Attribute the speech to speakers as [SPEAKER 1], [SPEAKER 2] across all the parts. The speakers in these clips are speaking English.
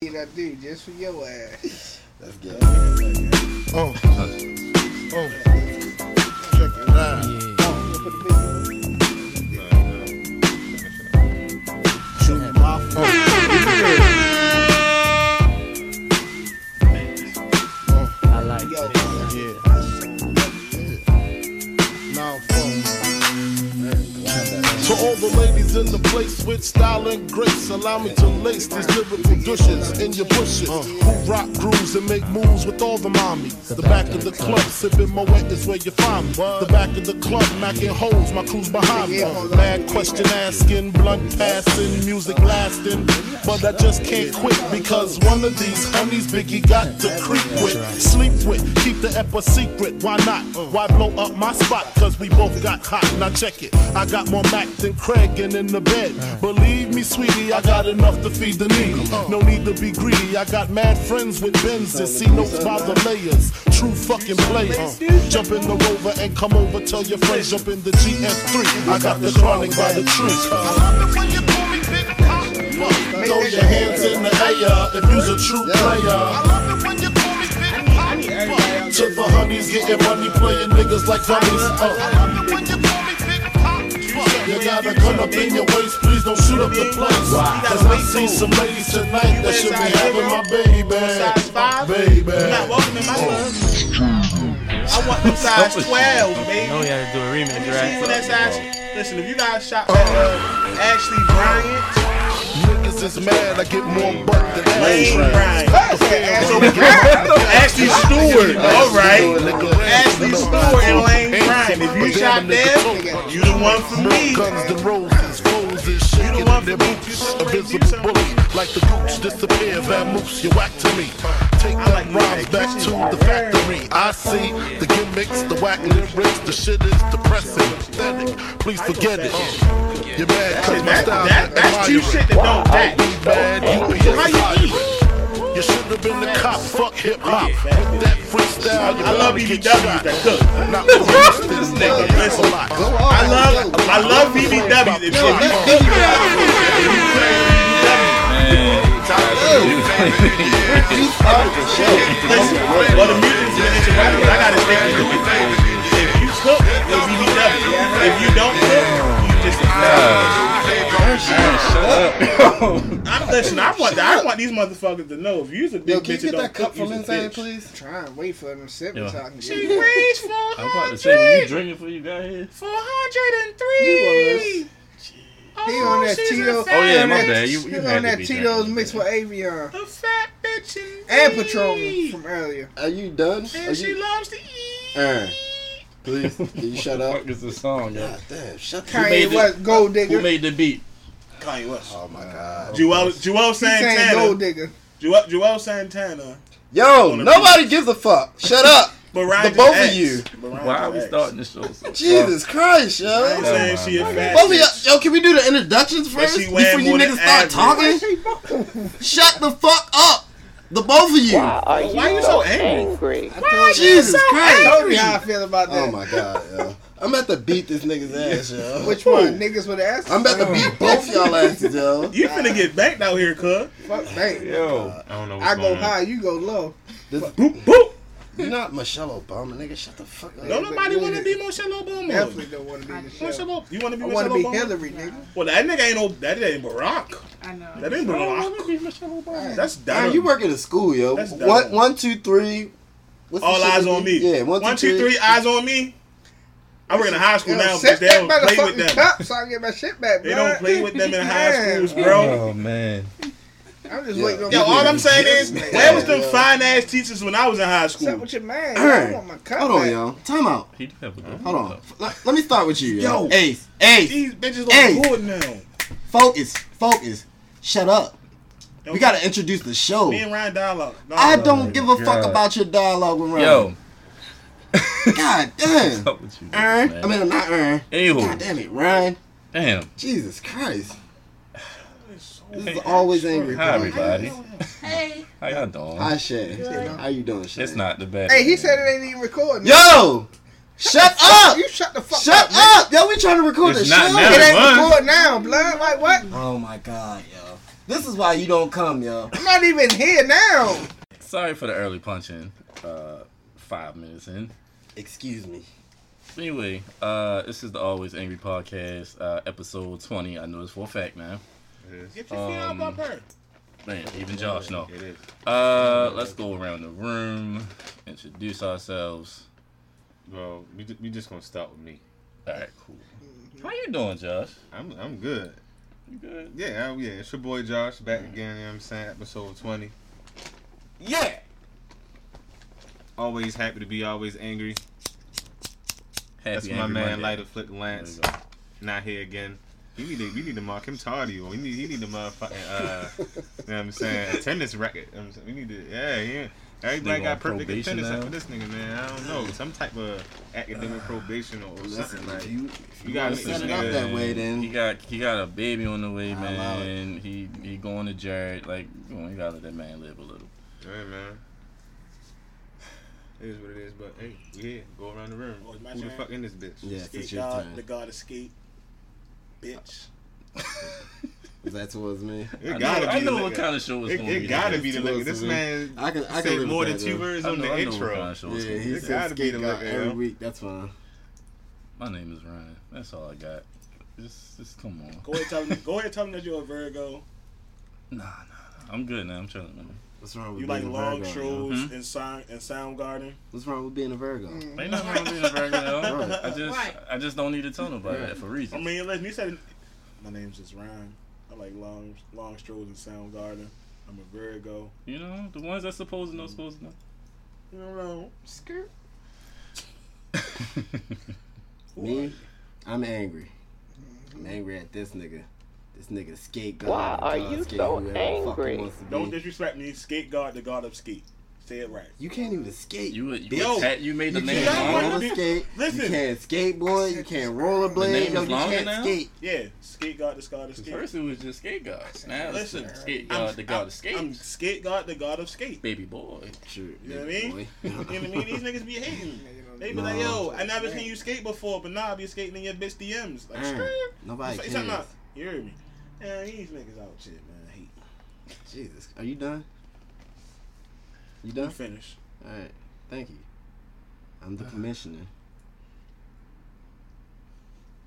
[SPEAKER 1] I do just for your ass.
[SPEAKER 2] Let's get it.
[SPEAKER 3] Oh. Oh. Check it out. Shoot my phone.
[SPEAKER 4] I like it.
[SPEAKER 1] Yo,
[SPEAKER 3] Yeah. Now phone. To all the ladies in the place with style and grace, allow me to lace these lyrical douches in your bushes. Who rock grooves and make moves with all the mommies. The back of the club, sipping my wet is where you find me. The back of the club, macking holes, my crew's behind me. Mad question asking, blunt passing, music lasting. But I just can't quit because one of these honeys Biggie got to creep with, sleep with, keep the ep a secret. Why not? Why blow up my spot? Cause we both got hot. Now check it. I got more Mac than Craig and in the bed. Believe me, sweetie, I got enough to feed the needy. No need to be greedy. I got mad friends with Benz and see notes by the layers. True fucking players. Uh, Jump in the rover and come over. Tell your friends, jump in the GS3. I got the chronic by the tree. I love it when you call me Big Papa. Throw your hands in the air if you's a true player. I love it when you call me Big Papa. To the honeys getting money, playing niggas like dummies. Uh. I love it when you call me Big Papa. You got a gun up in your waist, please don't shoot up the place. Cause I see some ladies tonight that should be having my
[SPEAKER 1] Size five?
[SPEAKER 3] baby.
[SPEAKER 1] You're not
[SPEAKER 3] Baby.
[SPEAKER 1] welcome in my club. I want them size 12, baby.
[SPEAKER 4] You know you had to do a remix,
[SPEAKER 1] You see when that
[SPEAKER 4] right?
[SPEAKER 1] size? Listen, if you guys shot that uh, Ashley Bryant,
[SPEAKER 3] Niggas is mad, I get more butt than
[SPEAKER 1] Lane Bryant,
[SPEAKER 3] Ashley
[SPEAKER 1] Ashley Stewart, all right. Ashley
[SPEAKER 3] Ashley
[SPEAKER 1] Stewart and Lane Bryant. If you shot them, you the one for me.
[SPEAKER 3] Guns to roses, roses, shaking
[SPEAKER 1] want
[SPEAKER 3] their
[SPEAKER 1] me to
[SPEAKER 3] boots.
[SPEAKER 1] do
[SPEAKER 3] Invisible
[SPEAKER 1] something.
[SPEAKER 3] bullets, like the gooch disappear. Van Moose, you whack to me. Take
[SPEAKER 1] like
[SPEAKER 3] them
[SPEAKER 1] you,
[SPEAKER 3] rhymes
[SPEAKER 1] man.
[SPEAKER 3] back to the factory. I see the gimmicks, the whack lyrics, the shit is depressing, pathetic. Please forget it. You're mad cause my
[SPEAKER 1] That,
[SPEAKER 3] style's
[SPEAKER 1] that, that's two shit that don't
[SPEAKER 3] I
[SPEAKER 1] that.
[SPEAKER 3] be bad, you be
[SPEAKER 1] How you eat?
[SPEAKER 3] inspiring. You should have been the cop, fuck hip hop. With that freestyle, you
[SPEAKER 1] I love E
[SPEAKER 3] gotta
[SPEAKER 1] BBWs
[SPEAKER 3] get shot.
[SPEAKER 1] that cook.
[SPEAKER 3] Not for this
[SPEAKER 1] nigga, listen. I love I love E BBWs. If you- Listen, well, the music's been interrupted. I gotta stay with you. If you cook, you'll be beat up. If you don't cook, you just. I'm listen. I want. I want these motherfuckers to know if you's a big
[SPEAKER 2] Yo, can you
[SPEAKER 1] bitch
[SPEAKER 2] get
[SPEAKER 1] and don't
[SPEAKER 2] that cup
[SPEAKER 1] cook,
[SPEAKER 2] from
[SPEAKER 1] you's a
[SPEAKER 2] inside,
[SPEAKER 1] bitch.
[SPEAKER 2] please?
[SPEAKER 1] Try and wait for them to sip
[SPEAKER 4] Yeah.
[SPEAKER 1] so I can
[SPEAKER 5] She
[SPEAKER 1] get it.
[SPEAKER 5] reached
[SPEAKER 4] I was about to say, were you
[SPEAKER 5] 400,
[SPEAKER 4] drinking before you got here?
[SPEAKER 5] 403.
[SPEAKER 1] He on that
[SPEAKER 5] she's a
[SPEAKER 1] Tito.
[SPEAKER 5] fat
[SPEAKER 4] Oh, yeah, my
[SPEAKER 1] he on
[SPEAKER 4] bad.
[SPEAKER 1] that-
[SPEAKER 4] You-
[SPEAKER 1] he
[SPEAKER 4] you had
[SPEAKER 1] on
[SPEAKER 4] to
[SPEAKER 1] that
[SPEAKER 4] be
[SPEAKER 1] Tito's
[SPEAKER 4] drinking.
[SPEAKER 1] mixed with Avion
[SPEAKER 5] A fat bitch indeed.
[SPEAKER 1] and Patron from earlier.
[SPEAKER 2] Are you done? Are
[SPEAKER 5] And she
[SPEAKER 2] you?
[SPEAKER 5] loves to eat.
[SPEAKER 2] Aaron, please, can you shut up?
[SPEAKER 4] What the fuck is the song, yo?
[SPEAKER 2] God damn, shut up.
[SPEAKER 4] made
[SPEAKER 1] Kanye
[SPEAKER 4] it?
[SPEAKER 1] West, Gold
[SPEAKER 4] Who
[SPEAKER 1] Digger. He
[SPEAKER 4] made the beat?
[SPEAKER 1] Kanye West.
[SPEAKER 2] Oh my god.
[SPEAKER 1] Joel, Joel
[SPEAKER 5] sang
[SPEAKER 1] Santana.
[SPEAKER 5] Gold
[SPEAKER 1] Digger. Joel, Joel Santana.
[SPEAKER 2] Yo, nobody gives a fuck. Shut up.
[SPEAKER 1] Mariah
[SPEAKER 2] The both of
[SPEAKER 1] Jackson.
[SPEAKER 2] you.
[SPEAKER 1] Mariah
[SPEAKER 4] Why are we
[SPEAKER 1] Jackson.
[SPEAKER 4] starting this show? So
[SPEAKER 2] Jesus Christ,
[SPEAKER 1] I ain't
[SPEAKER 2] yo.
[SPEAKER 1] saying she a
[SPEAKER 4] Both of
[SPEAKER 1] fat
[SPEAKER 2] Both of
[SPEAKER 1] bitch.
[SPEAKER 2] y'all, yo, can we do the introductions
[SPEAKER 1] But
[SPEAKER 2] first
[SPEAKER 1] she
[SPEAKER 2] before
[SPEAKER 1] wearing
[SPEAKER 2] you
[SPEAKER 1] more than
[SPEAKER 2] niggas start
[SPEAKER 1] average.
[SPEAKER 2] talking? Shut the fuck up, the both of you.
[SPEAKER 6] Are you
[SPEAKER 1] Why you so angry?
[SPEAKER 2] Jesus
[SPEAKER 1] I told you
[SPEAKER 2] Christ.
[SPEAKER 1] how I feel about that.
[SPEAKER 2] Oh my god, yo. I'm about to beat this nigga's ass, yo.
[SPEAKER 1] Which one? Niggas with asses?
[SPEAKER 2] I'm about to beat both y'all asses, yo.
[SPEAKER 1] You
[SPEAKER 5] finna get banked out here, cuz.
[SPEAKER 1] Fuck, hey,
[SPEAKER 4] Yo, I don't know what's
[SPEAKER 1] I go
[SPEAKER 4] going
[SPEAKER 1] high, you go low.
[SPEAKER 2] This-
[SPEAKER 5] Boop, boop.
[SPEAKER 2] you're not Michelle Obama, nigga. Shut the fuck up.
[SPEAKER 5] Don't nobody want to be Michelle Obama.
[SPEAKER 1] Definitely don't want to be the show.
[SPEAKER 5] Michelle Obama. You want to be
[SPEAKER 1] I
[SPEAKER 5] Michelle
[SPEAKER 1] want to be
[SPEAKER 5] Obama?
[SPEAKER 1] Hillary, nigga.
[SPEAKER 5] Well, that nigga ain't no. That ain't Barack.
[SPEAKER 6] I know.
[SPEAKER 5] That ain't Barack. That's
[SPEAKER 2] Damn,
[SPEAKER 5] dumb.
[SPEAKER 2] you work at a school, yo.
[SPEAKER 5] That's dumb.
[SPEAKER 2] One, one, two, three. What's the
[SPEAKER 5] All
[SPEAKER 2] shit
[SPEAKER 5] eyes
[SPEAKER 2] that
[SPEAKER 5] on
[SPEAKER 2] you-
[SPEAKER 5] me.
[SPEAKER 2] Yeah, one,
[SPEAKER 5] One, two, three. Eyes on me. I work in a high school
[SPEAKER 1] Yo,
[SPEAKER 5] now,
[SPEAKER 1] sip
[SPEAKER 5] bitch. They
[SPEAKER 1] that
[SPEAKER 5] don't play with
[SPEAKER 1] motherfucking
[SPEAKER 5] them.
[SPEAKER 1] cup so I can get my shit back,
[SPEAKER 5] They
[SPEAKER 1] bro.
[SPEAKER 5] don't play with them in high
[SPEAKER 1] Damn.
[SPEAKER 5] schools, bro.
[SPEAKER 4] Oh man,
[SPEAKER 1] I'm just
[SPEAKER 2] Yeah.
[SPEAKER 1] waiting on
[SPEAKER 5] Yo,
[SPEAKER 1] my-
[SPEAKER 5] all I'm saying is,
[SPEAKER 1] Yeah.
[SPEAKER 5] where was them fine ass teachers when I was in high
[SPEAKER 1] What's up
[SPEAKER 5] school?
[SPEAKER 1] with your man?
[SPEAKER 2] Alright.
[SPEAKER 1] I want my cup
[SPEAKER 2] Hold on,
[SPEAKER 1] back.
[SPEAKER 2] yo. Time out.
[SPEAKER 4] he do have a good.
[SPEAKER 2] Hold
[SPEAKER 4] one,
[SPEAKER 2] on. F- Let, let me start with you, yo.
[SPEAKER 5] Yo.
[SPEAKER 2] Ace, Ace,
[SPEAKER 5] These bitches
[SPEAKER 2] Hey.
[SPEAKER 5] look good now.
[SPEAKER 2] focus, focus. Shut up. We gotta introduce the show.
[SPEAKER 5] Me and Ryan dialogue. No,
[SPEAKER 2] I
[SPEAKER 5] no.
[SPEAKER 2] don't give a fuck
[SPEAKER 4] God.
[SPEAKER 2] about your dialogue with
[SPEAKER 4] though.
[SPEAKER 2] Ryan.
[SPEAKER 4] Yo,
[SPEAKER 2] God damn.
[SPEAKER 4] what's up with you,
[SPEAKER 2] Aaron.
[SPEAKER 4] man?
[SPEAKER 2] I mean, I'm not Aaron. God
[SPEAKER 4] anywho,
[SPEAKER 2] damn it, Ryan.
[SPEAKER 4] damn.
[SPEAKER 2] Jesus Christ. This is
[SPEAKER 4] Hey,
[SPEAKER 2] always angry.
[SPEAKER 4] Hi
[SPEAKER 2] boy.
[SPEAKER 4] everybody.
[SPEAKER 6] Hey,
[SPEAKER 4] How y'all doing?
[SPEAKER 2] Hi, Shay. How you doing, Shay?
[SPEAKER 4] It's not the best.
[SPEAKER 1] Hey, he said it ain't even recording.
[SPEAKER 2] Yo! Shut up!
[SPEAKER 1] You shut the fuck
[SPEAKER 2] Shut
[SPEAKER 1] up. man.
[SPEAKER 2] up! Yo, we trying to record
[SPEAKER 4] It's
[SPEAKER 2] this.
[SPEAKER 4] not
[SPEAKER 2] Shut
[SPEAKER 4] now.
[SPEAKER 1] It
[SPEAKER 2] up!
[SPEAKER 1] ain't
[SPEAKER 4] What?
[SPEAKER 1] recording now, blood. Like what?
[SPEAKER 2] Oh my god, yo. This is why you don't come, yo.
[SPEAKER 1] I'm not even here now.
[SPEAKER 4] Sorry for the early punching. Uh, five minutes in.
[SPEAKER 2] Excuse me.
[SPEAKER 4] Anyway, uh, this is the Always Angry Podcast, uh, episode 20. I know this for a fact now.
[SPEAKER 5] Get your feet up
[SPEAKER 4] Um,
[SPEAKER 5] off her.
[SPEAKER 4] Man, even Josh, no.
[SPEAKER 7] It is.
[SPEAKER 4] Uh, let's go around the room, introduce ourselves.
[SPEAKER 7] Well, we, ju- we just gonna start with me.
[SPEAKER 4] All right, cool. How you doing, Josh?
[SPEAKER 7] I'm I'm good.
[SPEAKER 4] You good? Mm-hmm.
[SPEAKER 7] Yeah, I- yeah. It's your boy Josh back again. You know what I'm saying? Episode 20.
[SPEAKER 4] Yeah.
[SPEAKER 7] Always happy to be always angry.
[SPEAKER 4] Happy
[SPEAKER 7] That's my
[SPEAKER 4] Angry
[SPEAKER 7] man,
[SPEAKER 4] Monday.
[SPEAKER 7] Light of Flick
[SPEAKER 4] There
[SPEAKER 7] Lance.
[SPEAKER 4] you go.
[SPEAKER 7] Not here again. We need to, we need to mark him tardy. Or we need he need to motherfucking uh, you know what I'm saying attendance record. You know what I'm saying? We need to yeah yeah. Everybody
[SPEAKER 4] Nigga on
[SPEAKER 7] got perfect
[SPEAKER 4] probation
[SPEAKER 7] attendance
[SPEAKER 4] now? Uh,
[SPEAKER 7] for this nigga man. I don't know some type of academic probation or
[SPEAKER 2] Listen,
[SPEAKER 7] something like.
[SPEAKER 2] if you, if you, gotta
[SPEAKER 7] gotta
[SPEAKER 2] set it
[SPEAKER 7] listen,
[SPEAKER 2] up
[SPEAKER 7] man.
[SPEAKER 2] that way,
[SPEAKER 4] He
[SPEAKER 2] then
[SPEAKER 4] got he got a baby on the way,
[SPEAKER 2] I allow it.
[SPEAKER 4] man. He he going to Jared. Like, come on, you gotta let that man live a little.
[SPEAKER 7] Hey man. It is what it is, but hey, we here. Go around the room.
[SPEAKER 5] Oh, it's my
[SPEAKER 7] Who the
[SPEAKER 5] turn?
[SPEAKER 7] fuck in this bitch?
[SPEAKER 2] yeah,
[SPEAKER 5] Skate
[SPEAKER 2] it's your
[SPEAKER 5] God, the
[SPEAKER 2] turn.
[SPEAKER 5] God of Skate. Bitch.
[SPEAKER 2] Is that towards me?
[SPEAKER 7] It
[SPEAKER 4] I
[SPEAKER 7] gotta
[SPEAKER 4] know,
[SPEAKER 7] be
[SPEAKER 4] I know
[SPEAKER 7] the
[SPEAKER 4] what
[SPEAKER 7] nigga.
[SPEAKER 4] kind of show it's
[SPEAKER 7] It,
[SPEAKER 4] gonna
[SPEAKER 7] it
[SPEAKER 4] be.
[SPEAKER 7] gotta
[SPEAKER 4] today.
[SPEAKER 7] be the
[SPEAKER 2] Towards
[SPEAKER 7] nigga. This
[SPEAKER 2] the
[SPEAKER 7] man
[SPEAKER 2] I can- I can
[SPEAKER 7] said
[SPEAKER 2] live
[SPEAKER 7] more
[SPEAKER 2] with
[SPEAKER 7] than
[SPEAKER 2] that,
[SPEAKER 7] two
[SPEAKER 2] though.
[SPEAKER 7] words
[SPEAKER 4] I
[SPEAKER 7] on
[SPEAKER 4] know- I
[SPEAKER 7] the
[SPEAKER 4] know what
[SPEAKER 7] intro.
[SPEAKER 4] kind of show it's
[SPEAKER 2] Yeah,
[SPEAKER 4] gonna be.
[SPEAKER 2] he
[SPEAKER 7] It
[SPEAKER 2] said
[SPEAKER 7] gotta be
[SPEAKER 2] skate
[SPEAKER 7] the
[SPEAKER 2] God
[SPEAKER 7] liquor,
[SPEAKER 2] every
[SPEAKER 7] yo.
[SPEAKER 2] week. That's fine.
[SPEAKER 4] My name is Ryan. That's all I got. Just just come on.
[SPEAKER 5] Go ahead, tell them. Go ahead, and tell them that you're a Virgo.
[SPEAKER 4] Nah, nah, nah. I'm good now. I'm chilling. Man.
[SPEAKER 2] What's wrong with
[SPEAKER 5] You like
[SPEAKER 2] being a
[SPEAKER 5] long
[SPEAKER 2] Virgo? yo?
[SPEAKER 5] shoes
[SPEAKER 4] Mm-hmm.
[SPEAKER 5] and sound and Soundgarden.
[SPEAKER 2] What's wrong with being a Virgo?
[SPEAKER 1] Mm,
[SPEAKER 4] Ain't nothing wrong with being a Virgo. yo.
[SPEAKER 2] Right.
[SPEAKER 4] I just
[SPEAKER 1] Right.
[SPEAKER 4] I just don't need to tell nobody that for
[SPEAKER 5] I
[SPEAKER 4] reasons.
[SPEAKER 5] mean, listen, you said my name's just Ryan. I like long long strolls and Soundgarden. I'm a Virgo.
[SPEAKER 4] You know, the ones that's supposed to know supposed to know.
[SPEAKER 5] You know,
[SPEAKER 2] Skirt. Me, I'm angry. I'm angry at this nigga. This nigga skate god.
[SPEAKER 6] Why are
[SPEAKER 2] God
[SPEAKER 6] you
[SPEAKER 2] skate,
[SPEAKER 6] so
[SPEAKER 2] whoever the fuck he
[SPEAKER 6] angry?
[SPEAKER 2] wants to be.
[SPEAKER 4] Mm.
[SPEAKER 5] don't disrespect me. Skate God, the God of skate. Say it right.
[SPEAKER 2] You can't even skate.
[SPEAKER 4] You would- you,
[SPEAKER 2] bitch.
[SPEAKER 4] would pat- you made the
[SPEAKER 2] You
[SPEAKER 4] name
[SPEAKER 5] can't-
[SPEAKER 4] long.
[SPEAKER 5] wanna
[SPEAKER 2] can't roller
[SPEAKER 5] be-
[SPEAKER 2] skate.
[SPEAKER 5] Listen.
[SPEAKER 2] You can't skateboard. You can't
[SPEAKER 4] The
[SPEAKER 2] rollerblade.
[SPEAKER 4] name
[SPEAKER 2] No,
[SPEAKER 4] is
[SPEAKER 2] you
[SPEAKER 4] longer
[SPEAKER 2] can't
[SPEAKER 4] now?
[SPEAKER 2] skate.
[SPEAKER 5] Yeah, skate God, the God of skate.
[SPEAKER 4] First it was just skate god. Now it's
[SPEAKER 5] Listen,
[SPEAKER 4] skate god, the god of skate.
[SPEAKER 5] I'm skate God, the God of skate.
[SPEAKER 4] Baby boy.
[SPEAKER 2] Shoot,
[SPEAKER 5] You know what I
[SPEAKER 2] nigga,
[SPEAKER 5] mean?
[SPEAKER 2] boy.
[SPEAKER 5] You know what I mean? These niggas be hating. They be
[SPEAKER 2] No.
[SPEAKER 5] like, yo, I never seen you skate before, but now I be skating in your bitch DMs. Like,
[SPEAKER 2] Mm,
[SPEAKER 5] skirt.
[SPEAKER 2] Nobody
[SPEAKER 5] It's like- it's like, nah,
[SPEAKER 2] cares.
[SPEAKER 5] You hear me? Yeah, these niggas out shit, man. Hate.
[SPEAKER 2] Jesus, are you done? You
[SPEAKER 5] You
[SPEAKER 2] done?
[SPEAKER 5] finish.
[SPEAKER 2] All right, thank you. I'm the commissioner.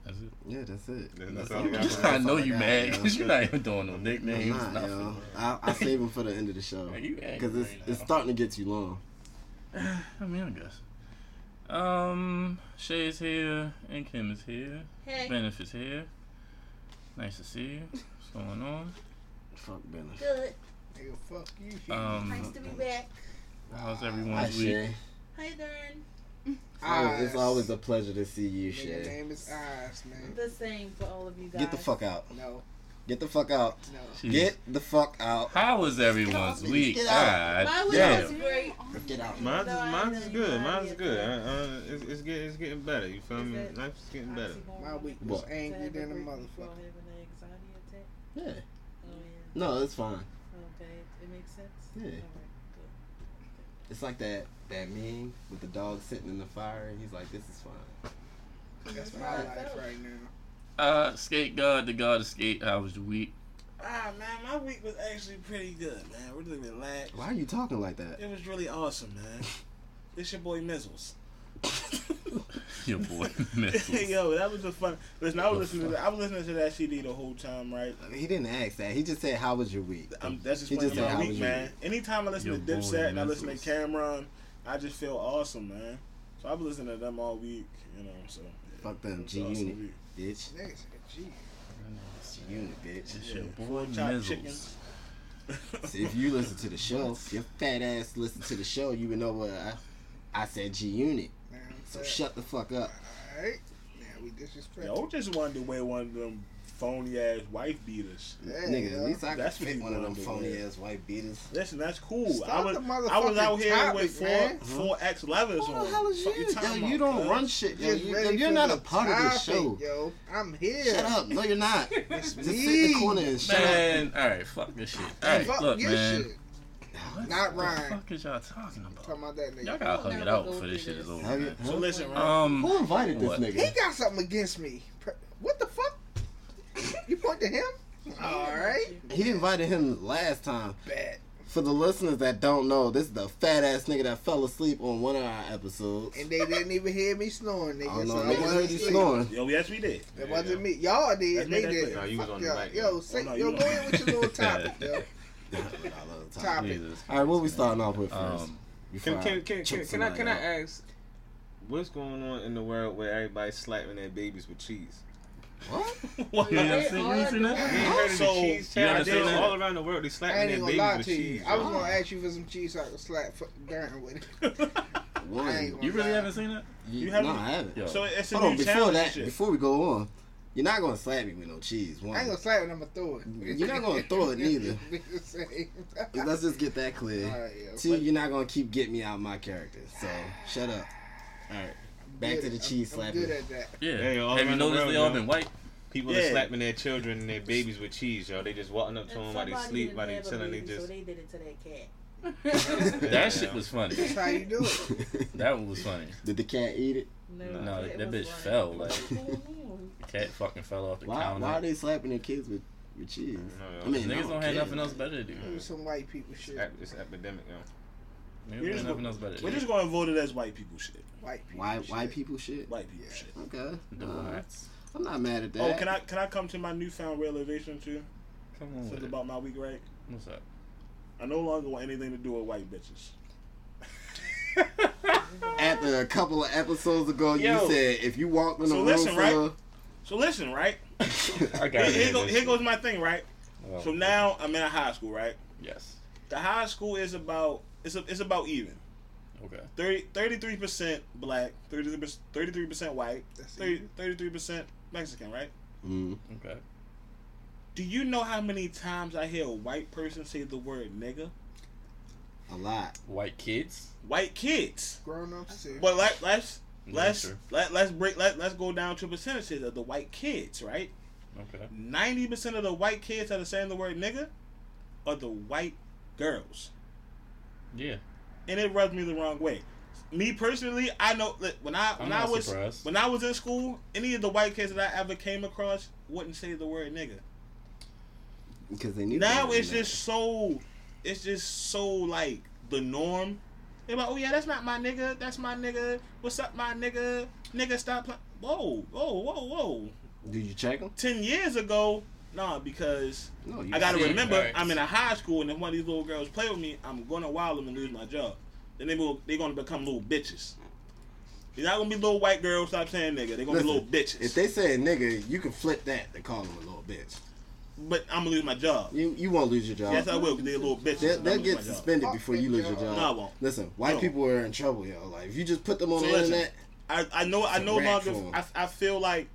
[SPEAKER 4] That's it.
[SPEAKER 2] Yeah, that's it.
[SPEAKER 7] That's
[SPEAKER 2] That's
[SPEAKER 7] all
[SPEAKER 2] all
[SPEAKER 7] we
[SPEAKER 2] I
[SPEAKER 7] got.
[SPEAKER 2] got.
[SPEAKER 4] Just I know
[SPEAKER 2] all
[SPEAKER 4] you
[SPEAKER 2] got,
[SPEAKER 4] mad
[SPEAKER 2] yo.
[SPEAKER 4] because you're not even doing no
[SPEAKER 2] I'm
[SPEAKER 4] nicknames,
[SPEAKER 2] not, yo.
[SPEAKER 4] nothing.
[SPEAKER 2] I, I save them for the end of the show
[SPEAKER 4] Like, you
[SPEAKER 2] because
[SPEAKER 4] angry
[SPEAKER 2] it's
[SPEAKER 4] right
[SPEAKER 2] it's
[SPEAKER 4] now.
[SPEAKER 2] starting to get too long.
[SPEAKER 4] I mean, I guess. Um, Shay is here, and Kim is here.
[SPEAKER 6] Hey,
[SPEAKER 4] Benef is here. Nice to see you. What's going on?
[SPEAKER 2] Fuck Bennett.
[SPEAKER 6] good.
[SPEAKER 1] Nigga, fuck you.
[SPEAKER 6] Nice
[SPEAKER 4] Um,
[SPEAKER 6] to be back.
[SPEAKER 4] how's
[SPEAKER 2] Hi,
[SPEAKER 4] everyone's week?
[SPEAKER 2] Shay.
[SPEAKER 6] How you doing?
[SPEAKER 2] Always- It's
[SPEAKER 1] Eyes.
[SPEAKER 2] always a pleasure to see you,
[SPEAKER 1] Nigga, Your
[SPEAKER 2] Shay.
[SPEAKER 1] name is Eyes, man.
[SPEAKER 6] The same for all of you guys.
[SPEAKER 2] Get the fuck out.
[SPEAKER 1] No,
[SPEAKER 2] Get the fuck out.
[SPEAKER 1] no.
[SPEAKER 4] Jeez.
[SPEAKER 2] Get the fuck out.
[SPEAKER 4] How was everyone's
[SPEAKER 2] Get off me.
[SPEAKER 4] week?
[SPEAKER 2] Get out.
[SPEAKER 6] My
[SPEAKER 4] God
[SPEAKER 6] week
[SPEAKER 4] damn.
[SPEAKER 6] was great.
[SPEAKER 2] Get out.
[SPEAKER 7] Mine's,
[SPEAKER 6] No, I
[SPEAKER 7] mine's
[SPEAKER 6] know
[SPEAKER 7] is
[SPEAKER 6] you
[SPEAKER 7] good.
[SPEAKER 6] might
[SPEAKER 7] Mine's
[SPEAKER 6] be a
[SPEAKER 7] good.
[SPEAKER 6] thug.
[SPEAKER 7] Uh, uh, it's, it's, get, it's getting better. You feel
[SPEAKER 6] Is
[SPEAKER 7] me?
[SPEAKER 6] it
[SPEAKER 7] Life's getting better.
[SPEAKER 1] My week was
[SPEAKER 2] What?
[SPEAKER 1] angry
[SPEAKER 6] Did I
[SPEAKER 1] than a
[SPEAKER 6] ever-
[SPEAKER 1] motherfucker.
[SPEAKER 6] y'all having an anxiety attack?
[SPEAKER 2] Yeah.
[SPEAKER 6] Oh, yeah.
[SPEAKER 2] No, it's fine.
[SPEAKER 6] Okay. It makes sense?
[SPEAKER 2] Yeah.
[SPEAKER 6] All right.
[SPEAKER 2] It's like that that meme with the dog sitting in the fire. and He's like, this is fine.
[SPEAKER 1] That's my life right now.
[SPEAKER 4] Uh, skate god, the god of skate. How was your week?
[SPEAKER 5] Ah, man, my week was actually pretty good, man. Really relaxed.
[SPEAKER 2] Why are you talking like that?
[SPEAKER 5] It was really awesome, man. It's your boy Mizzles.
[SPEAKER 4] Your boy, Mizzles.
[SPEAKER 5] Yo, that was a fun. Listen, I was listening. To, I was listening to that CD the whole time, right?
[SPEAKER 2] He didn't ask that. He just said, how was your week?
[SPEAKER 5] I'm, Um, that's just
[SPEAKER 2] He
[SPEAKER 5] playing
[SPEAKER 2] just said,
[SPEAKER 5] my
[SPEAKER 2] "How
[SPEAKER 5] week,
[SPEAKER 2] was
[SPEAKER 5] man.
[SPEAKER 2] your
[SPEAKER 5] Anytime I listen
[SPEAKER 4] Your
[SPEAKER 5] to
[SPEAKER 4] boy
[SPEAKER 5] Dipset and I listen to
[SPEAKER 4] Mizzles.
[SPEAKER 5] Cameron, I just feel awesome, man. So I've been listening to them all week, you know. So yeah,
[SPEAKER 2] Fuck them,
[SPEAKER 5] it was
[SPEAKER 2] G
[SPEAKER 5] an awesome
[SPEAKER 2] Unit,
[SPEAKER 5] week.
[SPEAKER 2] bitch.
[SPEAKER 1] Niggas, gee.
[SPEAKER 2] G Unit, bitch.
[SPEAKER 4] It's your
[SPEAKER 5] Yeah,
[SPEAKER 4] boy,
[SPEAKER 5] four chopped
[SPEAKER 4] Mizzles.
[SPEAKER 5] chickens.
[SPEAKER 2] See, if you listen to the show, if your fat ass listen to the show, you would know what I, I said G Unit.
[SPEAKER 1] Now,
[SPEAKER 2] So shut the fuck up.
[SPEAKER 1] All right. Now we disrespect.
[SPEAKER 5] Yo, just wanted to wear one of them phony ass wife beaters.
[SPEAKER 1] Yeah,
[SPEAKER 2] Nigga,
[SPEAKER 1] yo.
[SPEAKER 2] at least I could
[SPEAKER 5] That's what
[SPEAKER 2] fit
[SPEAKER 5] you
[SPEAKER 2] one of them
[SPEAKER 5] wanted,
[SPEAKER 2] phony
[SPEAKER 5] yeah.
[SPEAKER 2] ass white beaters.
[SPEAKER 5] Listen, that's cool.
[SPEAKER 1] Stop
[SPEAKER 5] I was
[SPEAKER 1] the
[SPEAKER 5] I was out
[SPEAKER 1] motherfucking
[SPEAKER 5] here
[SPEAKER 1] topic,
[SPEAKER 5] with four
[SPEAKER 1] man.
[SPEAKER 5] four ex lovers
[SPEAKER 2] Who
[SPEAKER 5] on.
[SPEAKER 2] the hell is
[SPEAKER 5] Fuck
[SPEAKER 2] you?
[SPEAKER 5] talking
[SPEAKER 2] Yo, you
[SPEAKER 5] about,
[SPEAKER 2] don't
[SPEAKER 5] cuz?
[SPEAKER 2] run shit. Yo,
[SPEAKER 1] Just
[SPEAKER 2] you,
[SPEAKER 1] ready
[SPEAKER 2] you're
[SPEAKER 1] for
[SPEAKER 2] not a
[SPEAKER 1] the
[SPEAKER 2] part of this
[SPEAKER 1] topic,
[SPEAKER 2] show.
[SPEAKER 1] yo. I'm here.
[SPEAKER 2] Shut up. No, you're not.
[SPEAKER 1] It's
[SPEAKER 2] Just sit
[SPEAKER 1] me.
[SPEAKER 2] in the corner and shut up.
[SPEAKER 4] Man, all right, fuck this shit. All right,
[SPEAKER 1] Fuck
[SPEAKER 4] look,
[SPEAKER 1] your
[SPEAKER 4] man.
[SPEAKER 1] shit.
[SPEAKER 4] What
[SPEAKER 1] Not
[SPEAKER 4] the
[SPEAKER 1] Ryan.
[SPEAKER 4] fuck is y'all talking about?
[SPEAKER 1] Talking about that nigga.
[SPEAKER 4] Y'all gotta hug it out
[SPEAKER 6] Never go
[SPEAKER 4] before this
[SPEAKER 6] through
[SPEAKER 4] shit is
[SPEAKER 6] this.
[SPEAKER 4] over.
[SPEAKER 2] Have you-
[SPEAKER 4] man.
[SPEAKER 5] So listen, right?
[SPEAKER 4] Um,
[SPEAKER 2] Who invited this
[SPEAKER 4] What?
[SPEAKER 2] nigga?
[SPEAKER 1] He got something against me. Pre- What the fuck? You point to him? All right.
[SPEAKER 2] He invited him last time.
[SPEAKER 1] Bet.
[SPEAKER 2] For the listeners that don't know, this is the fat ass nigga that fell asleep on one of our episodes.
[SPEAKER 1] And they didn't even hear me snoring, nigga.
[SPEAKER 2] I don't know,
[SPEAKER 1] so I
[SPEAKER 2] niggas heard
[SPEAKER 1] wasn't
[SPEAKER 2] you
[SPEAKER 1] asleep.
[SPEAKER 2] snoring.
[SPEAKER 5] Yo, yes, we did.
[SPEAKER 1] It wasn't me. Y'all
[SPEAKER 5] That's
[SPEAKER 1] did. They
[SPEAKER 5] me, that's me.
[SPEAKER 1] did.
[SPEAKER 5] No,
[SPEAKER 7] you was
[SPEAKER 1] Fuck
[SPEAKER 7] on the
[SPEAKER 1] y'all.
[SPEAKER 7] mic,
[SPEAKER 1] Yo,
[SPEAKER 7] though.
[SPEAKER 1] say,
[SPEAKER 5] Oh, no, you
[SPEAKER 1] yo,
[SPEAKER 5] on
[SPEAKER 1] go
[SPEAKER 5] the
[SPEAKER 1] in with your little topic, yo. Topic.
[SPEAKER 4] Jesus.
[SPEAKER 2] All right, what we starting off with first?
[SPEAKER 4] Um,
[SPEAKER 2] Before
[SPEAKER 7] Can,
[SPEAKER 2] I
[SPEAKER 7] can,
[SPEAKER 2] choke
[SPEAKER 7] can, can, can I
[SPEAKER 2] somebody
[SPEAKER 7] can I
[SPEAKER 2] out.
[SPEAKER 7] ask what's going on in the world where everybody's slapping their babies with cheese?
[SPEAKER 2] What?
[SPEAKER 5] What?
[SPEAKER 4] You ain't seen, you ain't seen
[SPEAKER 7] You ain't
[SPEAKER 4] that?
[SPEAKER 7] heard of the
[SPEAKER 5] So,
[SPEAKER 7] cheese
[SPEAKER 4] you
[SPEAKER 7] challenge?
[SPEAKER 4] understand that?
[SPEAKER 7] All around the world, they
[SPEAKER 1] I
[SPEAKER 7] slapping
[SPEAKER 1] ain't
[SPEAKER 7] their
[SPEAKER 1] even gonna lie
[SPEAKER 7] babies with
[SPEAKER 1] to you.
[SPEAKER 7] cheese.
[SPEAKER 1] I was
[SPEAKER 7] bro.
[SPEAKER 1] gonna ask you for some cheese so I could slap fuck Darren with it. I ain't
[SPEAKER 2] One.
[SPEAKER 1] gonna
[SPEAKER 4] You really
[SPEAKER 1] lie.
[SPEAKER 4] haven't seen that?
[SPEAKER 2] You,
[SPEAKER 5] You
[SPEAKER 2] no,
[SPEAKER 5] haven't-
[SPEAKER 2] I haven't.
[SPEAKER 4] Yo.
[SPEAKER 5] So it's a
[SPEAKER 2] Hold on,
[SPEAKER 5] new
[SPEAKER 2] before
[SPEAKER 5] challenge. and
[SPEAKER 2] that,
[SPEAKER 5] shit.
[SPEAKER 2] before we go on, you're not gonna slap me with no cheese. One.
[SPEAKER 1] I ain't gonna slap it, I'm gonna throw it.
[SPEAKER 2] You're not gonna throw it neither. Let's just get that clear.
[SPEAKER 1] Alright, yeah.
[SPEAKER 2] Two, you're not gonna keep getting me out of my character. So shut up. All right, back to the cheese
[SPEAKER 1] I'm, I'm
[SPEAKER 2] slapping.
[SPEAKER 1] good at that.
[SPEAKER 4] Yeah.
[SPEAKER 7] Hey, all
[SPEAKER 4] Have you
[SPEAKER 7] around the
[SPEAKER 4] noticed
[SPEAKER 7] world,
[SPEAKER 4] they all
[SPEAKER 7] yo.
[SPEAKER 4] been white?
[SPEAKER 7] People
[SPEAKER 5] Yeah.
[SPEAKER 7] are slapping their children and their babies with cheese, yo. They just walking up to them while they sleep, while they chilling. They
[SPEAKER 8] So
[SPEAKER 7] just
[SPEAKER 8] they did it to that cat.
[SPEAKER 7] Yeah.
[SPEAKER 4] That shit was funny.
[SPEAKER 1] That's how you do it.
[SPEAKER 4] That one was funny.
[SPEAKER 2] Did the cat eat it?
[SPEAKER 4] No,
[SPEAKER 8] it
[SPEAKER 4] that
[SPEAKER 8] was
[SPEAKER 4] bitch fell,
[SPEAKER 8] What
[SPEAKER 4] like-
[SPEAKER 8] the hell, man?
[SPEAKER 4] The cat fucking fell off the
[SPEAKER 2] Why,
[SPEAKER 4] counter.
[SPEAKER 2] why are they slapping their kids with, with cheese?
[SPEAKER 7] I don't know,
[SPEAKER 2] I mean, I
[SPEAKER 4] Niggas don't have
[SPEAKER 2] care.
[SPEAKER 4] nothing else better to do.
[SPEAKER 1] It was some white people shit.
[SPEAKER 7] ep- it's epidemic, yo.
[SPEAKER 4] Niggas
[SPEAKER 5] You're
[SPEAKER 4] don't
[SPEAKER 5] just
[SPEAKER 4] have nothing
[SPEAKER 5] go-
[SPEAKER 4] else better to
[SPEAKER 5] We're
[SPEAKER 4] do.
[SPEAKER 5] just gonna vote it as white people shit.
[SPEAKER 1] White people.
[SPEAKER 2] Why
[SPEAKER 1] shit.
[SPEAKER 2] why people shit?
[SPEAKER 5] White people
[SPEAKER 1] Yeah.
[SPEAKER 5] shit.
[SPEAKER 2] Okay.
[SPEAKER 4] The
[SPEAKER 2] Uh,
[SPEAKER 4] whites.
[SPEAKER 2] I'm not mad at
[SPEAKER 5] Oh,
[SPEAKER 2] that.
[SPEAKER 5] can I can I come to my newfound realization too?
[SPEAKER 4] Come on.
[SPEAKER 5] Since
[SPEAKER 4] with it.
[SPEAKER 5] about my week, right?
[SPEAKER 4] What's up?
[SPEAKER 5] I no longer want anything to do with white bitches.
[SPEAKER 2] After a couple of episodes ago,
[SPEAKER 5] Yo.
[SPEAKER 2] you said if you walk in the
[SPEAKER 5] So
[SPEAKER 2] room
[SPEAKER 5] listen,
[SPEAKER 2] full
[SPEAKER 5] right?
[SPEAKER 2] of-
[SPEAKER 5] So listen, right?
[SPEAKER 7] I
[SPEAKER 5] Here,
[SPEAKER 7] got
[SPEAKER 5] here, go, here goes my thing, right?
[SPEAKER 4] Oh,
[SPEAKER 5] So now I'm in a high school, right?
[SPEAKER 4] Yes.
[SPEAKER 5] The high school is about it's a, it's about even.
[SPEAKER 4] Okay.
[SPEAKER 5] 33 percent black, 33 percent white,
[SPEAKER 1] That's it.
[SPEAKER 5] thirty-three percent Mexican, right?
[SPEAKER 2] Mm.
[SPEAKER 4] Okay.
[SPEAKER 5] Do you know how many times I hear a white person say the word nigga?
[SPEAKER 2] a lot.
[SPEAKER 4] White kids.
[SPEAKER 5] White kids.
[SPEAKER 1] Grown ups too.
[SPEAKER 5] But let, let's
[SPEAKER 4] Yeah,
[SPEAKER 5] let's
[SPEAKER 4] sure.
[SPEAKER 5] let, let's break let, let's go down to percentages of the white kids, right?
[SPEAKER 4] Okay.
[SPEAKER 5] Ninety percent of the white kids that are saying the word nigga are the white girls,
[SPEAKER 4] Yeah.
[SPEAKER 5] and it rubs me the wrong way. Me personally, I know look, when I
[SPEAKER 4] I'm
[SPEAKER 5] when I
[SPEAKER 4] not
[SPEAKER 5] was
[SPEAKER 4] surprised.
[SPEAKER 5] when I was in school, any of the white kids that I ever came across wouldn't say the word nigga.
[SPEAKER 2] Because they knew
[SPEAKER 5] now
[SPEAKER 2] better
[SPEAKER 5] it's
[SPEAKER 2] than that.
[SPEAKER 5] just so it's just so like the norm they're like oh yeah that's not my nigga that's my nigga what's up my nigga nigga stop playing whoa whoa whoa whoa
[SPEAKER 2] Do you check them?
[SPEAKER 5] 10 years ago nah because
[SPEAKER 2] No, you
[SPEAKER 5] i gotta
[SPEAKER 4] Yeah,
[SPEAKER 5] remember
[SPEAKER 4] right.
[SPEAKER 5] i'm in a high school and if one of these little girls play with me i'm gonna wild them and lose my job then they will they're gonna become little bitches they're not gonna be little white girls stop saying nigga they're gonna
[SPEAKER 2] Listen,
[SPEAKER 5] be little bitches
[SPEAKER 2] If they say nigga, you can flip that to call them a little bitch.
[SPEAKER 5] but i'm gonna lose my job
[SPEAKER 2] You you won't lose your job.
[SPEAKER 5] yes i will because they're little bitches
[SPEAKER 2] They'll,
[SPEAKER 5] and I'm
[SPEAKER 2] they'll
[SPEAKER 5] gonna lose
[SPEAKER 2] get
[SPEAKER 5] my job.
[SPEAKER 2] suspended before you lose your job.
[SPEAKER 5] No, I won't.
[SPEAKER 2] Listen, white
[SPEAKER 5] No.
[SPEAKER 2] people are in trouble, yo. Like if you just put them on
[SPEAKER 5] So
[SPEAKER 2] the
[SPEAKER 5] listen,
[SPEAKER 2] internet,
[SPEAKER 5] I, I know I
[SPEAKER 2] It's a
[SPEAKER 5] no
[SPEAKER 2] rat
[SPEAKER 5] longer
[SPEAKER 2] form.
[SPEAKER 5] I, I feel like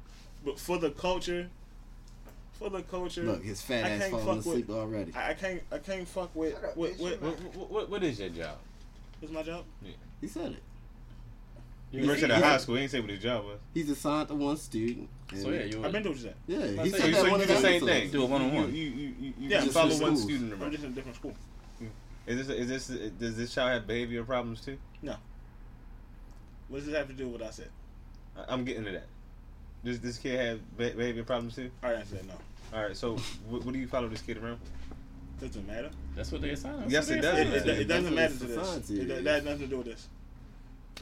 [SPEAKER 5] but for the culture for the culture
[SPEAKER 2] look, his fat
[SPEAKER 5] I
[SPEAKER 2] ass
[SPEAKER 5] can't
[SPEAKER 2] falling
[SPEAKER 5] fuck
[SPEAKER 2] asleep
[SPEAKER 5] with-
[SPEAKER 2] already.
[SPEAKER 5] I, I can't I can't fuck with
[SPEAKER 1] Shut up,
[SPEAKER 5] with,
[SPEAKER 1] bitch,
[SPEAKER 5] with,
[SPEAKER 1] shut
[SPEAKER 5] with
[SPEAKER 1] up.
[SPEAKER 7] What, what, what is your job?
[SPEAKER 5] what's my job?
[SPEAKER 2] He said it.
[SPEAKER 7] You worked at a high school. You ain't say what his job was.
[SPEAKER 2] He's assigned to one student. and-
[SPEAKER 4] So yeah, you.
[SPEAKER 5] I've been doing that.
[SPEAKER 2] yeah,
[SPEAKER 4] I
[SPEAKER 2] he
[SPEAKER 4] say,
[SPEAKER 2] said
[SPEAKER 4] you-
[SPEAKER 2] that one
[SPEAKER 4] so you
[SPEAKER 2] of
[SPEAKER 4] do the
[SPEAKER 2] them
[SPEAKER 4] same
[SPEAKER 2] episodes.
[SPEAKER 4] thing. Do a one-on-one.
[SPEAKER 7] You, you, you, you,
[SPEAKER 5] Yeah,
[SPEAKER 7] you
[SPEAKER 5] just
[SPEAKER 7] follow
[SPEAKER 2] in
[SPEAKER 7] one
[SPEAKER 2] schools.
[SPEAKER 7] student
[SPEAKER 5] I'm
[SPEAKER 7] around.
[SPEAKER 5] just in a different school.
[SPEAKER 7] Is this, is this, does this child have behavioral problems too?
[SPEAKER 5] What does this have to do with what I said?
[SPEAKER 7] I- I'm getting to that. Does this kid have be- behavior problems too?
[SPEAKER 5] All right, I said no.
[SPEAKER 7] All right, so what, what do you follow this kid around?
[SPEAKER 5] Doesn't matter.
[SPEAKER 4] That's what they assigned.
[SPEAKER 7] Yes,
[SPEAKER 4] That's
[SPEAKER 7] it
[SPEAKER 4] what they
[SPEAKER 7] does.
[SPEAKER 5] It,
[SPEAKER 4] assigned.
[SPEAKER 5] it, it doesn't matter to this.
[SPEAKER 2] Society
[SPEAKER 5] It,
[SPEAKER 2] is.
[SPEAKER 5] that has nothing to do with this.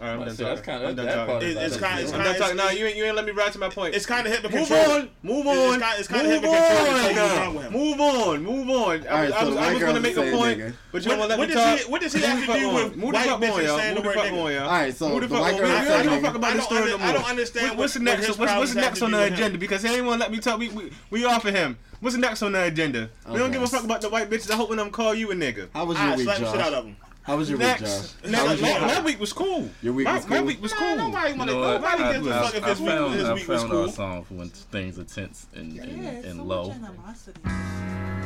[SPEAKER 7] All right, I'm
[SPEAKER 4] Oh,
[SPEAKER 7] done
[SPEAKER 4] see, that's
[SPEAKER 7] talking.
[SPEAKER 4] kinda-
[SPEAKER 7] I'm done
[SPEAKER 4] that part
[SPEAKER 7] talking.
[SPEAKER 4] is
[SPEAKER 5] It, it's
[SPEAKER 4] That's
[SPEAKER 5] kind.
[SPEAKER 4] it.
[SPEAKER 5] It's
[SPEAKER 7] I'm
[SPEAKER 5] kind.
[SPEAKER 7] done
[SPEAKER 5] It's,
[SPEAKER 7] talking. No, you ain't, you ain't let me ride to my point.
[SPEAKER 5] it's kind of hypocritical.
[SPEAKER 7] move on, move
[SPEAKER 5] It's- it's
[SPEAKER 7] on.
[SPEAKER 5] kinda- it's kinda
[SPEAKER 7] move,
[SPEAKER 5] hypocritical to say
[SPEAKER 7] on
[SPEAKER 5] what's wrong with
[SPEAKER 7] now.
[SPEAKER 5] him.
[SPEAKER 7] move on, move
[SPEAKER 2] All
[SPEAKER 7] on. I was,
[SPEAKER 2] right, so
[SPEAKER 7] I was,
[SPEAKER 2] the
[SPEAKER 7] I
[SPEAKER 2] white
[SPEAKER 7] was going to
[SPEAKER 2] girls
[SPEAKER 7] make
[SPEAKER 2] say
[SPEAKER 7] a point,
[SPEAKER 2] nigga.
[SPEAKER 7] but you
[SPEAKER 5] What,
[SPEAKER 7] won't let
[SPEAKER 5] what,
[SPEAKER 7] me
[SPEAKER 5] does
[SPEAKER 7] talk.
[SPEAKER 5] he, what does he
[SPEAKER 7] Move the
[SPEAKER 5] have to
[SPEAKER 7] fuck
[SPEAKER 5] do
[SPEAKER 7] on.
[SPEAKER 5] with
[SPEAKER 7] Move the
[SPEAKER 5] white
[SPEAKER 7] fuck on,
[SPEAKER 5] bitches
[SPEAKER 7] y'all.
[SPEAKER 5] saying the
[SPEAKER 7] Move the
[SPEAKER 5] word
[SPEAKER 7] fuck
[SPEAKER 5] nigga?
[SPEAKER 7] on, y'all.
[SPEAKER 2] Alright, so
[SPEAKER 7] Move the
[SPEAKER 2] the
[SPEAKER 7] fuck
[SPEAKER 2] white
[SPEAKER 7] on.
[SPEAKER 2] girls
[SPEAKER 7] We- we
[SPEAKER 2] say
[SPEAKER 7] don't
[SPEAKER 2] nigga.
[SPEAKER 7] fuck
[SPEAKER 5] I
[SPEAKER 7] about this
[SPEAKER 5] don't
[SPEAKER 7] story no
[SPEAKER 5] under- I
[SPEAKER 7] more.
[SPEAKER 5] don't understand
[SPEAKER 7] What-
[SPEAKER 5] what-
[SPEAKER 7] What's the
[SPEAKER 5] what
[SPEAKER 7] next?
[SPEAKER 5] his
[SPEAKER 7] What's what's
[SPEAKER 5] problems have
[SPEAKER 7] next
[SPEAKER 5] to
[SPEAKER 7] on
[SPEAKER 5] do
[SPEAKER 7] the
[SPEAKER 5] with him.
[SPEAKER 7] agenda? Because they ain't want to let me talk. We we we off of him. What's next on the agenda? We don't
[SPEAKER 2] Okay.
[SPEAKER 7] give a fuck about the white bitches. I hope when I'm call you a nigga.
[SPEAKER 2] How was your
[SPEAKER 5] I
[SPEAKER 2] week,
[SPEAKER 5] slap the shit out
[SPEAKER 2] Josh?
[SPEAKER 5] of him.
[SPEAKER 2] How was your week, Josh?
[SPEAKER 7] Next,
[SPEAKER 2] How was
[SPEAKER 7] next,
[SPEAKER 2] your
[SPEAKER 7] my,
[SPEAKER 5] Josh.
[SPEAKER 7] my week was cool.
[SPEAKER 2] Your week
[SPEAKER 7] my,
[SPEAKER 2] was
[SPEAKER 7] my
[SPEAKER 2] cool?
[SPEAKER 7] week was
[SPEAKER 5] Nah,
[SPEAKER 7] cool.
[SPEAKER 5] Nobody
[SPEAKER 4] You
[SPEAKER 5] want to.
[SPEAKER 4] know what?
[SPEAKER 5] Nobody gives a
[SPEAKER 4] I-
[SPEAKER 5] fuck if
[SPEAKER 4] I-
[SPEAKER 5] his
[SPEAKER 4] I
[SPEAKER 5] week,
[SPEAKER 4] found,
[SPEAKER 5] his
[SPEAKER 4] I
[SPEAKER 5] week was
[SPEAKER 4] found our
[SPEAKER 5] cool.
[SPEAKER 4] song for when things are tense and, and,
[SPEAKER 8] Yeah, it's
[SPEAKER 4] and
[SPEAKER 8] so
[SPEAKER 4] low.
[SPEAKER 8] much animosity.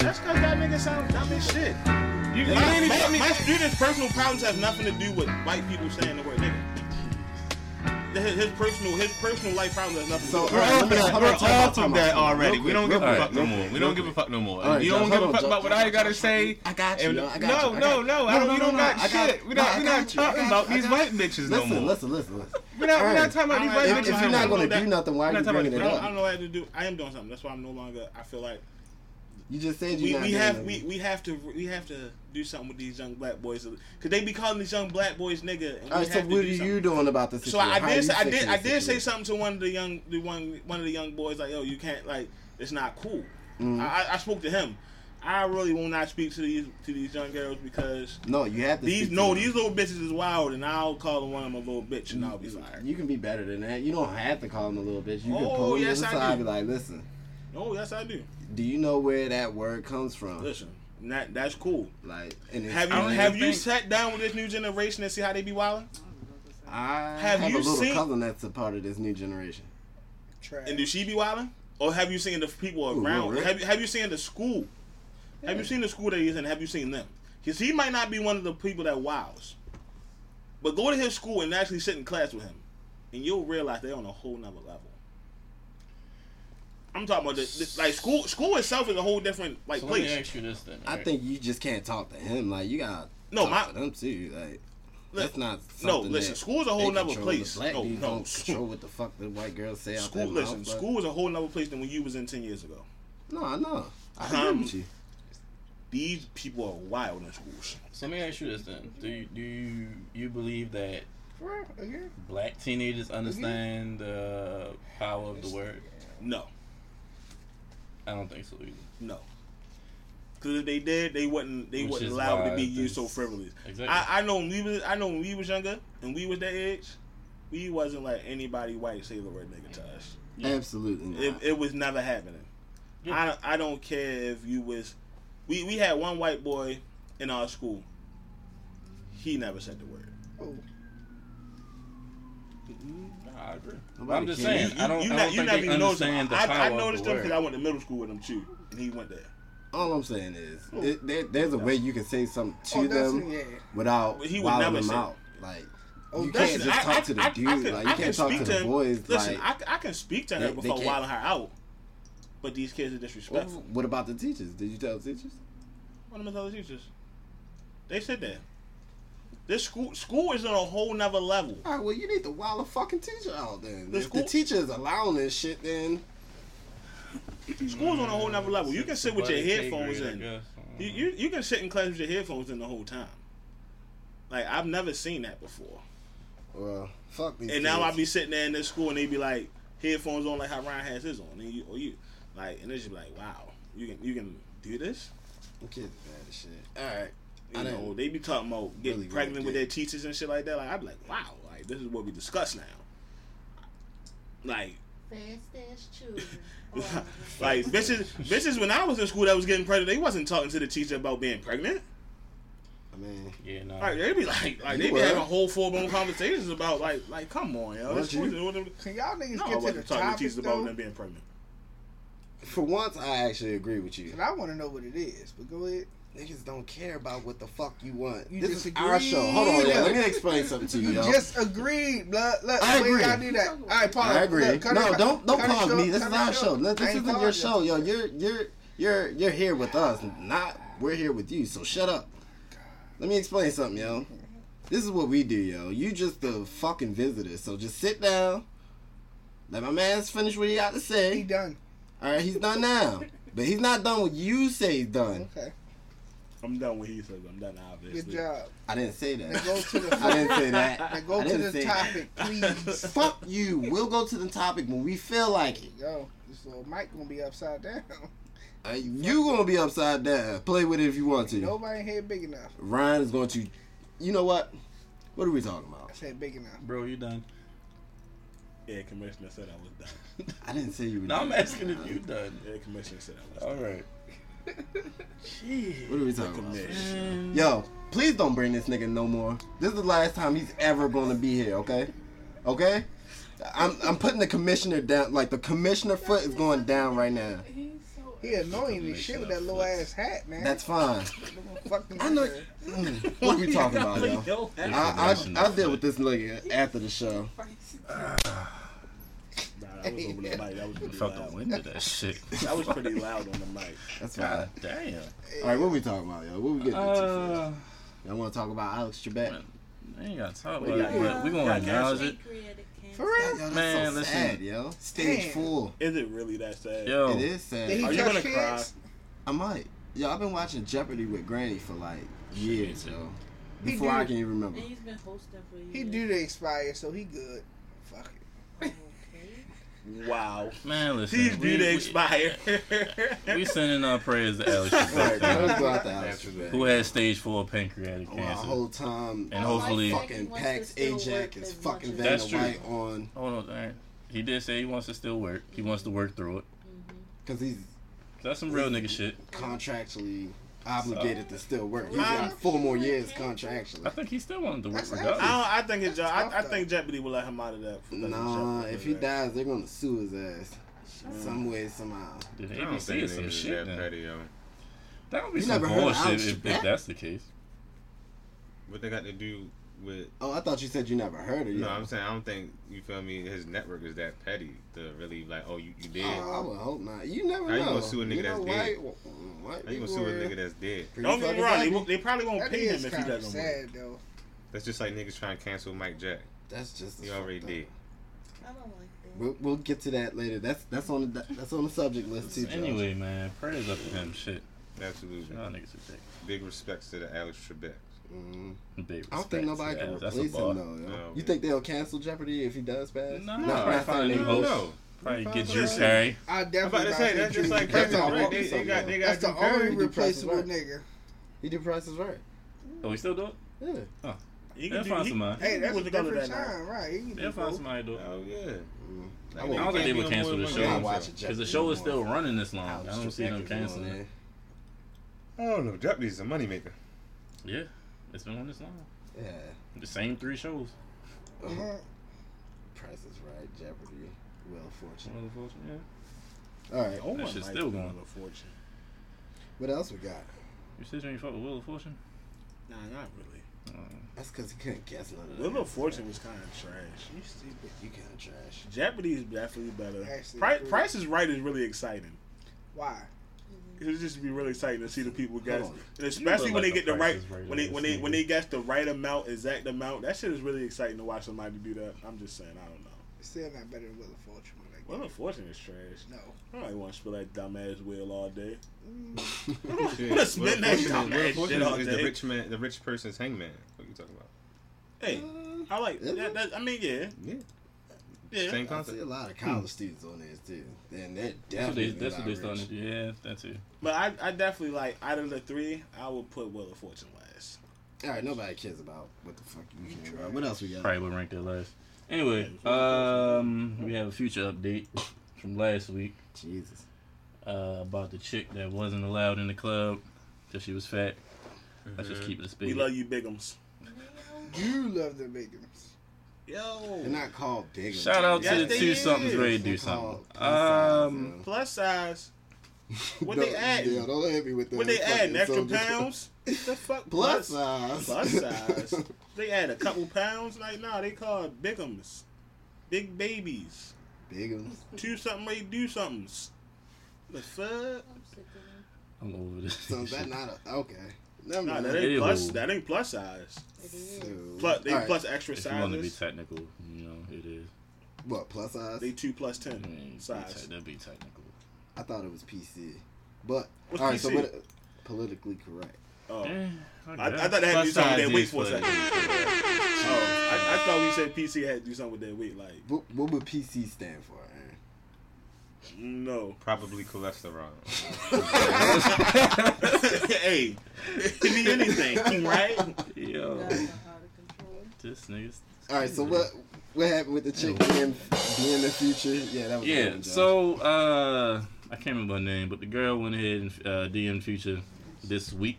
[SPEAKER 5] That's because that nigga sounds dumb as shit.
[SPEAKER 7] You, you
[SPEAKER 5] My,
[SPEAKER 7] ain't even
[SPEAKER 5] my,
[SPEAKER 7] let me.
[SPEAKER 5] my students' personal problems have nothing to do with white people saying the word nigga. The- His, his personal, his personal life problems has nothing
[SPEAKER 2] So,
[SPEAKER 5] to do
[SPEAKER 7] We're
[SPEAKER 5] with
[SPEAKER 2] alright,
[SPEAKER 5] it.
[SPEAKER 2] let me- let
[SPEAKER 7] off of that.
[SPEAKER 2] me
[SPEAKER 7] We're
[SPEAKER 2] talk about
[SPEAKER 7] off
[SPEAKER 2] time
[SPEAKER 7] of that
[SPEAKER 2] out.
[SPEAKER 7] already.
[SPEAKER 2] Real
[SPEAKER 7] We don't
[SPEAKER 2] quick,
[SPEAKER 7] give a
[SPEAKER 2] real
[SPEAKER 7] fuck no
[SPEAKER 2] quick,
[SPEAKER 7] more. We
[SPEAKER 2] real
[SPEAKER 7] don't
[SPEAKER 2] quick.
[SPEAKER 7] give a fuck no more.
[SPEAKER 2] All right, Josh,
[SPEAKER 7] You don't
[SPEAKER 2] hold
[SPEAKER 7] give a
[SPEAKER 2] on,
[SPEAKER 7] fuck about what
[SPEAKER 2] Josh.
[SPEAKER 7] I gotta say.
[SPEAKER 2] I got you.
[SPEAKER 7] And-
[SPEAKER 2] yo, I got you. I
[SPEAKER 7] no,
[SPEAKER 2] got
[SPEAKER 7] no,
[SPEAKER 2] you.
[SPEAKER 7] no, I don't-
[SPEAKER 2] no,
[SPEAKER 7] We don't
[SPEAKER 2] no, I
[SPEAKER 7] got
[SPEAKER 2] got-
[SPEAKER 7] shit. We're
[SPEAKER 2] no,
[SPEAKER 7] not.
[SPEAKER 2] I
[SPEAKER 7] We're
[SPEAKER 2] got
[SPEAKER 7] not
[SPEAKER 2] you, I
[SPEAKER 7] talking
[SPEAKER 2] got you,
[SPEAKER 7] about
[SPEAKER 2] I
[SPEAKER 7] these
[SPEAKER 2] got
[SPEAKER 7] white
[SPEAKER 2] you.
[SPEAKER 7] bitches no
[SPEAKER 2] Listen,
[SPEAKER 7] more.
[SPEAKER 2] listen, listen, listen.
[SPEAKER 7] We're not. We're not
[SPEAKER 2] Alright.
[SPEAKER 7] talking
[SPEAKER 5] I
[SPEAKER 7] about these
[SPEAKER 5] don't
[SPEAKER 7] white
[SPEAKER 5] like-
[SPEAKER 2] If,
[SPEAKER 7] bitches
[SPEAKER 2] if you're
[SPEAKER 7] no
[SPEAKER 2] not
[SPEAKER 7] more.
[SPEAKER 2] gonna
[SPEAKER 5] that-
[SPEAKER 2] do nothing, why
[SPEAKER 7] I'm
[SPEAKER 2] are you
[SPEAKER 7] not talking
[SPEAKER 2] bringing it
[SPEAKER 5] I don't, I
[SPEAKER 2] up?
[SPEAKER 5] don't know what I had to do. I am doing something. That's why I'm no longer. I feel like
[SPEAKER 2] You just said you
[SPEAKER 5] we,
[SPEAKER 2] not
[SPEAKER 5] we
[SPEAKER 2] doing
[SPEAKER 5] have
[SPEAKER 2] nothing.
[SPEAKER 5] we, we have to we have to do something with these young black boys because they be calling these young black boys nigga. And
[SPEAKER 2] All
[SPEAKER 5] we
[SPEAKER 2] right, so
[SPEAKER 5] have to
[SPEAKER 2] what are
[SPEAKER 5] do
[SPEAKER 2] you
[SPEAKER 5] something.
[SPEAKER 2] doing about this?
[SPEAKER 5] So I, I
[SPEAKER 2] situation? How
[SPEAKER 5] did
[SPEAKER 2] you
[SPEAKER 5] say, I
[SPEAKER 2] fixing
[SPEAKER 5] did I
[SPEAKER 2] this
[SPEAKER 5] did say
[SPEAKER 2] situation?
[SPEAKER 5] something to one of the young the one one of the young boys like yo you can't like it's not cool.
[SPEAKER 2] Mhm.
[SPEAKER 5] I I, I spoke to him. I really will not speak to these to these young girls because
[SPEAKER 2] No, you have to.
[SPEAKER 5] these
[SPEAKER 2] speak
[SPEAKER 5] no
[SPEAKER 2] to
[SPEAKER 5] these
[SPEAKER 2] them.
[SPEAKER 5] little bitches is wild and I'll call them one of them a little bitch and I'll be like
[SPEAKER 2] You can be better than that. You don't have to call him a little bitch. You
[SPEAKER 5] Oh,
[SPEAKER 2] can pull
[SPEAKER 5] yes,
[SPEAKER 2] him
[SPEAKER 5] I
[SPEAKER 2] aside
[SPEAKER 5] do.
[SPEAKER 2] and be like, listen,
[SPEAKER 5] oh yes I do
[SPEAKER 2] do you know where that word comes from?
[SPEAKER 5] listen that that's cool.
[SPEAKER 2] Like, and it's
[SPEAKER 5] Have you
[SPEAKER 4] I don't
[SPEAKER 5] have
[SPEAKER 4] even
[SPEAKER 5] you
[SPEAKER 4] think-
[SPEAKER 5] sat down with this new generation and see how they be wilding?
[SPEAKER 2] I
[SPEAKER 5] have
[SPEAKER 2] have, a
[SPEAKER 5] you
[SPEAKER 2] little
[SPEAKER 5] seen-
[SPEAKER 2] cousin that's a part of this new generation.
[SPEAKER 1] Trash.
[SPEAKER 5] And do she be wilding? Or have you seen the people
[SPEAKER 2] Ooh,
[SPEAKER 5] around?
[SPEAKER 2] really?
[SPEAKER 5] Have you have you seen the school? Have you seen the school that he's in? Have you seen them? Because he might not be one of the people that wows, but go to his school and actually sit in class with him, and you'll realize they're on a whole nother level. I'm talking about the, the- like school. School itself is a whole different like
[SPEAKER 4] So let me
[SPEAKER 5] place.
[SPEAKER 4] ask you this then.
[SPEAKER 2] I
[SPEAKER 4] right?
[SPEAKER 2] think you just can't talk to him. Like, you gotta
[SPEAKER 5] No,
[SPEAKER 2] talk
[SPEAKER 5] my-
[SPEAKER 2] to them too. Like,
[SPEAKER 5] Look,
[SPEAKER 2] that's not
[SPEAKER 5] No,
[SPEAKER 2] something
[SPEAKER 5] listen.
[SPEAKER 2] that
[SPEAKER 5] School's a
[SPEAKER 2] they
[SPEAKER 5] whole nother
[SPEAKER 2] control.
[SPEAKER 5] place.
[SPEAKER 2] The black
[SPEAKER 5] No,
[SPEAKER 2] dudes
[SPEAKER 5] no.
[SPEAKER 2] don't control what the fuck the white girls say out
[SPEAKER 5] School.
[SPEAKER 2] their
[SPEAKER 5] Listen,
[SPEAKER 2] mouth, but-
[SPEAKER 5] school is a whole nother place than when you was in ten years ago.
[SPEAKER 2] No, I know. I
[SPEAKER 5] Um,
[SPEAKER 2] agree with you.
[SPEAKER 5] These people are wild in schools.
[SPEAKER 4] So let me ask you this then: Do you, do you, you believe that
[SPEAKER 1] For real, again?
[SPEAKER 4] black teenagers understand the power of the word?
[SPEAKER 5] No,
[SPEAKER 4] I don't think so either.
[SPEAKER 5] no. Because if they did, they wouldn't. They
[SPEAKER 4] Which
[SPEAKER 5] wouldn't
[SPEAKER 4] is
[SPEAKER 5] allow it to
[SPEAKER 4] why
[SPEAKER 5] be
[SPEAKER 4] this-
[SPEAKER 5] used so frivolous.
[SPEAKER 4] Exactly.
[SPEAKER 5] I, I know when we was I know when we was younger and we was that age, we wasn't like anybody white say the word nigga to us.
[SPEAKER 2] Absolutely.
[SPEAKER 5] It,
[SPEAKER 2] not.
[SPEAKER 5] it was never happening. I don't- I don't care if you was we, we had one white boy in our school. He never said the word.
[SPEAKER 1] Oh,
[SPEAKER 4] I agree.
[SPEAKER 2] Nobody
[SPEAKER 4] I'm just
[SPEAKER 2] cares.
[SPEAKER 4] saying. I don't.
[SPEAKER 5] You
[SPEAKER 4] I
[SPEAKER 5] not-
[SPEAKER 4] don't
[SPEAKER 5] you
[SPEAKER 4] think
[SPEAKER 5] never
[SPEAKER 4] they
[SPEAKER 5] even noticed him.
[SPEAKER 4] understand the
[SPEAKER 5] I,
[SPEAKER 4] power
[SPEAKER 5] I noticed
[SPEAKER 4] of
[SPEAKER 5] him
[SPEAKER 4] the
[SPEAKER 5] because
[SPEAKER 4] word.
[SPEAKER 5] I went to middle school with him too, and he went there.
[SPEAKER 2] All I'm saying is, it, there, there's a way you can say something to
[SPEAKER 1] Hmm. Oh, that's
[SPEAKER 2] them
[SPEAKER 1] it, yeah.
[SPEAKER 2] without
[SPEAKER 5] He would
[SPEAKER 2] wilding
[SPEAKER 5] never
[SPEAKER 2] them
[SPEAKER 5] say-
[SPEAKER 2] out. Like,
[SPEAKER 1] Oh,
[SPEAKER 2] you
[SPEAKER 1] that's
[SPEAKER 2] can't
[SPEAKER 1] it.
[SPEAKER 2] just talk to the dude.
[SPEAKER 5] can-
[SPEAKER 2] like, you
[SPEAKER 5] can
[SPEAKER 2] can't talk
[SPEAKER 5] speak
[SPEAKER 2] to the
[SPEAKER 5] him.
[SPEAKER 2] boys.
[SPEAKER 5] Listen,
[SPEAKER 2] like,
[SPEAKER 5] I, I can speak to her
[SPEAKER 2] they- they
[SPEAKER 5] before
[SPEAKER 2] can't.
[SPEAKER 5] wilding her out, but these kids are
[SPEAKER 2] what,
[SPEAKER 5] disrespectful.
[SPEAKER 2] what about the teachers? Did you tell the teachers?
[SPEAKER 5] One of my other teachers. They said that. This school school is on a whole nother level.
[SPEAKER 2] All right, "Ah, well, you need to wild a fucking teacher out then.
[SPEAKER 5] The
[SPEAKER 2] if
[SPEAKER 5] school-
[SPEAKER 2] the teacher is allowing this shit, then
[SPEAKER 5] School's on a whole nother level. You can sit with your
[SPEAKER 4] But they
[SPEAKER 5] headphones
[SPEAKER 4] grade, I
[SPEAKER 5] in. You,
[SPEAKER 4] guess.
[SPEAKER 5] you you can sit in class with your headphones in the whole time. Like I've never seen that before.
[SPEAKER 2] well, fuck these
[SPEAKER 5] And now I
[SPEAKER 2] kids.
[SPEAKER 5] be sitting there in this school and they be like headphones on like how Ryan has his on and you or you like and it's just like wow you can you can do this.
[SPEAKER 2] Them kids are bad as shit. All right.
[SPEAKER 5] You
[SPEAKER 2] I didn't
[SPEAKER 5] know they be talking about getting
[SPEAKER 2] really get
[SPEAKER 5] pregnant with
[SPEAKER 2] it.
[SPEAKER 5] their teachers and shit like that. Like I'd be like wow like this is what we discuss now. Like
[SPEAKER 8] Fast as children.
[SPEAKER 5] like bitches, bitches. When I was in school, that was getting pregnant. They wasn't talking to the teacher about being pregnant.
[SPEAKER 2] I mean,
[SPEAKER 4] Yeah, no.
[SPEAKER 5] Like they be like, like they
[SPEAKER 2] You
[SPEAKER 5] be
[SPEAKER 2] were.
[SPEAKER 5] having whole full blown conversations about like, like come on, yo.
[SPEAKER 2] Weren't
[SPEAKER 5] It's cool.
[SPEAKER 2] you?
[SPEAKER 5] No,
[SPEAKER 1] Can y'all niggas
[SPEAKER 5] I
[SPEAKER 1] get to the
[SPEAKER 5] wasn't talking to
[SPEAKER 1] topic,
[SPEAKER 5] teachers about
[SPEAKER 1] though?
[SPEAKER 5] them being pregnant.
[SPEAKER 2] for once, I actually agree with you.
[SPEAKER 1] And I want to know what it is, but go ahead.
[SPEAKER 2] Niggas don't care about what the fuck you want.
[SPEAKER 1] You
[SPEAKER 2] this
[SPEAKER 1] disagree?
[SPEAKER 2] is our show. Hold on, yeah.
[SPEAKER 1] Yeah.
[SPEAKER 2] Let me explain something to you,
[SPEAKER 1] You
[SPEAKER 2] yo.
[SPEAKER 1] just agreed, blood. Look,
[SPEAKER 2] I
[SPEAKER 1] we ain't
[SPEAKER 2] agree.
[SPEAKER 1] gotta do that. All right, pause.
[SPEAKER 2] I agree.
[SPEAKER 1] Look, cut
[SPEAKER 2] no,
[SPEAKER 1] it-
[SPEAKER 2] don't don't
[SPEAKER 1] cut it
[SPEAKER 2] pause
[SPEAKER 1] short,
[SPEAKER 2] me. This
[SPEAKER 1] cut
[SPEAKER 2] is
[SPEAKER 1] it
[SPEAKER 2] our show.
[SPEAKER 1] short.
[SPEAKER 2] No,
[SPEAKER 1] I
[SPEAKER 2] This
[SPEAKER 1] ain't
[SPEAKER 2] isn't your
[SPEAKER 1] pausing.
[SPEAKER 2] show, yo. You're you're you're you're here with us, not we're here with you. So shut up. Let me explain something, yo. This is what we do, yo. You just the fucking visitor. So just sit down. Let my man's finish what he got to
[SPEAKER 1] He
[SPEAKER 2] say.
[SPEAKER 1] done.
[SPEAKER 2] All right, he's done now, but he's not done what you say he's done.
[SPEAKER 1] Okay.
[SPEAKER 5] I'm done when he says I'm done. Obviously,
[SPEAKER 1] Good job.
[SPEAKER 2] I didn't say
[SPEAKER 1] Now go
[SPEAKER 2] that.
[SPEAKER 1] to
[SPEAKER 2] I
[SPEAKER 1] the
[SPEAKER 2] didn't say that.
[SPEAKER 1] now go
[SPEAKER 2] I
[SPEAKER 1] to
[SPEAKER 2] didn't
[SPEAKER 1] the
[SPEAKER 2] say that.
[SPEAKER 1] topic, please.
[SPEAKER 2] Fuck you. We'll go to the topic when we feel like it.
[SPEAKER 1] Yo, this little mic gonna be upside down.
[SPEAKER 2] Uh, You gonna be upside down. Play with it if you want to.
[SPEAKER 1] Nobody in here big enough.
[SPEAKER 2] Ryan is going to. You know what? What are we talking
[SPEAKER 1] I
[SPEAKER 2] about?
[SPEAKER 1] said big enough.
[SPEAKER 4] Bro, you done.
[SPEAKER 5] Yeah, commissioner said I was done.
[SPEAKER 2] I didn't say you. were
[SPEAKER 4] No, I'm
[SPEAKER 2] doing
[SPEAKER 4] asking
[SPEAKER 2] that.
[SPEAKER 4] if you done.
[SPEAKER 5] Yeah, commissioner said I was
[SPEAKER 2] Oh,
[SPEAKER 4] All
[SPEAKER 5] done.
[SPEAKER 4] right. Jeez.
[SPEAKER 2] What are we talking about?
[SPEAKER 5] Commissioner.
[SPEAKER 2] Yo, please don't bring this nigga no more. This is the last time he's ever going to be here. Okay, okay. I'm I'm putting the commissioner down. Like the commissioner foot is going down right now.
[SPEAKER 8] He's so
[SPEAKER 1] He annoying as shit with that little ass hat, man.
[SPEAKER 2] That's fine.
[SPEAKER 1] fucking.
[SPEAKER 2] I know. Mm, What are we talking about, yo? I, I I'll deal with this nigga after the show.
[SPEAKER 8] spicy.
[SPEAKER 5] Nah, I was over the mic. That was pretty
[SPEAKER 4] Felt the
[SPEAKER 5] loud.
[SPEAKER 4] wind of that shit.
[SPEAKER 5] That was pretty loud on the mic.
[SPEAKER 2] That's fine.
[SPEAKER 4] God damn.
[SPEAKER 2] All right, what we talking about, yo? What we getting into?
[SPEAKER 4] Uh,
[SPEAKER 2] Y'all want to talk about Alex Trebek?
[SPEAKER 4] Man, I ain't gotta talk
[SPEAKER 5] What
[SPEAKER 4] about
[SPEAKER 5] you
[SPEAKER 4] it,
[SPEAKER 5] got?
[SPEAKER 4] but we gonna
[SPEAKER 5] You got
[SPEAKER 4] acknowledge it.
[SPEAKER 1] For real?
[SPEAKER 2] Yo, that's
[SPEAKER 4] Man,
[SPEAKER 2] so
[SPEAKER 4] listen. Oh.
[SPEAKER 2] sad, yo. Stage
[SPEAKER 1] Damn.
[SPEAKER 2] four.
[SPEAKER 5] Is it really that sad?
[SPEAKER 4] Yo,
[SPEAKER 2] It is sad.
[SPEAKER 1] Did he
[SPEAKER 5] Are you
[SPEAKER 1] touch
[SPEAKER 5] gonna cry?
[SPEAKER 1] kids?
[SPEAKER 2] I might. Yo, I've been watching Jeopardy with Granny for like years, yo.
[SPEAKER 1] He
[SPEAKER 2] Before I
[SPEAKER 1] do-
[SPEAKER 2] can even remember.
[SPEAKER 8] And he's been hosting for years.
[SPEAKER 1] He due to expire, so he good. Fuck it.
[SPEAKER 8] Okay.
[SPEAKER 5] Wow.
[SPEAKER 4] Man, listen.
[SPEAKER 5] Please do
[SPEAKER 4] we-
[SPEAKER 5] to
[SPEAKER 4] we-
[SPEAKER 5] expire.
[SPEAKER 4] We sending our prayers to Alex,
[SPEAKER 2] Right,
[SPEAKER 4] Trebek,
[SPEAKER 2] let's go out the house.
[SPEAKER 7] After that.
[SPEAKER 4] who has stage four pancreatic
[SPEAKER 2] Well, the
[SPEAKER 4] cancer.
[SPEAKER 2] whole time. uh,
[SPEAKER 4] And hopefully-
[SPEAKER 2] fucking
[SPEAKER 8] He wants to
[SPEAKER 2] Pax
[SPEAKER 8] still
[SPEAKER 2] Ajax
[SPEAKER 8] work
[SPEAKER 2] is
[SPEAKER 8] as
[SPEAKER 2] fucking
[SPEAKER 8] much
[SPEAKER 2] Vanna
[SPEAKER 4] as- That's true.
[SPEAKER 2] White on
[SPEAKER 4] Hold on, all right. He did say he wants to still work. He wants to work through it.
[SPEAKER 2] because he's
[SPEAKER 4] That's some real nigga shit.
[SPEAKER 2] contractually obligated to still work. He's
[SPEAKER 5] I'm-
[SPEAKER 2] got four more years
[SPEAKER 4] I
[SPEAKER 2] contractually.
[SPEAKER 4] think he still wanted to work
[SPEAKER 1] That's
[SPEAKER 5] I,
[SPEAKER 4] regardless.
[SPEAKER 5] don't, I think his job.
[SPEAKER 1] That's
[SPEAKER 5] I, I
[SPEAKER 1] tough,
[SPEAKER 5] think Jeopardy will let him out of that. for- that's
[SPEAKER 2] Nah,
[SPEAKER 5] Jeopardy,
[SPEAKER 2] if he
[SPEAKER 5] right?
[SPEAKER 2] dies, they're gonna sue his ass some way somehow.
[SPEAKER 4] The
[SPEAKER 7] I don't
[SPEAKER 4] ABC
[SPEAKER 7] think
[SPEAKER 4] is some
[SPEAKER 7] niggas is
[SPEAKER 4] shit.
[SPEAKER 7] that
[SPEAKER 4] now.
[SPEAKER 7] petty, yo.
[SPEAKER 4] That would be
[SPEAKER 2] You
[SPEAKER 4] some
[SPEAKER 2] never heard of
[SPEAKER 4] bullshit
[SPEAKER 2] Alex
[SPEAKER 4] if,
[SPEAKER 2] Trebek?
[SPEAKER 4] if that's the case.
[SPEAKER 7] What they got to do with?
[SPEAKER 2] Oh, I thought you said you never heard of you.
[SPEAKER 7] No, I'm saying I don't think you feel me. His network is that petty to really like. Oh, you you did.
[SPEAKER 2] Oh, I would hope not. You never know.
[SPEAKER 7] How you gonna sue a nigga
[SPEAKER 2] You
[SPEAKER 7] that's
[SPEAKER 2] know,
[SPEAKER 7] dead?
[SPEAKER 2] white- mm, white
[SPEAKER 7] How you gonna
[SPEAKER 2] people
[SPEAKER 7] sue a
[SPEAKER 2] are
[SPEAKER 7] nigga that's dead?
[SPEAKER 2] pretty
[SPEAKER 5] Don't get
[SPEAKER 2] fucking
[SPEAKER 5] me wrong. They,
[SPEAKER 2] happy.
[SPEAKER 5] won't- they probably won't
[SPEAKER 1] That
[SPEAKER 5] pay him
[SPEAKER 1] is
[SPEAKER 5] if he
[SPEAKER 1] kind of
[SPEAKER 5] doesn't work.
[SPEAKER 1] sad, though.
[SPEAKER 7] That's just like niggas trying to cancel Mike Jack.
[SPEAKER 2] That's just.
[SPEAKER 7] He already
[SPEAKER 2] fucked up.
[SPEAKER 7] did.
[SPEAKER 8] I don't like that.
[SPEAKER 2] We'll, we'll get to that later. That's that's on the that's on the subject list too. Josh.
[SPEAKER 4] Anyway, man, prayers up to him. Shit,
[SPEAKER 7] Absolutely.
[SPEAKER 4] y'all niggas are dick.
[SPEAKER 7] Big respects to the Alex Trebek.
[SPEAKER 2] Mhm.
[SPEAKER 4] Big
[SPEAKER 2] I don't think
[SPEAKER 4] respects.
[SPEAKER 2] nobody can
[SPEAKER 4] Yeah, that's a
[SPEAKER 2] replace
[SPEAKER 4] bar.
[SPEAKER 2] him though. yo.
[SPEAKER 7] No,
[SPEAKER 2] you
[SPEAKER 7] yeah.
[SPEAKER 2] think they'll cancel Jeopardy if he does pass?
[SPEAKER 4] No,
[SPEAKER 2] Not- not
[SPEAKER 4] no, probably
[SPEAKER 2] saying
[SPEAKER 4] find
[SPEAKER 2] they
[SPEAKER 4] a new
[SPEAKER 2] will.
[SPEAKER 4] host. Probably get you,
[SPEAKER 5] Listen.
[SPEAKER 4] Carrie.
[SPEAKER 1] I
[SPEAKER 7] I'm about
[SPEAKER 1] definitely
[SPEAKER 7] to say that's just like
[SPEAKER 2] That's
[SPEAKER 7] that's,
[SPEAKER 2] all
[SPEAKER 7] right? they,
[SPEAKER 2] focus
[SPEAKER 7] they
[SPEAKER 2] on
[SPEAKER 7] got they
[SPEAKER 2] them.
[SPEAKER 7] got
[SPEAKER 1] That's the
[SPEAKER 7] compared.
[SPEAKER 1] only
[SPEAKER 2] compared to Price is
[SPEAKER 1] replaceable
[SPEAKER 2] Right.
[SPEAKER 1] nigga.
[SPEAKER 2] He did Price is Right.
[SPEAKER 4] Oh, we still do it?
[SPEAKER 2] Yeah.
[SPEAKER 5] He
[SPEAKER 4] They'll
[SPEAKER 5] do-
[SPEAKER 4] find
[SPEAKER 5] he-
[SPEAKER 4] somebody.
[SPEAKER 5] he
[SPEAKER 1] Hey, that's a
[SPEAKER 5] wouldn't go to
[SPEAKER 1] different
[SPEAKER 5] that night.
[SPEAKER 1] time, right? He can
[SPEAKER 4] They'll
[SPEAKER 1] do
[SPEAKER 4] find
[SPEAKER 1] both.
[SPEAKER 4] somebody to do it.
[SPEAKER 7] Oh yeah.
[SPEAKER 2] I
[SPEAKER 7] Like,
[SPEAKER 2] won't-
[SPEAKER 7] they
[SPEAKER 4] I don't think they
[SPEAKER 7] can't be
[SPEAKER 4] would
[SPEAKER 7] on
[SPEAKER 4] cancel
[SPEAKER 7] board
[SPEAKER 4] the
[SPEAKER 7] with
[SPEAKER 4] show.
[SPEAKER 7] Mike
[SPEAKER 2] I'll
[SPEAKER 7] Jack.
[SPEAKER 2] watch it, Jeopardy
[SPEAKER 4] Because the show is
[SPEAKER 2] no
[SPEAKER 4] still
[SPEAKER 2] more.
[SPEAKER 4] running this long.
[SPEAKER 2] Alex
[SPEAKER 4] I don't see
[SPEAKER 2] Trebek
[SPEAKER 4] them
[SPEAKER 2] is one,
[SPEAKER 4] canceling it.
[SPEAKER 2] man.
[SPEAKER 7] I don't know. Jeopardy's a moneymaker.
[SPEAKER 4] Yeah, it's been on this long.
[SPEAKER 2] Yeah.
[SPEAKER 4] The same three shows.
[SPEAKER 2] Uh-huh.
[SPEAKER 1] Mhm.
[SPEAKER 2] Price is Right. Jeopardy. Well, fortune.
[SPEAKER 4] Yeah.
[SPEAKER 2] All right.
[SPEAKER 5] Owen
[SPEAKER 4] shit's
[SPEAKER 5] might
[SPEAKER 4] still
[SPEAKER 5] be
[SPEAKER 4] going.
[SPEAKER 5] on the fortune.
[SPEAKER 2] What else we got?
[SPEAKER 4] You said you ain't fuck with Wheel of Fortune?
[SPEAKER 5] Nah, not really.
[SPEAKER 2] That's because he couldn't guess none of
[SPEAKER 5] Wheel
[SPEAKER 2] that.
[SPEAKER 5] of Fortune was kind of trash.
[SPEAKER 1] You stupid.
[SPEAKER 2] You kind of trash.
[SPEAKER 5] Jeopardy is definitely better.
[SPEAKER 1] Actually,
[SPEAKER 5] Price,
[SPEAKER 1] true.
[SPEAKER 5] Price is Right is really exciting.
[SPEAKER 1] Why?
[SPEAKER 5] It would just be really exciting to see the people guess,
[SPEAKER 2] Hold on.
[SPEAKER 5] and especially
[SPEAKER 4] You
[SPEAKER 5] when
[SPEAKER 4] look
[SPEAKER 5] they
[SPEAKER 4] like
[SPEAKER 5] get
[SPEAKER 4] the
[SPEAKER 5] the
[SPEAKER 4] Price
[SPEAKER 5] right
[SPEAKER 4] is Right
[SPEAKER 5] when they
[SPEAKER 4] on
[SPEAKER 5] when
[SPEAKER 4] this
[SPEAKER 5] they when
[SPEAKER 4] nigga.
[SPEAKER 5] they guess the right amount, exact amount. That shit is really exciting to watch somebody do that. I'm just saying, I don't know.
[SPEAKER 1] It's still not better than Will of Fortune. Like,
[SPEAKER 5] Wheel of Fortune is trash.
[SPEAKER 1] no.
[SPEAKER 5] I don't want to spell that dumbass wheel all day.
[SPEAKER 7] Shit.
[SPEAKER 5] Let's spin
[SPEAKER 7] Will
[SPEAKER 5] that
[SPEAKER 7] Fortune-
[SPEAKER 5] dumbass
[SPEAKER 7] Will
[SPEAKER 5] shit
[SPEAKER 7] Fortune
[SPEAKER 5] all
[SPEAKER 7] is
[SPEAKER 5] day.
[SPEAKER 7] the rich man, the rich person's hangman. What you talking about?
[SPEAKER 5] Hey, I like
[SPEAKER 2] Is
[SPEAKER 5] that,
[SPEAKER 2] it?
[SPEAKER 5] that. I mean, yeah,
[SPEAKER 7] Yeah,
[SPEAKER 5] yeah.
[SPEAKER 7] same
[SPEAKER 2] I see
[SPEAKER 7] concept.
[SPEAKER 2] a lot of college students on this too. And they're
[SPEAKER 4] That's what
[SPEAKER 2] definitely
[SPEAKER 4] they, that's what they
[SPEAKER 2] not
[SPEAKER 4] starting
[SPEAKER 2] rich.
[SPEAKER 4] to do. Yeah, that's it.
[SPEAKER 5] But I, I definitely like out of the three, I would put Wheel of Fortune last.
[SPEAKER 2] All right, nobody cares about what the fuck you care about. What else we got?
[SPEAKER 4] Probably would rank that last. Anyway, um, we have a future update from last week
[SPEAKER 2] Jesus.
[SPEAKER 4] uh, about the chick that wasn't allowed in the club because she was fat. Let's just keep it a
[SPEAKER 5] We
[SPEAKER 4] speed.
[SPEAKER 5] love you, Bigums.
[SPEAKER 1] You love the Bigums.
[SPEAKER 5] Yo,
[SPEAKER 2] They're not called big.
[SPEAKER 4] Shout out
[SPEAKER 5] Yes,
[SPEAKER 4] to the
[SPEAKER 5] they
[SPEAKER 4] two
[SPEAKER 5] is.
[SPEAKER 4] somethings ready to do
[SPEAKER 2] They're
[SPEAKER 4] something.
[SPEAKER 2] called
[SPEAKER 4] Um,
[SPEAKER 5] plus size. What
[SPEAKER 2] Don't-
[SPEAKER 5] they adding?
[SPEAKER 2] Yeah, don't hit me with that.
[SPEAKER 5] What they
[SPEAKER 2] fucking
[SPEAKER 5] adding? Extra
[SPEAKER 2] soldier.
[SPEAKER 5] pounds? the fuck?
[SPEAKER 2] Plus size.
[SPEAKER 5] Plus size. they add a couple pounds. Like, nah, they called Bigums, big babies,
[SPEAKER 2] Bigums.
[SPEAKER 5] two something ready to do somethings. The fuck?
[SPEAKER 8] I'm sick of him.
[SPEAKER 4] I'm over this.
[SPEAKER 2] So is that
[SPEAKER 4] shit.
[SPEAKER 2] not a okay? Never
[SPEAKER 5] Nah, that
[SPEAKER 2] mind.
[SPEAKER 5] ain't plus.
[SPEAKER 4] Ew.
[SPEAKER 5] That ain't plus size.
[SPEAKER 8] It is.
[SPEAKER 2] So-
[SPEAKER 5] Plus, they
[SPEAKER 2] all right,
[SPEAKER 5] plus extra
[SPEAKER 4] If you want to be
[SPEAKER 5] sizes.
[SPEAKER 4] technical, you know it is.
[SPEAKER 2] What plus size?
[SPEAKER 5] They two plus
[SPEAKER 4] I mean,
[SPEAKER 5] ten
[SPEAKER 4] be tech-
[SPEAKER 5] size.
[SPEAKER 4] that'd be technical.
[SPEAKER 2] I thought it was PC, but
[SPEAKER 5] What's
[SPEAKER 2] all right. So
[SPEAKER 5] PC?
[SPEAKER 2] what? Politically correct.
[SPEAKER 5] Oh,
[SPEAKER 4] Eh,
[SPEAKER 5] I, I
[SPEAKER 4] guess.
[SPEAKER 5] thought that had to do something
[SPEAKER 7] Plus size
[SPEAKER 5] with that weight
[SPEAKER 7] is
[SPEAKER 5] for a
[SPEAKER 7] for-
[SPEAKER 5] second. Oh, I, I thought we said PC had to do something with that weight. Like,
[SPEAKER 2] What, what would PC stand for? Aaron?
[SPEAKER 5] no.
[SPEAKER 7] Probably cholesterol.
[SPEAKER 5] hey, it could be anything, right?
[SPEAKER 4] Yo,
[SPEAKER 8] Y'all know how to control.
[SPEAKER 4] this nigga's.
[SPEAKER 2] All right. So what? What happened with the chick being, being the future? Yeah, that was.
[SPEAKER 4] Yeah,
[SPEAKER 2] Aaron, Josh.
[SPEAKER 4] so uh, I can't remember her name, but the girl went ahead and uh, DM Future this week,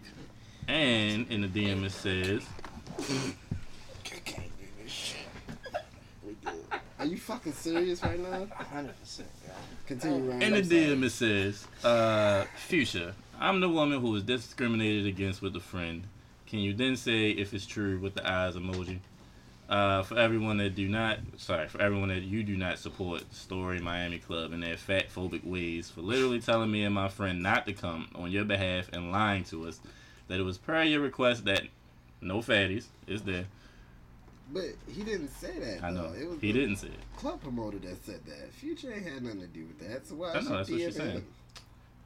[SPEAKER 4] and in the DM it says,
[SPEAKER 2] Are you fucking serious right now?
[SPEAKER 1] Hundred percent. Oh.
[SPEAKER 2] Continue. Ryan,
[SPEAKER 4] in the
[SPEAKER 2] I'm sorry.
[SPEAKER 4] DM it says, uh, Future, I'm the woman who was discriminated against with a friend. Can you then say if it's true with the eyes emoji? Uh, for everyone that do not, sorry, for everyone that you do not support Story Miami Club and their fat phobic ways for literally telling me and my friend not to come on your behalf and lying to us that it was per your request that no fatties is there.
[SPEAKER 2] But he didn't say that.
[SPEAKER 4] I know
[SPEAKER 2] though. It was
[SPEAKER 4] he
[SPEAKER 2] the
[SPEAKER 4] didn't say it.
[SPEAKER 2] Club promoter that said that. Future ain't had nothing to do with that. So why?
[SPEAKER 4] I know
[SPEAKER 2] she
[SPEAKER 4] that's what she's
[SPEAKER 2] DMing him?
[SPEAKER 4] saying.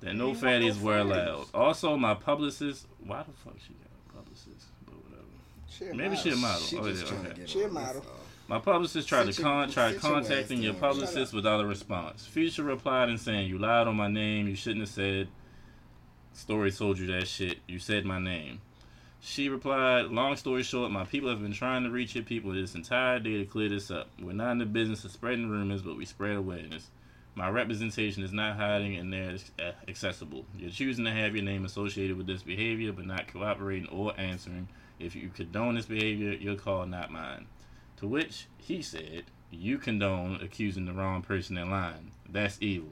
[SPEAKER 4] that no fatties were allowed. Also, my publicist. Why the fuck she got a publicist? But whatever.
[SPEAKER 1] She a
[SPEAKER 4] Maybe
[SPEAKER 1] model.
[SPEAKER 4] she a model.
[SPEAKER 2] She
[SPEAKER 4] oh,
[SPEAKER 2] just
[SPEAKER 4] yeah,
[SPEAKER 2] trying
[SPEAKER 4] okay.
[SPEAKER 2] to get
[SPEAKER 1] She a
[SPEAKER 2] on, that's
[SPEAKER 1] model.
[SPEAKER 2] all.
[SPEAKER 4] My publicist tried
[SPEAKER 2] Sit
[SPEAKER 4] to
[SPEAKER 2] your-
[SPEAKER 4] con- tried
[SPEAKER 2] sit your ass
[SPEAKER 4] contacting your
[SPEAKER 2] down.
[SPEAKER 4] publicist without a response. Future replied and saying, "You lied on my name. You shouldn't have said. Story told you that shit. You said my name." She replied, "Long story short, my people have been trying to reach your people this entire day to clear this up. We're not in the business of spreading rumors, but we spread awareness. My representation is not hiding, and they're uh, accessible. You're choosing to have your name associated with this behavior, but not cooperating or answering. If you condone this behavior, your call, not mine." To which he said, You condone accusing the wrong person in line. That's evil.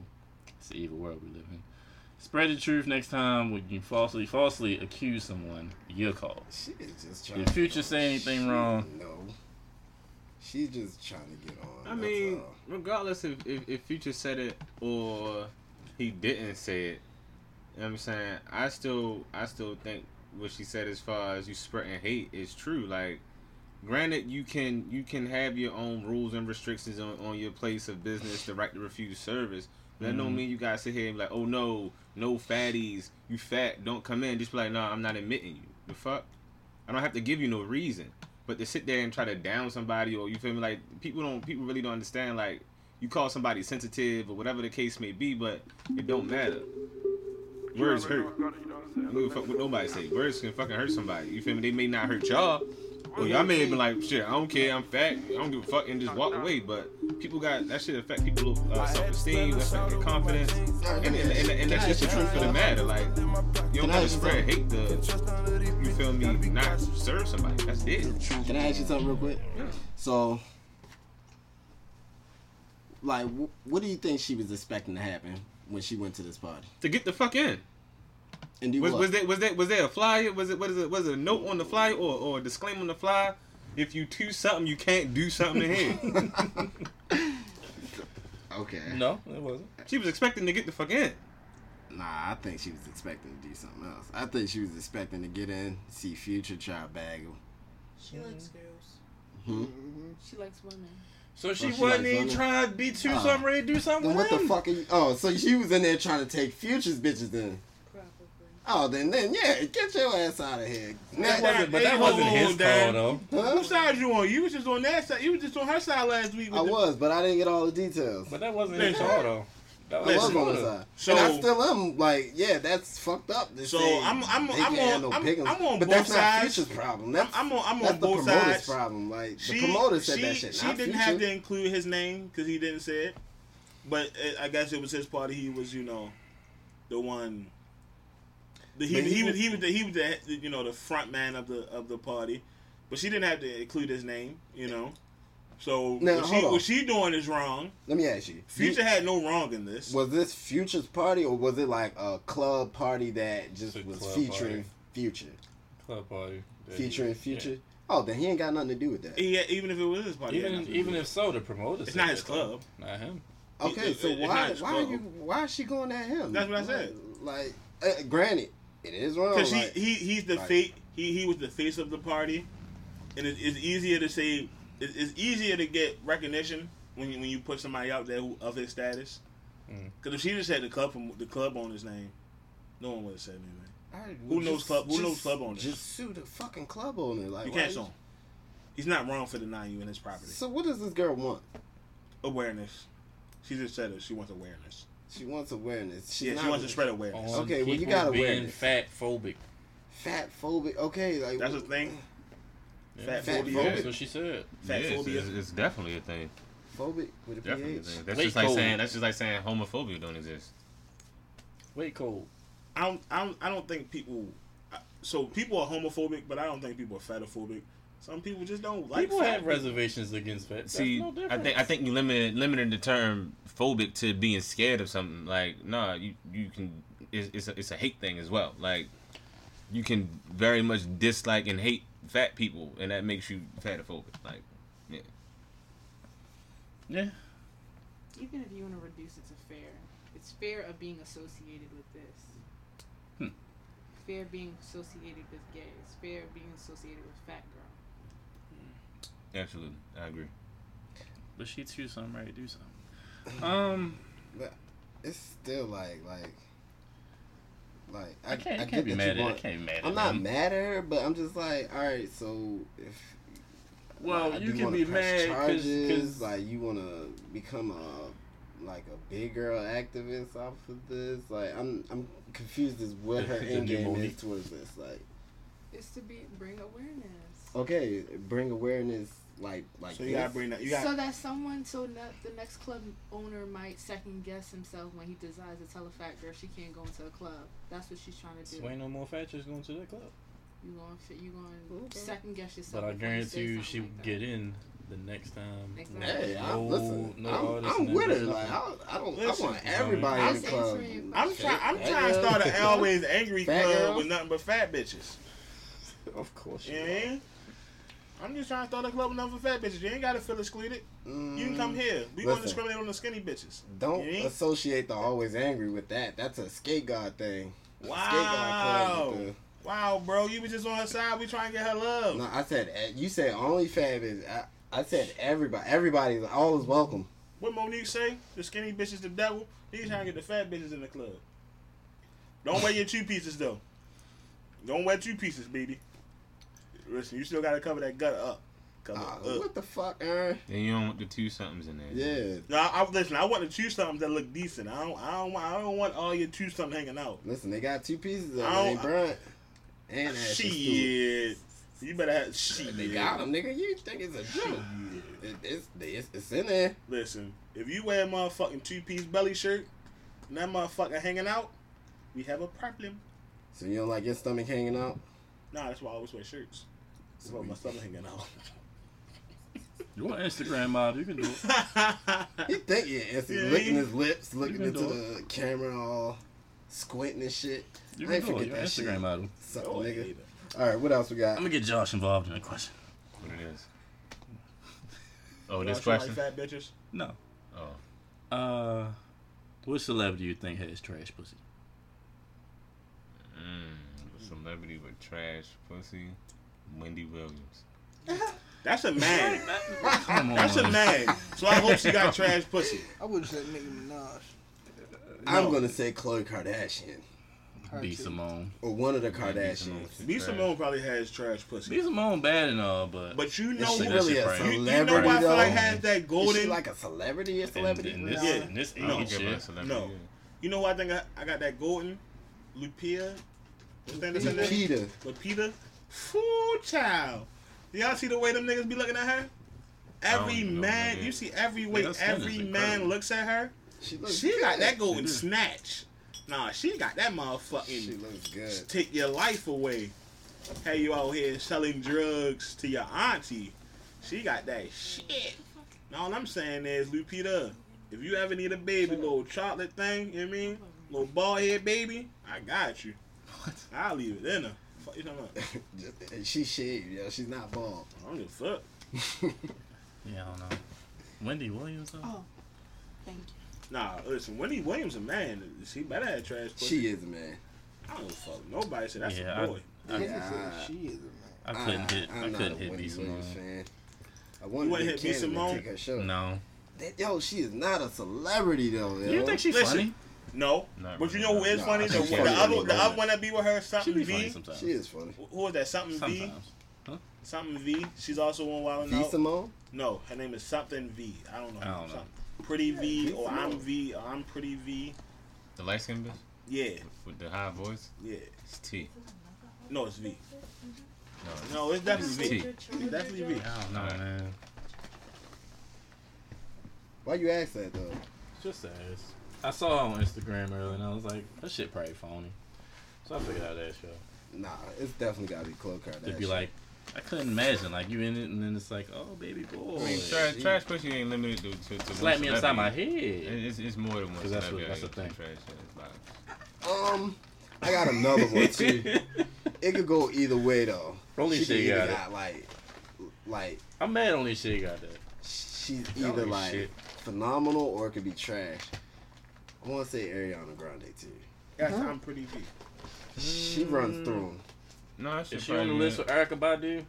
[SPEAKER 4] It's the evil world we live in. Spread the truth next time when you falsely falsely accuse someone, your call.
[SPEAKER 2] She is just trying.
[SPEAKER 4] Did Future say anything wrong?
[SPEAKER 2] No. She's just trying to get on.
[SPEAKER 7] I
[SPEAKER 2] that's
[SPEAKER 7] mean,
[SPEAKER 2] all.
[SPEAKER 7] regardless if, if if Future said it or he didn't say it, you know what I'm saying I still I still think what she said as far as you spreading hate is true. Like, granted, you can you can have your own rules and restrictions on, on your place of business, the right to refuse service. That don't mean you guys sit here and be like, oh no, no fatties, you fat, don't come in. Just be like, no, I'm not admitting you. The fuck. I don't have to give you no reason. But to sit there and try to down somebody or you feel me like people don't people really don't understand like you call somebody sensitive or whatever the case may be, but it don't matter. Words hurt. I don't give a fuck what nobody say. Words can fucking hurt somebody. You feel me? They may not hurt y'all. Or y'all may have been like, shit, I don't care, I'm fat, I don't give a fuck, and just walk away. But people got that shit affect people uh, self esteem, that's like their confidence, and, and, and, and that's just the truth of the matter. Like, you
[SPEAKER 2] Can
[SPEAKER 7] don't
[SPEAKER 2] I
[SPEAKER 7] gotta
[SPEAKER 2] just-
[SPEAKER 7] spread hate to, you feel me, not serve somebody. That's it.
[SPEAKER 2] Can I ask you something real quick?
[SPEAKER 7] Yeah.
[SPEAKER 2] So, like, wh- what do you think she was expecting to happen when she went to this party?
[SPEAKER 7] To get the fuck in.
[SPEAKER 2] And do
[SPEAKER 7] Was,
[SPEAKER 2] what?
[SPEAKER 7] was that was that was there a flyer? Was it what is it was it a note on the flyer or, or a disclaimer on the flyer? If you do something, you can't do something to him.
[SPEAKER 2] okay.
[SPEAKER 4] No, it wasn't.
[SPEAKER 7] she was expecting to get the fuck in.
[SPEAKER 2] Nah, I think she was expecting to do something else. I think she was expecting to get in, see Future, try to bag him.
[SPEAKER 8] She likes girls. She likes women.
[SPEAKER 4] So
[SPEAKER 2] Oh, she she wasn't likes even women.
[SPEAKER 4] trying to be too
[SPEAKER 2] Oh. something,
[SPEAKER 4] ready to do something
[SPEAKER 2] Then what the fuck are you? Oh, so she was in there trying to take Future's bitches then.
[SPEAKER 8] Probably.
[SPEAKER 2] Oh, then then yeah, get your ass out of here.
[SPEAKER 5] That wasn't-
[SPEAKER 4] But that wasn't his call, though.
[SPEAKER 2] Huh?
[SPEAKER 5] Whose side you on? You was just on that side. You was just on her side last week. With
[SPEAKER 2] I
[SPEAKER 5] the-
[SPEAKER 2] was, but I didn't get all the details.
[SPEAKER 4] But that wasn't
[SPEAKER 5] his
[SPEAKER 4] his
[SPEAKER 5] Listen.
[SPEAKER 4] call,
[SPEAKER 5] call,
[SPEAKER 4] though. That
[SPEAKER 2] I was
[SPEAKER 5] Listen,
[SPEAKER 2] on the side.
[SPEAKER 5] so-
[SPEAKER 2] and I still am like, yeah, that's fucked up. This
[SPEAKER 5] So,
[SPEAKER 2] thing.
[SPEAKER 5] I'm- I'm-
[SPEAKER 2] They
[SPEAKER 5] I'm
[SPEAKER 2] can't have
[SPEAKER 5] on- I'm-
[SPEAKER 2] pick'ems.
[SPEAKER 5] I'm on
[SPEAKER 2] but
[SPEAKER 5] both
[SPEAKER 2] that's
[SPEAKER 5] sides.
[SPEAKER 2] not Future's problem. That's,
[SPEAKER 5] I'm on- I'm on
[SPEAKER 2] that's
[SPEAKER 5] both
[SPEAKER 2] the promoter's
[SPEAKER 5] sides.
[SPEAKER 2] problem. Like the promoter said
[SPEAKER 5] she,
[SPEAKER 2] that shit.
[SPEAKER 5] She
[SPEAKER 2] not
[SPEAKER 5] didn't
[SPEAKER 2] Future.
[SPEAKER 5] have to include his name because he didn't say it. But uh, I guess it was his party. He was, you know, the one. The, he,
[SPEAKER 2] But he
[SPEAKER 5] he, was
[SPEAKER 2] was-
[SPEAKER 5] he was the, he was the you know the front man of the of the party, but she didn't have to include his name. You know, so
[SPEAKER 2] Now,
[SPEAKER 5] what,
[SPEAKER 2] hold
[SPEAKER 5] she,
[SPEAKER 2] on.
[SPEAKER 5] what she doing is wrong.
[SPEAKER 2] Let me ask you.
[SPEAKER 5] Future had no wrong in this.
[SPEAKER 2] was this Future's party or was it like a club party that just
[SPEAKER 4] It's a
[SPEAKER 2] was
[SPEAKER 4] club
[SPEAKER 2] featuring
[SPEAKER 4] party.
[SPEAKER 2] Future,
[SPEAKER 4] Club party.
[SPEAKER 2] featuring Future? Oh, then he ain't got nothing to do with that.
[SPEAKER 5] Oh, Yeah, even if it was his party,
[SPEAKER 4] Even even if so, the promoter.
[SPEAKER 5] it's
[SPEAKER 4] said
[SPEAKER 5] not
[SPEAKER 4] that,
[SPEAKER 5] his
[SPEAKER 4] though.
[SPEAKER 5] club.
[SPEAKER 4] Not him.
[SPEAKER 2] Okay,
[SPEAKER 5] it-
[SPEAKER 2] so
[SPEAKER 5] it- it's not
[SPEAKER 2] why
[SPEAKER 5] his
[SPEAKER 2] why are
[SPEAKER 5] club.
[SPEAKER 2] you why is she going at him?
[SPEAKER 5] That's what I said.
[SPEAKER 2] Like, uh, granted, it is wrong.
[SPEAKER 5] Because
[SPEAKER 2] like-
[SPEAKER 5] he, he he's the
[SPEAKER 2] like-
[SPEAKER 5] fate. He he was the face of the party, and it, it's easier to say. It, it's easier to get recognition when you, when you put somebody out there who, of his status.
[SPEAKER 4] Mm.
[SPEAKER 5] Because if she just had the club from the club owner's name, no one would have said anything.
[SPEAKER 2] I-
[SPEAKER 5] Who knows club- who knows club owner?
[SPEAKER 2] Just sue the fucking club owner. Like,
[SPEAKER 5] You
[SPEAKER 2] why
[SPEAKER 5] can't sue him. He's not wrong for denying you in his property.
[SPEAKER 2] So what does this girl want?
[SPEAKER 5] Awareness. She just said it. She wants awareness.
[SPEAKER 2] She wants awareness. She's
[SPEAKER 5] Yeah,
[SPEAKER 2] not
[SPEAKER 5] she wants to spread awareness.
[SPEAKER 4] On
[SPEAKER 2] Okay, well, you
[SPEAKER 4] people
[SPEAKER 2] gotta wear
[SPEAKER 4] being
[SPEAKER 2] this.
[SPEAKER 4] fat phobic.
[SPEAKER 2] fat phobic. Okay, like
[SPEAKER 5] That's the thing. Fat
[SPEAKER 2] Fat
[SPEAKER 5] phobia.
[SPEAKER 2] phobia.
[SPEAKER 4] That's what she said.
[SPEAKER 5] Fat phobia.
[SPEAKER 7] definitely a thing.
[SPEAKER 2] Phobic with a
[SPEAKER 7] Definitely a
[SPEAKER 2] ph.
[SPEAKER 7] thing. That's
[SPEAKER 4] Wait,
[SPEAKER 7] just like
[SPEAKER 4] cold.
[SPEAKER 7] saying that's just like saying homophobia don't exist.
[SPEAKER 4] Wait, Cole.
[SPEAKER 5] I don't, I don't, I don't think people. I- So people are homophobic, but I don't think people are fatophobic. Some people just don't like.
[SPEAKER 4] People
[SPEAKER 5] fat
[SPEAKER 4] have reservations against fat. That's
[SPEAKER 7] See,
[SPEAKER 4] no
[SPEAKER 7] I
[SPEAKER 4] different.
[SPEAKER 7] think I think you limited limited the term phobic to being scared of something. Like, nah, you you can it's it's a, it's a hate thing as well. Like, you can very much dislike and hate fat people, and that makes you fatophobic. Like, yeah,
[SPEAKER 4] Yeah.
[SPEAKER 6] Even if you want to reduce it to fair, it's fear of being associated with this.
[SPEAKER 4] Hmm.
[SPEAKER 6] Fear of being associated with gays. Fear of being associated with fat girl.
[SPEAKER 7] absolutely, I agree.
[SPEAKER 4] But she too something right, do something. Um
[SPEAKER 2] It's still like like Like
[SPEAKER 4] I can't- I
[SPEAKER 2] get
[SPEAKER 4] can't be
[SPEAKER 2] that
[SPEAKER 4] mad
[SPEAKER 2] you
[SPEAKER 4] at- I
[SPEAKER 2] want-
[SPEAKER 4] can't be mad
[SPEAKER 2] I'm
[SPEAKER 4] at
[SPEAKER 2] not
[SPEAKER 4] them.
[SPEAKER 2] mad at her, but I'm just like, all right, so if
[SPEAKER 4] Well,
[SPEAKER 2] I
[SPEAKER 4] you
[SPEAKER 2] do
[SPEAKER 4] can
[SPEAKER 2] wanna
[SPEAKER 4] be
[SPEAKER 2] press
[SPEAKER 4] mad
[SPEAKER 2] charges,
[SPEAKER 4] because
[SPEAKER 2] like you want to become a like a big girl activist off of this. Like I'm I'm confused as what her
[SPEAKER 4] The
[SPEAKER 2] end
[SPEAKER 4] new
[SPEAKER 2] game
[SPEAKER 4] Monique.
[SPEAKER 2] is towards this. Like
[SPEAKER 6] It's to be bring awareness.
[SPEAKER 2] okay, bring awareness. Like like
[SPEAKER 9] So you gotta
[SPEAKER 2] this.
[SPEAKER 9] bring that. You got.
[SPEAKER 6] so that someone, so that the next club owner might second guess himself when he decides to tell a fat girl she can't go into a club. That's what she's trying to do.
[SPEAKER 4] ain't no more fatchers going to that club.
[SPEAKER 6] You gonna fi- you gonna second guess yourself.
[SPEAKER 4] But I
[SPEAKER 6] before you
[SPEAKER 4] guarantee
[SPEAKER 6] say
[SPEAKER 4] you,
[SPEAKER 6] something
[SPEAKER 4] she
[SPEAKER 6] like
[SPEAKER 4] would
[SPEAKER 6] that.
[SPEAKER 4] get in the next time.
[SPEAKER 6] Exactly.
[SPEAKER 2] Hey, I,
[SPEAKER 4] No-
[SPEAKER 2] listen,
[SPEAKER 4] no
[SPEAKER 2] I'm,
[SPEAKER 4] artist
[SPEAKER 2] I'm
[SPEAKER 4] and
[SPEAKER 2] with her.
[SPEAKER 4] nothing.
[SPEAKER 2] Like I, I don't.
[SPEAKER 5] Listen,
[SPEAKER 2] I want everybody
[SPEAKER 6] I'm
[SPEAKER 2] in the
[SPEAKER 6] answering
[SPEAKER 2] club.
[SPEAKER 6] your question.
[SPEAKER 5] I'm trying. I'm
[SPEAKER 2] Fat
[SPEAKER 5] trying to
[SPEAKER 2] girl.
[SPEAKER 5] start an always angry
[SPEAKER 2] Fat
[SPEAKER 5] club
[SPEAKER 2] girl.
[SPEAKER 5] with nothing but fat bitches.
[SPEAKER 4] Of course
[SPEAKER 5] You know what I mean? I'm just trying to start a club with nothing but fat bitches. You ain't gotta feel excluded. You can come
[SPEAKER 2] Mm,
[SPEAKER 5] here. We gonna
[SPEAKER 2] Listen.
[SPEAKER 5] discriminate on the skinny bitches.
[SPEAKER 2] Don't
[SPEAKER 5] You ain't-
[SPEAKER 2] associate the always angry with that. That's a skate god thing. Skate god club.
[SPEAKER 5] Wow.
[SPEAKER 2] with the-
[SPEAKER 5] Wow, bro, you was just on her side. We trying to get her love.
[SPEAKER 2] No, I said eh, you said only fab is. I, I said everybody. Everybody's always welcome.
[SPEAKER 5] What Monique say? The skinny bitches the devil. Niggas trying to get the fat bitches in the club. Don't wear your two pieces though. Don't wear two pieces, baby. Listen, you still gotta cover that gut up. Cover
[SPEAKER 2] Uh,
[SPEAKER 5] it up.
[SPEAKER 2] what the fuck, Aaron?
[SPEAKER 7] Then you don't want the two somethings in there.
[SPEAKER 2] Yeah.
[SPEAKER 5] No, I, I- listen. I want to choose something that look decent. I don't. I don't. want- I don't want all your two something hanging out.
[SPEAKER 2] Listen, they got two pieces of
[SPEAKER 5] I
[SPEAKER 2] it.
[SPEAKER 5] don't-
[SPEAKER 2] Brunt and Ashley Stewart.
[SPEAKER 5] Shit. You better have shit.
[SPEAKER 2] They got them, nigga. You think it's a joke? It, it's, it's it's in there.
[SPEAKER 5] Listen, if you wear a motherfucking two piece belly shirt and that motherfucker hanging out, we have a problem.
[SPEAKER 2] So you don't like your stomach hanging out?
[SPEAKER 5] Nah, that's why I always wear shirts. That's why my stomach hanging out.
[SPEAKER 4] You want Instagram model? You can do it.
[SPEAKER 2] He think yeah, as he
[SPEAKER 5] Yeah,
[SPEAKER 2] licking
[SPEAKER 5] he-
[SPEAKER 2] his lips, looking
[SPEAKER 4] can
[SPEAKER 2] into
[SPEAKER 4] do
[SPEAKER 2] the camera, all squinting and shit. I
[SPEAKER 4] You can
[SPEAKER 2] ain't
[SPEAKER 4] do it.
[SPEAKER 2] forget
[SPEAKER 4] You're
[SPEAKER 2] that
[SPEAKER 4] Instagram
[SPEAKER 2] shit.
[SPEAKER 4] model.
[SPEAKER 2] Suck,
[SPEAKER 5] Oh, I
[SPEAKER 2] nigga.
[SPEAKER 5] hate it.
[SPEAKER 2] All right, what else we
[SPEAKER 4] I'm
[SPEAKER 2] got?
[SPEAKER 4] gonna get Josh involved in the question.
[SPEAKER 7] What it is. Oh,
[SPEAKER 5] Y'all
[SPEAKER 7] this
[SPEAKER 5] sure
[SPEAKER 7] question?
[SPEAKER 5] Like fat bitches.
[SPEAKER 4] No.
[SPEAKER 7] Oh.
[SPEAKER 4] Uh, what celebrity you think has trash pussy?
[SPEAKER 7] Mm, celebrity with trash pussy. Wendy Williams.
[SPEAKER 5] That's a man.
[SPEAKER 4] Come on.
[SPEAKER 5] That's a man. So I hope she got trash pussy.
[SPEAKER 1] I would have said Nicki Minaj.
[SPEAKER 2] I'm gonna say Khloe Kardashian
[SPEAKER 1] Her
[SPEAKER 4] B
[SPEAKER 1] too.
[SPEAKER 4] Simone.
[SPEAKER 2] or one of the
[SPEAKER 7] Wendy Simone
[SPEAKER 2] Kardashians.
[SPEAKER 7] with
[SPEAKER 5] B
[SPEAKER 7] trash.
[SPEAKER 5] Simone probably has trash pussy.
[SPEAKER 4] B Simone bad and all, but,
[SPEAKER 5] But you
[SPEAKER 2] Is
[SPEAKER 5] know
[SPEAKER 2] she
[SPEAKER 5] who
[SPEAKER 4] that
[SPEAKER 2] really
[SPEAKER 4] shit
[SPEAKER 2] a
[SPEAKER 4] right. You-
[SPEAKER 2] celebrity?
[SPEAKER 5] you, you know why I feel
[SPEAKER 2] though?
[SPEAKER 5] like has that
[SPEAKER 2] Is she
[SPEAKER 5] golden
[SPEAKER 2] like a celebrity or
[SPEAKER 4] in,
[SPEAKER 2] celebrity?
[SPEAKER 4] in this
[SPEAKER 5] Yeah.
[SPEAKER 4] in this
[SPEAKER 7] I don't
[SPEAKER 4] age
[SPEAKER 7] give a
[SPEAKER 4] shit.
[SPEAKER 7] celebrity.
[SPEAKER 5] No. You know what I think I, I got that golden Lupita. What's that nigga's name?
[SPEAKER 2] Peter.
[SPEAKER 5] Lupita. Fool child. Y'all see the way them niggas be looking at her?
[SPEAKER 7] I
[SPEAKER 5] Every
[SPEAKER 7] don't know,
[SPEAKER 5] man,
[SPEAKER 7] nigga.
[SPEAKER 5] you see every way
[SPEAKER 4] that skin is
[SPEAKER 5] every man
[SPEAKER 4] incredible.
[SPEAKER 5] looks at her.
[SPEAKER 2] She looks
[SPEAKER 5] She got
[SPEAKER 2] good.
[SPEAKER 5] that golden snatch. Nah, she got that
[SPEAKER 2] She
[SPEAKER 5] motherfucking
[SPEAKER 2] looks good.
[SPEAKER 5] take your life away. Hey, you out here selling drugs to your auntie. She got that shit. Now, all I'm saying is, Lupita, if you ever need a baby, little chocolate thing, you know what I mean? Little bald head baby, I got you. I'll leave it in her. Fuck you talking about?
[SPEAKER 2] Just- and she shaved, yo. She's not bald.
[SPEAKER 5] I don't give a fuck.
[SPEAKER 4] Yeah, I don't know. Wendy Williams. Though?
[SPEAKER 6] Oh, thank you.
[SPEAKER 5] Nah, listen, Wendy Williams a man. She better have trash pussy.
[SPEAKER 2] She is a man.
[SPEAKER 5] I don't give a fuck. Nobody said that's
[SPEAKER 4] Yeah,
[SPEAKER 5] a
[SPEAKER 4] I-
[SPEAKER 5] boy.
[SPEAKER 2] Yeah, I-
[SPEAKER 1] She is a man.
[SPEAKER 4] I couldn't hit. I
[SPEAKER 2] I'm not a
[SPEAKER 4] couldn't hit
[SPEAKER 2] Wendy
[SPEAKER 4] B Simone.
[SPEAKER 2] Williams fan. I wanted
[SPEAKER 5] wouldn't
[SPEAKER 2] to
[SPEAKER 5] hit B.
[SPEAKER 2] Canada to
[SPEAKER 5] Simone?
[SPEAKER 2] Take her show.
[SPEAKER 4] No.
[SPEAKER 2] That- yo, she is not a celebrity though. Yo.
[SPEAKER 4] You think she
[SPEAKER 5] Listen,
[SPEAKER 4] funny?
[SPEAKER 5] No,
[SPEAKER 7] Not
[SPEAKER 5] but you
[SPEAKER 7] really,
[SPEAKER 5] know who
[SPEAKER 7] no.
[SPEAKER 5] is
[SPEAKER 2] Nah,
[SPEAKER 5] funny?
[SPEAKER 2] I
[SPEAKER 5] The,
[SPEAKER 2] think
[SPEAKER 5] the,
[SPEAKER 2] funny is
[SPEAKER 5] other,
[SPEAKER 2] Wendy
[SPEAKER 5] the other
[SPEAKER 2] Williams.
[SPEAKER 5] one that be with her,
[SPEAKER 4] She
[SPEAKER 5] something
[SPEAKER 4] be
[SPEAKER 5] V.
[SPEAKER 4] funny sometimes.
[SPEAKER 2] She is funny.
[SPEAKER 5] Who is that? Something V.
[SPEAKER 4] Sometimes.
[SPEAKER 5] Something V. She's also on Wild and
[SPEAKER 2] B.
[SPEAKER 5] Out.
[SPEAKER 2] Simone.
[SPEAKER 5] No, her name is something V. I don't know.
[SPEAKER 4] I don't know.
[SPEAKER 5] Something. Pretty V
[SPEAKER 2] V
[SPEAKER 5] or I'm
[SPEAKER 2] Simone.
[SPEAKER 5] V or I'm Pretty V.
[SPEAKER 7] The light skinned bitch
[SPEAKER 5] Yeah,
[SPEAKER 7] with the high voice.
[SPEAKER 5] yeah.
[SPEAKER 7] It's T.
[SPEAKER 5] No, it's V.
[SPEAKER 7] No, it's-
[SPEAKER 5] No, it's definitely
[SPEAKER 7] T.
[SPEAKER 5] V. It's definitely V.
[SPEAKER 4] I don't know,
[SPEAKER 7] Alright.
[SPEAKER 4] man.
[SPEAKER 2] Why you ask that though?
[SPEAKER 4] Just ass. I saw her on Instagram earlier and I was like, that shit probably phony. So I figured I'd ask y'all.
[SPEAKER 2] Nah, it's definitely gotta be Khloe Kardashian.
[SPEAKER 4] It'd be like, I couldn't imagine. Like, you in it, and then it's like, oh, baby boy.
[SPEAKER 7] I mean, trash, trash pussy ain't limited to, to, to one
[SPEAKER 4] Slap me inside my
[SPEAKER 7] celebrity.
[SPEAKER 4] head.
[SPEAKER 7] It- It's, it's more than one.
[SPEAKER 4] 'Cause that's
[SPEAKER 7] celebrity
[SPEAKER 4] what- that's
[SPEAKER 7] out
[SPEAKER 4] the
[SPEAKER 7] here
[SPEAKER 4] thing.
[SPEAKER 7] doing Trash, it's like-
[SPEAKER 2] um, I got another one too. it could go either way though.
[SPEAKER 4] Only
[SPEAKER 2] she could
[SPEAKER 4] she
[SPEAKER 2] either
[SPEAKER 4] got it.
[SPEAKER 2] like, like
[SPEAKER 4] I'm mad only she got that.
[SPEAKER 2] she's
[SPEAKER 7] Y'all
[SPEAKER 2] either
[SPEAKER 7] ain't
[SPEAKER 2] like
[SPEAKER 7] shit.
[SPEAKER 2] phenomenal or it could be trash. I want to say Ariana Grande too.
[SPEAKER 5] That's I'm Pretty V.
[SPEAKER 2] She runs through 'em.
[SPEAKER 7] No, that
[SPEAKER 4] Is
[SPEAKER 7] shit
[SPEAKER 4] she on the
[SPEAKER 7] probably
[SPEAKER 4] list
[SPEAKER 7] good.
[SPEAKER 4] with Erica Badu?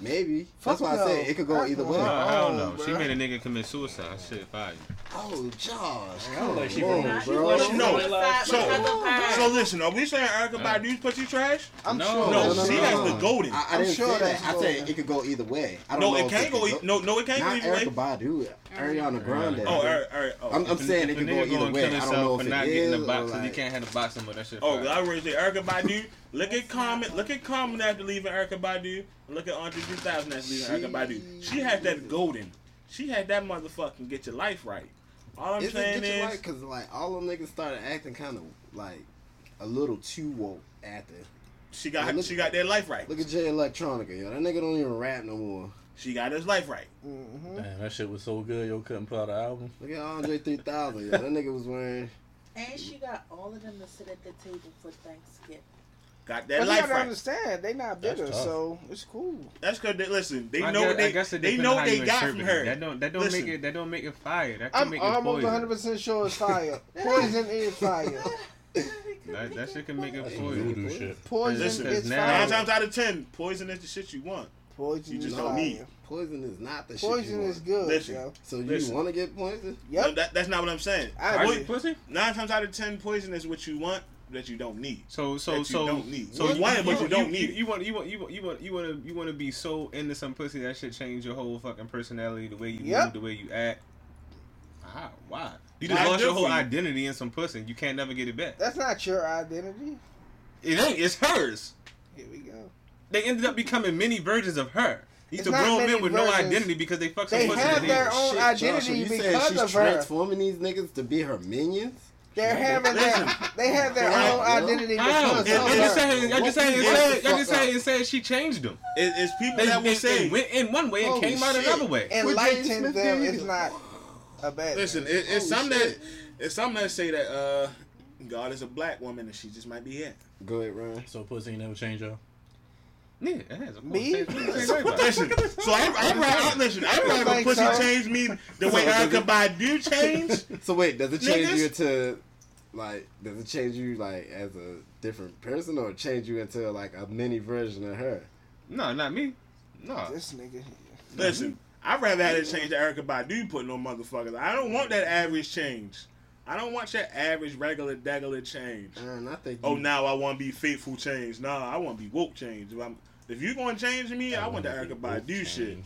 [SPEAKER 2] Maybe.
[SPEAKER 1] Fuck
[SPEAKER 2] That's why
[SPEAKER 1] no.
[SPEAKER 2] I say it could go
[SPEAKER 1] Fuck
[SPEAKER 2] either
[SPEAKER 1] no.
[SPEAKER 2] way.
[SPEAKER 7] No, hell no.
[SPEAKER 1] bruh.
[SPEAKER 7] She made a nigga commit suicide. Shit, fire.
[SPEAKER 2] Oh, Josh.
[SPEAKER 4] I
[SPEAKER 2] Come
[SPEAKER 4] don't like she
[SPEAKER 2] on,
[SPEAKER 4] broke.
[SPEAKER 2] bro.
[SPEAKER 5] wasn't- No. So- So
[SPEAKER 8] So,
[SPEAKER 5] listen, are we saying Erica Badu's pussy trash?
[SPEAKER 1] I'm
[SPEAKER 7] No.
[SPEAKER 1] sure.
[SPEAKER 5] No,
[SPEAKER 2] no, no,
[SPEAKER 5] she
[SPEAKER 2] no,
[SPEAKER 5] has
[SPEAKER 2] no.
[SPEAKER 5] the golden.
[SPEAKER 2] I, I
[SPEAKER 1] I'm
[SPEAKER 2] didn't
[SPEAKER 1] sure
[SPEAKER 2] say that.
[SPEAKER 1] that's
[SPEAKER 2] I said
[SPEAKER 1] going.
[SPEAKER 2] it could go either way. I don't
[SPEAKER 5] No,
[SPEAKER 2] know
[SPEAKER 5] it
[SPEAKER 2] if
[SPEAKER 5] can't go.
[SPEAKER 2] could
[SPEAKER 5] e- No, no, it can't go
[SPEAKER 2] Not
[SPEAKER 5] either
[SPEAKER 2] Erica
[SPEAKER 5] way.
[SPEAKER 2] Badu. Ariana Grande.
[SPEAKER 5] Oh, Eric, Eric. Oh,
[SPEAKER 2] I'm, I'm
[SPEAKER 7] If a-
[SPEAKER 2] saying
[SPEAKER 7] if
[SPEAKER 2] it
[SPEAKER 7] a
[SPEAKER 2] could go
[SPEAKER 7] nigga
[SPEAKER 2] either
[SPEAKER 7] gonna
[SPEAKER 2] way.
[SPEAKER 7] kill
[SPEAKER 2] I don't
[SPEAKER 7] himself
[SPEAKER 2] know if
[SPEAKER 7] for
[SPEAKER 2] it
[SPEAKER 7] not
[SPEAKER 2] is
[SPEAKER 7] getting
[SPEAKER 2] or
[SPEAKER 7] the box, 'cause
[SPEAKER 2] like-
[SPEAKER 7] he can't have the box no more. That shit.
[SPEAKER 5] Oh,
[SPEAKER 7] fire.
[SPEAKER 5] I already said Erica Badu. Look at Carmen. Look at Carmen after leaving Erica Badu. And look at Andre 3000 after leaving Erica Badu. She had that golden. She had that motherfucking get your life right. All I'm
[SPEAKER 2] Is it
[SPEAKER 5] saying
[SPEAKER 2] get you
[SPEAKER 5] is,
[SPEAKER 2] right? Because like all them niggas started acting kind of like a little too woke after.
[SPEAKER 5] she got
[SPEAKER 2] Yeah, look-
[SPEAKER 5] she got their life right.
[SPEAKER 2] Look at Jay Electronica, yo. That nigga don't even rap no more.
[SPEAKER 5] She got his life right.
[SPEAKER 1] Mm-hmm.
[SPEAKER 4] Damn, that shit was so good, yo. Couldn't put out an album.
[SPEAKER 2] Look at Andre 3000, yo. That nigga was wearing.
[SPEAKER 8] and she got all of them to sit at the table for Thanksgiving.
[SPEAKER 5] Got
[SPEAKER 1] But
[SPEAKER 5] that
[SPEAKER 1] you
[SPEAKER 5] life
[SPEAKER 1] gotta
[SPEAKER 5] right.
[SPEAKER 1] understand, they not
[SPEAKER 4] That's
[SPEAKER 1] bitter,
[SPEAKER 4] tough.
[SPEAKER 1] so it's cool.
[SPEAKER 5] That's because they listen. They
[SPEAKER 7] I
[SPEAKER 5] know
[SPEAKER 7] guess-
[SPEAKER 5] what
[SPEAKER 7] I
[SPEAKER 5] they
[SPEAKER 7] guess it
[SPEAKER 5] they
[SPEAKER 7] depend
[SPEAKER 5] know
[SPEAKER 7] on
[SPEAKER 5] what
[SPEAKER 7] how
[SPEAKER 5] they
[SPEAKER 7] you
[SPEAKER 5] got from
[SPEAKER 7] interpret
[SPEAKER 5] her.
[SPEAKER 7] it. That don't that don't
[SPEAKER 5] Listen.
[SPEAKER 7] make it that don't make it fire. That can
[SPEAKER 1] I'm
[SPEAKER 7] make it
[SPEAKER 1] almost
[SPEAKER 7] poison.
[SPEAKER 1] 100 percent sure it's fire. Poison is fire.
[SPEAKER 7] That, that shit can make it poison.
[SPEAKER 4] Voodoo shit.
[SPEAKER 1] Poison
[SPEAKER 5] Listen,
[SPEAKER 1] is
[SPEAKER 7] now-
[SPEAKER 5] Nine
[SPEAKER 1] fire.
[SPEAKER 5] times out of ten, poison is the shit you want.
[SPEAKER 1] Poison
[SPEAKER 5] you
[SPEAKER 1] is
[SPEAKER 5] just don't
[SPEAKER 1] fire.
[SPEAKER 5] need.
[SPEAKER 2] Poison is not the shit.
[SPEAKER 1] Poison
[SPEAKER 2] you
[SPEAKER 1] is
[SPEAKER 2] want.
[SPEAKER 1] good,
[SPEAKER 5] Listen.
[SPEAKER 1] yo.
[SPEAKER 2] So you
[SPEAKER 5] Listen.
[SPEAKER 2] want to get poison?
[SPEAKER 5] No,
[SPEAKER 1] Yep.
[SPEAKER 5] that, that's not what I'm saying.
[SPEAKER 1] I
[SPEAKER 5] Poi-
[SPEAKER 1] agree.
[SPEAKER 7] pussy?
[SPEAKER 5] Nine times out of ten, poison is what you want that you don't need.
[SPEAKER 7] So so
[SPEAKER 5] That you
[SPEAKER 7] so
[SPEAKER 5] don't need.
[SPEAKER 7] so
[SPEAKER 5] You want it, but you don't need it.
[SPEAKER 7] You want you want you want you want you want to you want to be so into some pussy that shit change your whole fucking personality, the way you
[SPEAKER 1] Yep.
[SPEAKER 7] move, the way you act. How? Why? You
[SPEAKER 5] Why
[SPEAKER 7] just lost
[SPEAKER 5] good
[SPEAKER 7] your whole
[SPEAKER 5] for you?
[SPEAKER 7] identity in some pussy. You can't never get it back.
[SPEAKER 1] That's not your identity.
[SPEAKER 7] It ain't. It's hers.
[SPEAKER 1] Here we go.
[SPEAKER 7] They ended up becoming many versions of her. These
[SPEAKER 1] It's
[SPEAKER 7] are
[SPEAKER 1] not
[SPEAKER 7] grown
[SPEAKER 1] many
[SPEAKER 7] men with no
[SPEAKER 1] versions.
[SPEAKER 7] identity because they fucked some
[SPEAKER 1] They
[SPEAKER 7] pussy.
[SPEAKER 1] have
[SPEAKER 7] that they-
[SPEAKER 1] their own
[SPEAKER 2] Joshua,
[SPEAKER 1] identity
[SPEAKER 2] you saying
[SPEAKER 1] because
[SPEAKER 2] she's
[SPEAKER 1] of her.
[SPEAKER 2] transforming these niggas to be her minions?
[SPEAKER 1] They're having their,
[SPEAKER 5] Listen.
[SPEAKER 1] they have their
[SPEAKER 5] Right,
[SPEAKER 1] own
[SPEAKER 2] yo.
[SPEAKER 1] identity
[SPEAKER 7] How?
[SPEAKER 1] because
[SPEAKER 7] I
[SPEAKER 1] of
[SPEAKER 5] It- it's
[SPEAKER 7] just
[SPEAKER 5] the
[SPEAKER 1] her.
[SPEAKER 7] saying. I just
[SPEAKER 2] What
[SPEAKER 7] saying. it
[SPEAKER 2] you
[SPEAKER 7] said-
[SPEAKER 2] get
[SPEAKER 7] I just
[SPEAKER 2] the fuck
[SPEAKER 7] saying. It said she changed them.
[SPEAKER 5] It, it's people
[SPEAKER 7] They,
[SPEAKER 5] that will
[SPEAKER 7] they-
[SPEAKER 5] say
[SPEAKER 7] they went in one way and
[SPEAKER 2] Holy
[SPEAKER 7] came out
[SPEAKER 2] shit.
[SPEAKER 7] another way.
[SPEAKER 2] Smith
[SPEAKER 1] Enlighten them
[SPEAKER 2] did.
[SPEAKER 1] is not a bad
[SPEAKER 5] Listen,
[SPEAKER 1] thing.
[SPEAKER 5] it, it's
[SPEAKER 2] Holy
[SPEAKER 5] some that
[SPEAKER 2] shit.
[SPEAKER 5] it's some that say that uh, God is a black woman and she just might be it.
[SPEAKER 2] Go ahead, Ryan.
[SPEAKER 4] So pussy ain't never changed, y'all.
[SPEAKER 7] Yeah, it has. Of course.
[SPEAKER 1] Me?
[SPEAKER 7] Say- say- say about it.
[SPEAKER 5] Listen, so I, I, I, I listen. I
[SPEAKER 1] I
[SPEAKER 5] rather
[SPEAKER 1] think
[SPEAKER 5] pussy
[SPEAKER 1] so.
[SPEAKER 5] change me the way Erica Badu changed.
[SPEAKER 2] So wait, does it change
[SPEAKER 5] Niggas?
[SPEAKER 2] you to like does it change you like as a different person or change you into like a mini version of her?
[SPEAKER 7] No, not me. No.
[SPEAKER 1] This nigga. here.
[SPEAKER 5] Listen, I'd rather have it change to Erica Badu putting on motherfuckers. I don't want that average change. I don't want your average regular degular change.
[SPEAKER 2] And I think
[SPEAKER 5] Oh,
[SPEAKER 2] you-
[SPEAKER 5] now I want to be faithful change. Nah, I want to be woke change. If, I'm, if you gonna change me, I, want the Erica Badu shit.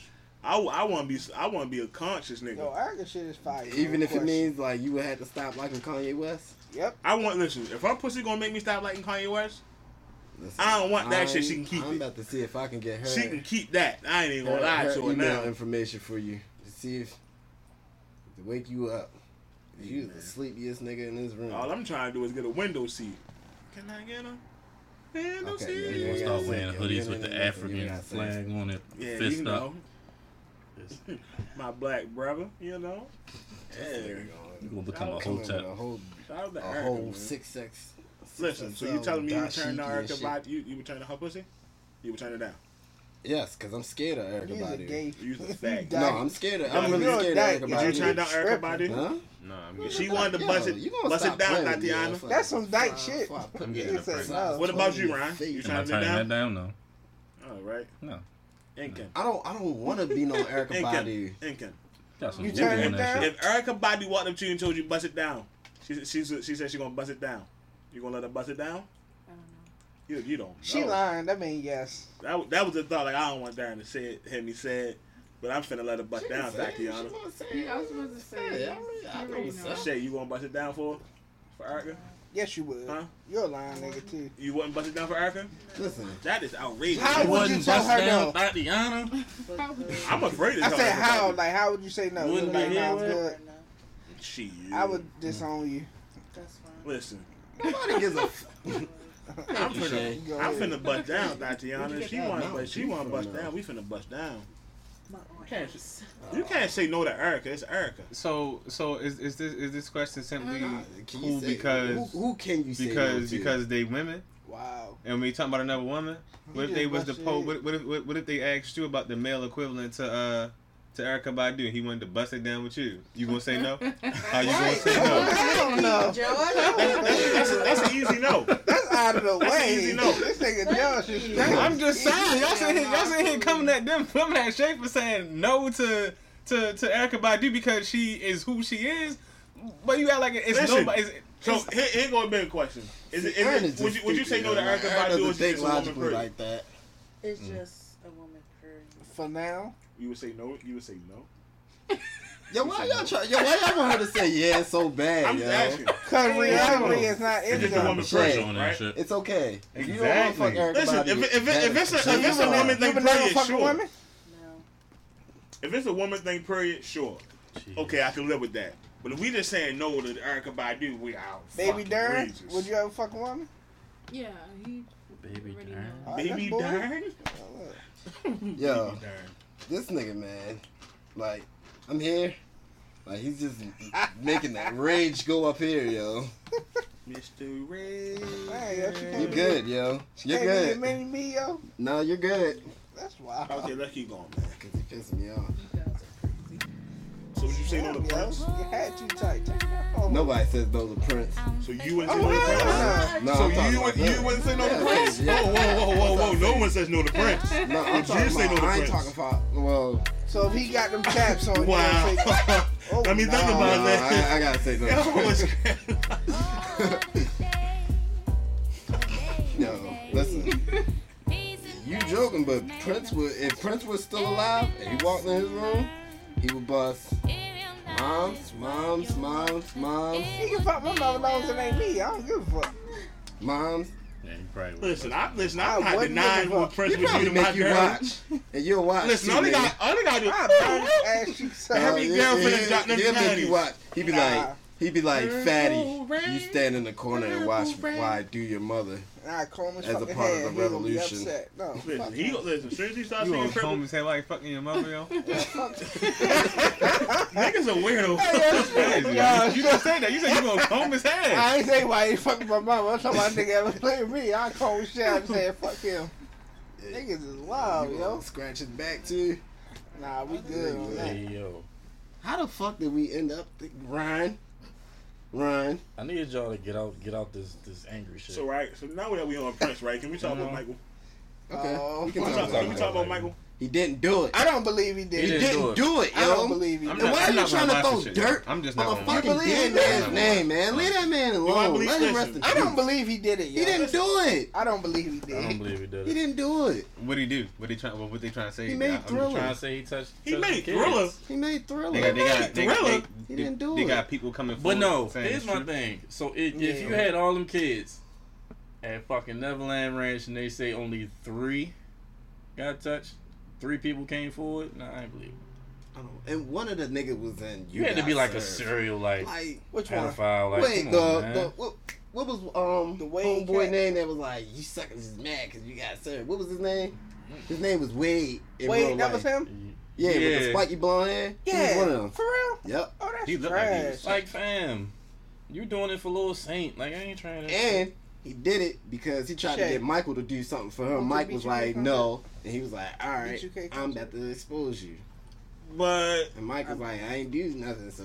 [SPEAKER 5] I, want to be I want to be a conscious nigga.
[SPEAKER 1] Yo, Erica shit is fire.
[SPEAKER 2] even
[SPEAKER 1] no
[SPEAKER 2] if
[SPEAKER 1] question.
[SPEAKER 2] it means like you would have to stop liking Kanye West.
[SPEAKER 1] Yep.
[SPEAKER 5] I want listen. If her pussy gonna make me stop liking Kanye West,
[SPEAKER 2] Listen,
[SPEAKER 5] I don't want that shit. She can keep
[SPEAKER 2] I'm
[SPEAKER 5] it.
[SPEAKER 2] about to see if I can get her.
[SPEAKER 5] she can keep that. I ain't even
[SPEAKER 2] her,
[SPEAKER 5] gonna lie
[SPEAKER 2] her
[SPEAKER 5] to her
[SPEAKER 2] email
[SPEAKER 5] now.
[SPEAKER 2] information for you to see if to wake you up. You the sleepiest nigga in this room.
[SPEAKER 5] All I'm trying to do is get a window seat. Can I get a window
[SPEAKER 2] Okay,
[SPEAKER 5] seat?
[SPEAKER 2] yeah,
[SPEAKER 4] You
[SPEAKER 2] yeah,
[SPEAKER 4] gonna
[SPEAKER 2] yeah.
[SPEAKER 4] start
[SPEAKER 2] yeah,
[SPEAKER 4] wearing
[SPEAKER 2] yeah,
[SPEAKER 4] hoodies
[SPEAKER 2] yeah,
[SPEAKER 4] with
[SPEAKER 2] yeah,
[SPEAKER 4] the
[SPEAKER 2] yeah, yeah,
[SPEAKER 4] African
[SPEAKER 2] yeah, yeah.
[SPEAKER 4] flag on it,
[SPEAKER 5] Yeah,
[SPEAKER 4] fist
[SPEAKER 5] you know,
[SPEAKER 4] up. It's-
[SPEAKER 5] my black brother, you know. Yeah,
[SPEAKER 4] You gonna become a
[SPEAKER 2] Come up with
[SPEAKER 4] hotep.
[SPEAKER 2] a whole,
[SPEAKER 5] shout out to
[SPEAKER 2] a
[SPEAKER 5] Erica,
[SPEAKER 2] whole
[SPEAKER 5] man.
[SPEAKER 2] six six.
[SPEAKER 5] Listen, so you telling me you return to Erica Badu? You, you return to her pussy? You return her down?
[SPEAKER 2] Yes, because I'm scared of Erica
[SPEAKER 1] He's a
[SPEAKER 2] Badu.
[SPEAKER 1] gay.
[SPEAKER 5] You a fag.
[SPEAKER 2] No, I'm scared of. I'm
[SPEAKER 5] You're
[SPEAKER 2] really
[SPEAKER 5] a
[SPEAKER 2] scared
[SPEAKER 1] dyke.
[SPEAKER 2] of
[SPEAKER 5] Would
[SPEAKER 2] Erica
[SPEAKER 5] you
[SPEAKER 2] Badu.
[SPEAKER 5] turn down Erica
[SPEAKER 1] tripping.
[SPEAKER 5] Badu?
[SPEAKER 2] Huh?
[SPEAKER 7] No, I'm getting.
[SPEAKER 5] She wanted to bust
[SPEAKER 2] Yo,
[SPEAKER 5] it,
[SPEAKER 2] you gonna
[SPEAKER 5] bust it
[SPEAKER 2] stop
[SPEAKER 5] down,
[SPEAKER 2] playing with me, yo,
[SPEAKER 5] Tatiana.
[SPEAKER 2] fuck.
[SPEAKER 1] That's some dyke
[SPEAKER 2] Before I-
[SPEAKER 1] shit.
[SPEAKER 2] before I put
[SPEAKER 7] I'm
[SPEAKER 2] you
[SPEAKER 7] getting
[SPEAKER 2] in
[SPEAKER 7] a
[SPEAKER 2] the
[SPEAKER 7] price.
[SPEAKER 2] size
[SPEAKER 5] What about
[SPEAKER 2] 20
[SPEAKER 5] you,
[SPEAKER 2] in
[SPEAKER 5] Ryan?
[SPEAKER 2] face.
[SPEAKER 5] You
[SPEAKER 4] Am I
[SPEAKER 5] trying to
[SPEAKER 4] turning
[SPEAKER 5] down?
[SPEAKER 4] that down? No.
[SPEAKER 5] All right,
[SPEAKER 4] No.
[SPEAKER 5] Incan,
[SPEAKER 2] I don't. I don't want to be no Erica Badu.
[SPEAKER 5] Incan, Incan.
[SPEAKER 4] Got some
[SPEAKER 1] You
[SPEAKER 4] you
[SPEAKER 1] turn it
[SPEAKER 4] on that
[SPEAKER 1] down?
[SPEAKER 4] shit.
[SPEAKER 5] If Erica Badu walked up to you and told you bust it down, she she she said she gonna bust it down. You gonna let her bust it down?
[SPEAKER 8] I don't know.
[SPEAKER 5] You you don't.
[SPEAKER 1] She
[SPEAKER 5] know.
[SPEAKER 1] lying. That mean yes.
[SPEAKER 5] That wa- that was the thought. Like I don't want Darren to say it, hear me say it, but I'm finna let her bust
[SPEAKER 2] She
[SPEAKER 5] down,
[SPEAKER 2] can say it, she
[SPEAKER 5] Tatiana.
[SPEAKER 2] wanna say it.
[SPEAKER 8] Yeah, I was supposed to say
[SPEAKER 2] Hey,
[SPEAKER 8] it.
[SPEAKER 2] I really- I
[SPEAKER 8] You
[SPEAKER 2] know
[SPEAKER 8] already
[SPEAKER 2] what's
[SPEAKER 8] know.
[SPEAKER 2] up.
[SPEAKER 5] Shay, you gonna bust it down for for Erica?
[SPEAKER 1] Yes, you would.
[SPEAKER 5] Huh?
[SPEAKER 1] You're a lying nigga too.
[SPEAKER 5] You wouldn't bust it down for Erica?
[SPEAKER 2] Listen,
[SPEAKER 5] That is outrageous.
[SPEAKER 1] How would you
[SPEAKER 4] Wouldn't
[SPEAKER 1] tell
[SPEAKER 4] bust
[SPEAKER 1] her
[SPEAKER 4] down
[SPEAKER 1] no?
[SPEAKER 4] Tatiana.
[SPEAKER 8] How would you-
[SPEAKER 5] I'm afraid of
[SPEAKER 1] I
[SPEAKER 5] her,
[SPEAKER 1] said
[SPEAKER 5] Erica
[SPEAKER 1] how?
[SPEAKER 5] Badu.
[SPEAKER 1] Like how would you say no?
[SPEAKER 5] Wouldn't
[SPEAKER 1] You'd be like,
[SPEAKER 5] be
[SPEAKER 1] nah, it's
[SPEAKER 5] here
[SPEAKER 1] good.
[SPEAKER 8] No,
[SPEAKER 5] She.
[SPEAKER 1] I would disown you.
[SPEAKER 8] That's fine.
[SPEAKER 5] listen.
[SPEAKER 2] nobody gives a.
[SPEAKER 5] I'm finna,
[SPEAKER 1] Go
[SPEAKER 5] I'm
[SPEAKER 1] ahead.
[SPEAKER 5] finna bust down, Tatiana. If She want,
[SPEAKER 2] now?
[SPEAKER 5] but she
[SPEAKER 2] You
[SPEAKER 5] want
[SPEAKER 2] from
[SPEAKER 5] bust
[SPEAKER 2] now.
[SPEAKER 5] down. We finna bust down.
[SPEAKER 8] My own
[SPEAKER 5] Can't
[SPEAKER 8] house.
[SPEAKER 5] You can't say no to Erica. It's Erica.
[SPEAKER 7] So so is is this is this question simply
[SPEAKER 2] Can you
[SPEAKER 7] cool
[SPEAKER 2] say-
[SPEAKER 7] because
[SPEAKER 2] who, who can you say
[SPEAKER 7] because
[SPEAKER 2] no to?
[SPEAKER 7] because they women
[SPEAKER 1] Wow.
[SPEAKER 7] and we talking about another woman? What if
[SPEAKER 1] You
[SPEAKER 7] they
[SPEAKER 1] just
[SPEAKER 7] was the
[SPEAKER 1] bust
[SPEAKER 7] po?
[SPEAKER 1] it.
[SPEAKER 7] What, what if what, what if they asked you about the male equivalent to uh to Erica Badu? He wanted to bust it down with you. You gonna say no? How you gonna say no?
[SPEAKER 1] I don't know.
[SPEAKER 8] Joe, I know.
[SPEAKER 5] That's, that's, that's an easy no.
[SPEAKER 1] That's out of the way.
[SPEAKER 5] easy no.
[SPEAKER 1] This nigga Josh is straight.
[SPEAKER 7] I'm just saying, y'all sitting here, y'all sitting here coming at them, coming at Shay for saying no to to to Erica Badu because she is who she is. But you act like it's
[SPEAKER 5] Listen.
[SPEAKER 7] nobody. It's,
[SPEAKER 5] So here, here go a big question: Is it,
[SPEAKER 2] Aaron is
[SPEAKER 5] is it would
[SPEAKER 2] just
[SPEAKER 5] you would you say
[SPEAKER 2] stupid,
[SPEAKER 5] no to
[SPEAKER 2] yo.
[SPEAKER 5] Erica
[SPEAKER 2] Aaron
[SPEAKER 5] Badu?
[SPEAKER 2] doesn't
[SPEAKER 5] Or is she
[SPEAKER 2] think
[SPEAKER 5] just a woman
[SPEAKER 2] logically
[SPEAKER 5] pretty?
[SPEAKER 2] like that.
[SPEAKER 8] It's just a woman period.
[SPEAKER 1] For now,
[SPEAKER 5] You would say no. You would say no.
[SPEAKER 2] Yo, why y'all try? Yo, why y'all want her to say yeah so bad,
[SPEAKER 5] I'm
[SPEAKER 2] yo?
[SPEAKER 5] just asking.
[SPEAKER 1] because reality is not in
[SPEAKER 4] Just a
[SPEAKER 5] Yeah.
[SPEAKER 4] woman
[SPEAKER 1] there.
[SPEAKER 4] crush
[SPEAKER 2] Right.
[SPEAKER 4] on that shit.
[SPEAKER 2] It's okay. If you don't want to
[SPEAKER 7] Exactly.
[SPEAKER 2] fuck Erica
[SPEAKER 5] Listen,
[SPEAKER 2] Badu,
[SPEAKER 5] if, it- if, it- if it's a
[SPEAKER 2] that-
[SPEAKER 5] if it's a
[SPEAKER 2] Sure.
[SPEAKER 5] woman
[SPEAKER 1] You
[SPEAKER 5] thing
[SPEAKER 1] been never
[SPEAKER 5] period,
[SPEAKER 1] fucking
[SPEAKER 5] sure.
[SPEAKER 1] women?
[SPEAKER 8] No.
[SPEAKER 5] If it's a woman thing period, sure. Okay, I can live with that. But if we just saying no to Erica Badu, we out.
[SPEAKER 1] Baby Durn,
[SPEAKER 5] Durant,
[SPEAKER 1] would you ever fuck a woman? Oh,
[SPEAKER 8] Yeah, he
[SPEAKER 4] Baby
[SPEAKER 8] already
[SPEAKER 4] Durn.
[SPEAKER 8] knows.
[SPEAKER 5] Baby
[SPEAKER 1] Boy.
[SPEAKER 5] Durn?
[SPEAKER 2] Yo,
[SPEAKER 5] Baby Durn.
[SPEAKER 2] this nigga, man, like, I'm here. Like, he's just making that rage go up here, yo.
[SPEAKER 5] Mr. Ray.
[SPEAKER 1] Hey, that's your
[SPEAKER 2] You're good, yo. You're
[SPEAKER 1] Hey,
[SPEAKER 2] good.
[SPEAKER 1] You made me, yo?
[SPEAKER 2] No, you're good.
[SPEAKER 1] That's wild.
[SPEAKER 5] Okay, let's keep going, man.
[SPEAKER 2] Cause you pissing me off.
[SPEAKER 8] You guys are crazy.
[SPEAKER 5] So would you say no
[SPEAKER 1] Damn,
[SPEAKER 5] to
[SPEAKER 1] yo,
[SPEAKER 5] Prince?
[SPEAKER 1] You had you tight. Take that off.
[SPEAKER 2] Nobody says no to Prince.
[SPEAKER 5] So you wouldn't say
[SPEAKER 1] Oh,
[SPEAKER 5] no to
[SPEAKER 1] hell
[SPEAKER 5] Prince?
[SPEAKER 1] no.
[SPEAKER 2] No,
[SPEAKER 5] So
[SPEAKER 2] I'm talking
[SPEAKER 5] you
[SPEAKER 2] about
[SPEAKER 5] would you
[SPEAKER 2] them.
[SPEAKER 5] wouldn't say no
[SPEAKER 2] Yeah,
[SPEAKER 5] to Prince? Oh,
[SPEAKER 2] yeah.
[SPEAKER 5] Whoa, whoa, whoa, whoa, whoa! No one says no to Prince.
[SPEAKER 2] No, I'm
[SPEAKER 5] Did you
[SPEAKER 2] talking
[SPEAKER 5] say no
[SPEAKER 2] about,
[SPEAKER 5] to
[SPEAKER 2] I ain't
[SPEAKER 5] Prince?
[SPEAKER 2] talking about. Well,
[SPEAKER 1] So if he got them caps on, you gonna say,
[SPEAKER 5] Wow.
[SPEAKER 1] oh,
[SPEAKER 5] Let me think
[SPEAKER 1] no.
[SPEAKER 2] no,
[SPEAKER 5] about
[SPEAKER 2] I,
[SPEAKER 5] that.
[SPEAKER 2] I gotta say no.
[SPEAKER 5] That was
[SPEAKER 2] To Prince. yo, listen. You joking, but Prince would if Prince was still alive and he walked in his room, he would bust moms, moms, moms, moms,
[SPEAKER 1] He can fuck my mother knows it ain't me. I don't give a fuck.
[SPEAKER 2] moms.
[SPEAKER 4] Yeah, you probably would.
[SPEAKER 5] Listen, I'm listen. I'm
[SPEAKER 1] I
[SPEAKER 5] not
[SPEAKER 1] wouldn't
[SPEAKER 5] denying
[SPEAKER 1] give a
[SPEAKER 5] what
[SPEAKER 1] fuck.
[SPEAKER 5] Prince
[SPEAKER 2] He
[SPEAKER 5] would do
[SPEAKER 2] probably
[SPEAKER 5] to my
[SPEAKER 2] make you
[SPEAKER 5] girl.
[SPEAKER 2] watch, and you'll watch.
[SPEAKER 5] Listen,
[SPEAKER 2] too,
[SPEAKER 5] all they
[SPEAKER 2] nigga.
[SPEAKER 5] got, all they got to
[SPEAKER 1] I
[SPEAKER 5] do.
[SPEAKER 1] burn his ass cheeks
[SPEAKER 2] Uh,
[SPEAKER 1] up.
[SPEAKER 5] Every
[SPEAKER 2] yeah,
[SPEAKER 5] girlfriend
[SPEAKER 2] yeah,
[SPEAKER 5] has gotten them
[SPEAKER 2] he'll make you
[SPEAKER 5] panties.
[SPEAKER 2] watch. He be like,
[SPEAKER 1] Nah.
[SPEAKER 2] he be like, fatty.
[SPEAKER 5] Purple rain,
[SPEAKER 2] You stand in the corner and watch
[SPEAKER 5] purple rain."
[SPEAKER 2] why I do your mother.
[SPEAKER 1] Nah, comb his
[SPEAKER 2] As a
[SPEAKER 1] fucking
[SPEAKER 2] part of the
[SPEAKER 1] head. He'll be
[SPEAKER 2] revolution.
[SPEAKER 1] upset. No, fuck
[SPEAKER 5] Listen, he
[SPEAKER 1] him.
[SPEAKER 5] listen. As soon as he starts
[SPEAKER 7] you
[SPEAKER 5] singing
[SPEAKER 7] on
[SPEAKER 5] purple,
[SPEAKER 7] Combs head like fucking your mother, yo?
[SPEAKER 5] niggas a weirdo.
[SPEAKER 1] Hey, that's crazy.
[SPEAKER 7] you don't say that. You said you gonna comb his head.
[SPEAKER 1] I ain't say why he fucking my mama. I'm talking about nigga ever play me. I call his shit. I'm saying fuck him. Niggas is
[SPEAKER 5] Oh,
[SPEAKER 1] wild,
[SPEAKER 2] You
[SPEAKER 1] yo.
[SPEAKER 2] gonna Scratch his back too.
[SPEAKER 1] Nah, we good on that.
[SPEAKER 4] Hey, yo.
[SPEAKER 2] How the fuck did we end up? Th- Ryan, Ryan.
[SPEAKER 4] I need y'all to get out get out this this angry shit.
[SPEAKER 5] So right, so now that we on Prince, right? Can we talk about
[SPEAKER 4] Mhm.
[SPEAKER 5] Michael?
[SPEAKER 2] Okay,
[SPEAKER 1] Oh,
[SPEAKER 2] we can
[SPEAKER 5] Can we
[SPEAKER 2] talk
[SPEAKER 5] talk,
[SPEAKER 2] about
[SPEAKER 5] can we
[SPEAKER 2] it.
[SPEAKER 5] talk about Michael?
[SPEAKER 2] He didn't do it.
[SPEAKER 1] I don't believe he did.
[SPEAKER 4] He
[SPEAKER 2] He
[SPEAKER 4] didn't
[SPEAKER 2] didn't
[SPEAKER 4] do
[SPEAKER 2] do it, yo.
[SPEAKER 1] I don't believe he
[SPEAKER 7] I'm
[SPEAKER 1] did.
[SPEAKER 7] not-
[SPEAKER 2] why
[SPEAKER 7] I'm
[SPEAKER 2] are you
[SPEAKER 7] not
[SPEAKER 2] trying
[SPEAKER 7] gonna
[SPEAKER 2] to
[SPEAKER 7] watch
[SPEAKER 2] throw
[SPEAKER 7] this shit, yo.
[SPEAKER 2] dirt
[SPEAKER 7] I'm just
[SPEAKER 2] on
[SPEAKER 7] not
[SPEAKER 2] a
[SPEAKER 7] gonna watch
[SPEAKER 2] fucking
[SPEAKER 1] it.
[SPEAKER 2] dead
[SPEAKER 1] You believe
[SPEAKER 2] man's
[SPEAKER 1] it?
[SPEAKER 2] name, man? Leave that man alone.
[SPEAKER 5] believe-
[SPEAKER 2] Let him rest
[SPEAKER 5] listen,
[SPEAKER 2] in
[SPEAKER 1] I don't
[SPEAKER 2] peace.
[SPEAKER 1] believe he did it, yo.
[SPEAKER 2] He didn't do it.
[SPEAKER 1] I don't believe he did.
[SPEAKER 4] I don't believe he did
[SPEAKER 2] He
[SPEAKER 4] it.
[SPEAKER 2] didn't do it.
[SPEAKER 7] What he do? What they trying? What, what they trying to say?
[SPEAKER 2] He made
[SPEAKER 7] I- I'm
[SPEAKER 2] Thriller.
[SPEAKER 4] Trying to say he touched.
[SPEAKER 5] He
[SPEAKER 4] touched the
[SPEAKER 5] made
[SPEAKER 4] kids.
[SPEAKER 5] Thriller.
[SPEAKER 2] He made Thriller.
[SPEAKER 7] They got, they got, they,
[SPEAKER 5] Thriller?
[SPEAKER 7] they,
[SPEAKER 2] He
[SPEAKER 7] they,
[SPEAKER 2] didn't do
[SPEAKER 7] they
[SPEAKER 2] it.
[SPEAKER 7] got people coming.
[SPEAKER 4] But
[SPEAKER 7] forward
[SPEAKER 4] no,
[SPEAKER 7] saying
[SPEAKER 4] here's
[SPEAKER 7] it's
[SPEAKER 4] my
[SPEAKER 7] true.
[SPEAKER 4] thing. So if, if you
[SPEAKER 1] Yeah.
[SPEAKER 4] had all them kids at fucking Neverland Ranch and they say only three got touched, three people came forward, nah, I ain't believe it.
[SPEAKER 2] I don't- And one of the niggas was in.
[SPEAKER 4] You, had to
[SPEAKER 2] Got
[SPEAKER 4] be like a
[SPEAKER 2] Served.
[SPEAKER 4] serial like,
[SPEAKER 2] Like,
[SPEAKER 1] Which one?
[SPEAKER 4] pedophile. Like,
[SPEAKER 2] wait,
[SPEAKER 4] come
[SPEAKER 2] the,
[SPEAKER 4] on, man.
[SPEAKER 2] the what, what was um
[SPEAKER 1] The
[SPEAKER 2] the
[SPEAKER 1] Wade
[SPEAKER 2] homeboy
[SPEAKER 1] cat?
[SPEAKER 2] name that was like you suckers is mad because you got served. What was his name? His name was Wade. in real
[SPEAKER 1] Wait, that
[SPEAKER 2] life.
[SPEAKER 1] was him.
[SPEAKER 2] Yeah, with the
[SPEAKER 4] Yeah.
[SPEAKER 2] spiky blonde hair.
[SPEAKER 1] Yeah,
[SPEAKER 2] he was one of
[SPEAKER 1] for
[SPEAKER 2] them.
[SPEAKER 1] real.
[SPEAKER 2] Yep.
[SPEAKER 1] Oh, that's
[SPEAKER 7] He looked like he
[SPEAKER 1] trash.
[SPEAKER 7] was-
[SPEAKER 4] like fam, you doing it for Lil Saint. Like I ain't trying to.
[SPEAKER 2] And he did it because he tried
[SPEAKER 1] Shay.
[SPEAKER 2] to get Michael to do something for
[SPEAKER 1] Want
[SPEAKER 2] him.
[SPEAKER 1] to
[SPEAKER 2] Mike
[SPEAKER 1] beat
[SPEAKER 2] was
[SPEAKER 1] you with
[SPEAKER 2] like,
[SPEAKER 1] something?
[SPEAKER 2] no, and he was like, all right,
[SPEAKER 1] you with
[SPEAKER 2] I'm
[SPEAKER 1] something?
[SPEAKER 2] about to expose you.
[SPEAKER 5] But
[SPEAKER 2] And Mike was like, I ain't do nothing, so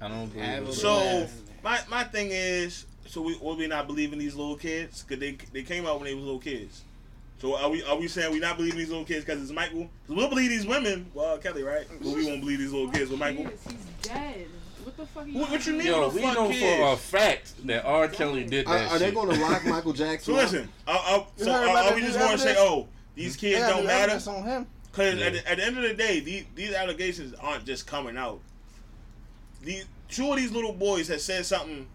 [SPEAKER 4] I don't believe
[SPEAKER 2] have a
[SPEAKER 4] it.
[SPEAKER 5] So-
[SPEAKER 2] blast.
[SPEAKER 5] my my thing is, so we will we not believing these little kids? Cause they they came out when they was little kids. So are we are we saying we not believing these little kids because it's Michael? Cause we'll believe these women, well Kelly, right? But we won't believe these little kids with Michael.
[SPEAKER 8] He is, he's dead. What the fuck? Are you
[SPEAKER 5] What, what you mean?
[SPEAKER 4] Yo,
[SPEAKER 5] little
[SPEAKER 4] we
[SPEAKER 5] fuck
[SPEAKER 4] know
[SPEAKER 5] kids?
[SPEAKER 4] for a fact that R. Kelly did
[SPEAKER 2] Are,
[SPEAKER 4] that.
[SPEAKER 2] are they
[SPEAKER 4] shit.
[SPEAKER 2] going to lock Michael Jackson?
[SPEAKER 5] So
[SPEAKER 2] up?
[SPEAKER 5] listen, are, are,
[SPEAKER 1] You
[SPEAKER 5] so
[SPEAKER 1] heard
[SPEAKER 5] are,
[SPEAKER 1] about
[SPEAKER 5] are
[SPEAKER 1] the
[SPEAKER 5] we
[SPEAKER 1] new
[SPEAKER 5] just going to say,
[SPEAKER 1] evidence?
[SPEAKER 5] oh, these kids
[SPEAKER 1] Yeah,
[SPEAKER 5] don't
[SPEAKER 1] dude,
[SPEAKER 5] matter?
[SPEAKER 1] that's on him.
[SPEAKER 5] Because
[SPEAKER 4] Yeah.
[SPEAKER 5] at, the, at the end of the day, these, these allegations aren't just coming out. These two of these little boys had said something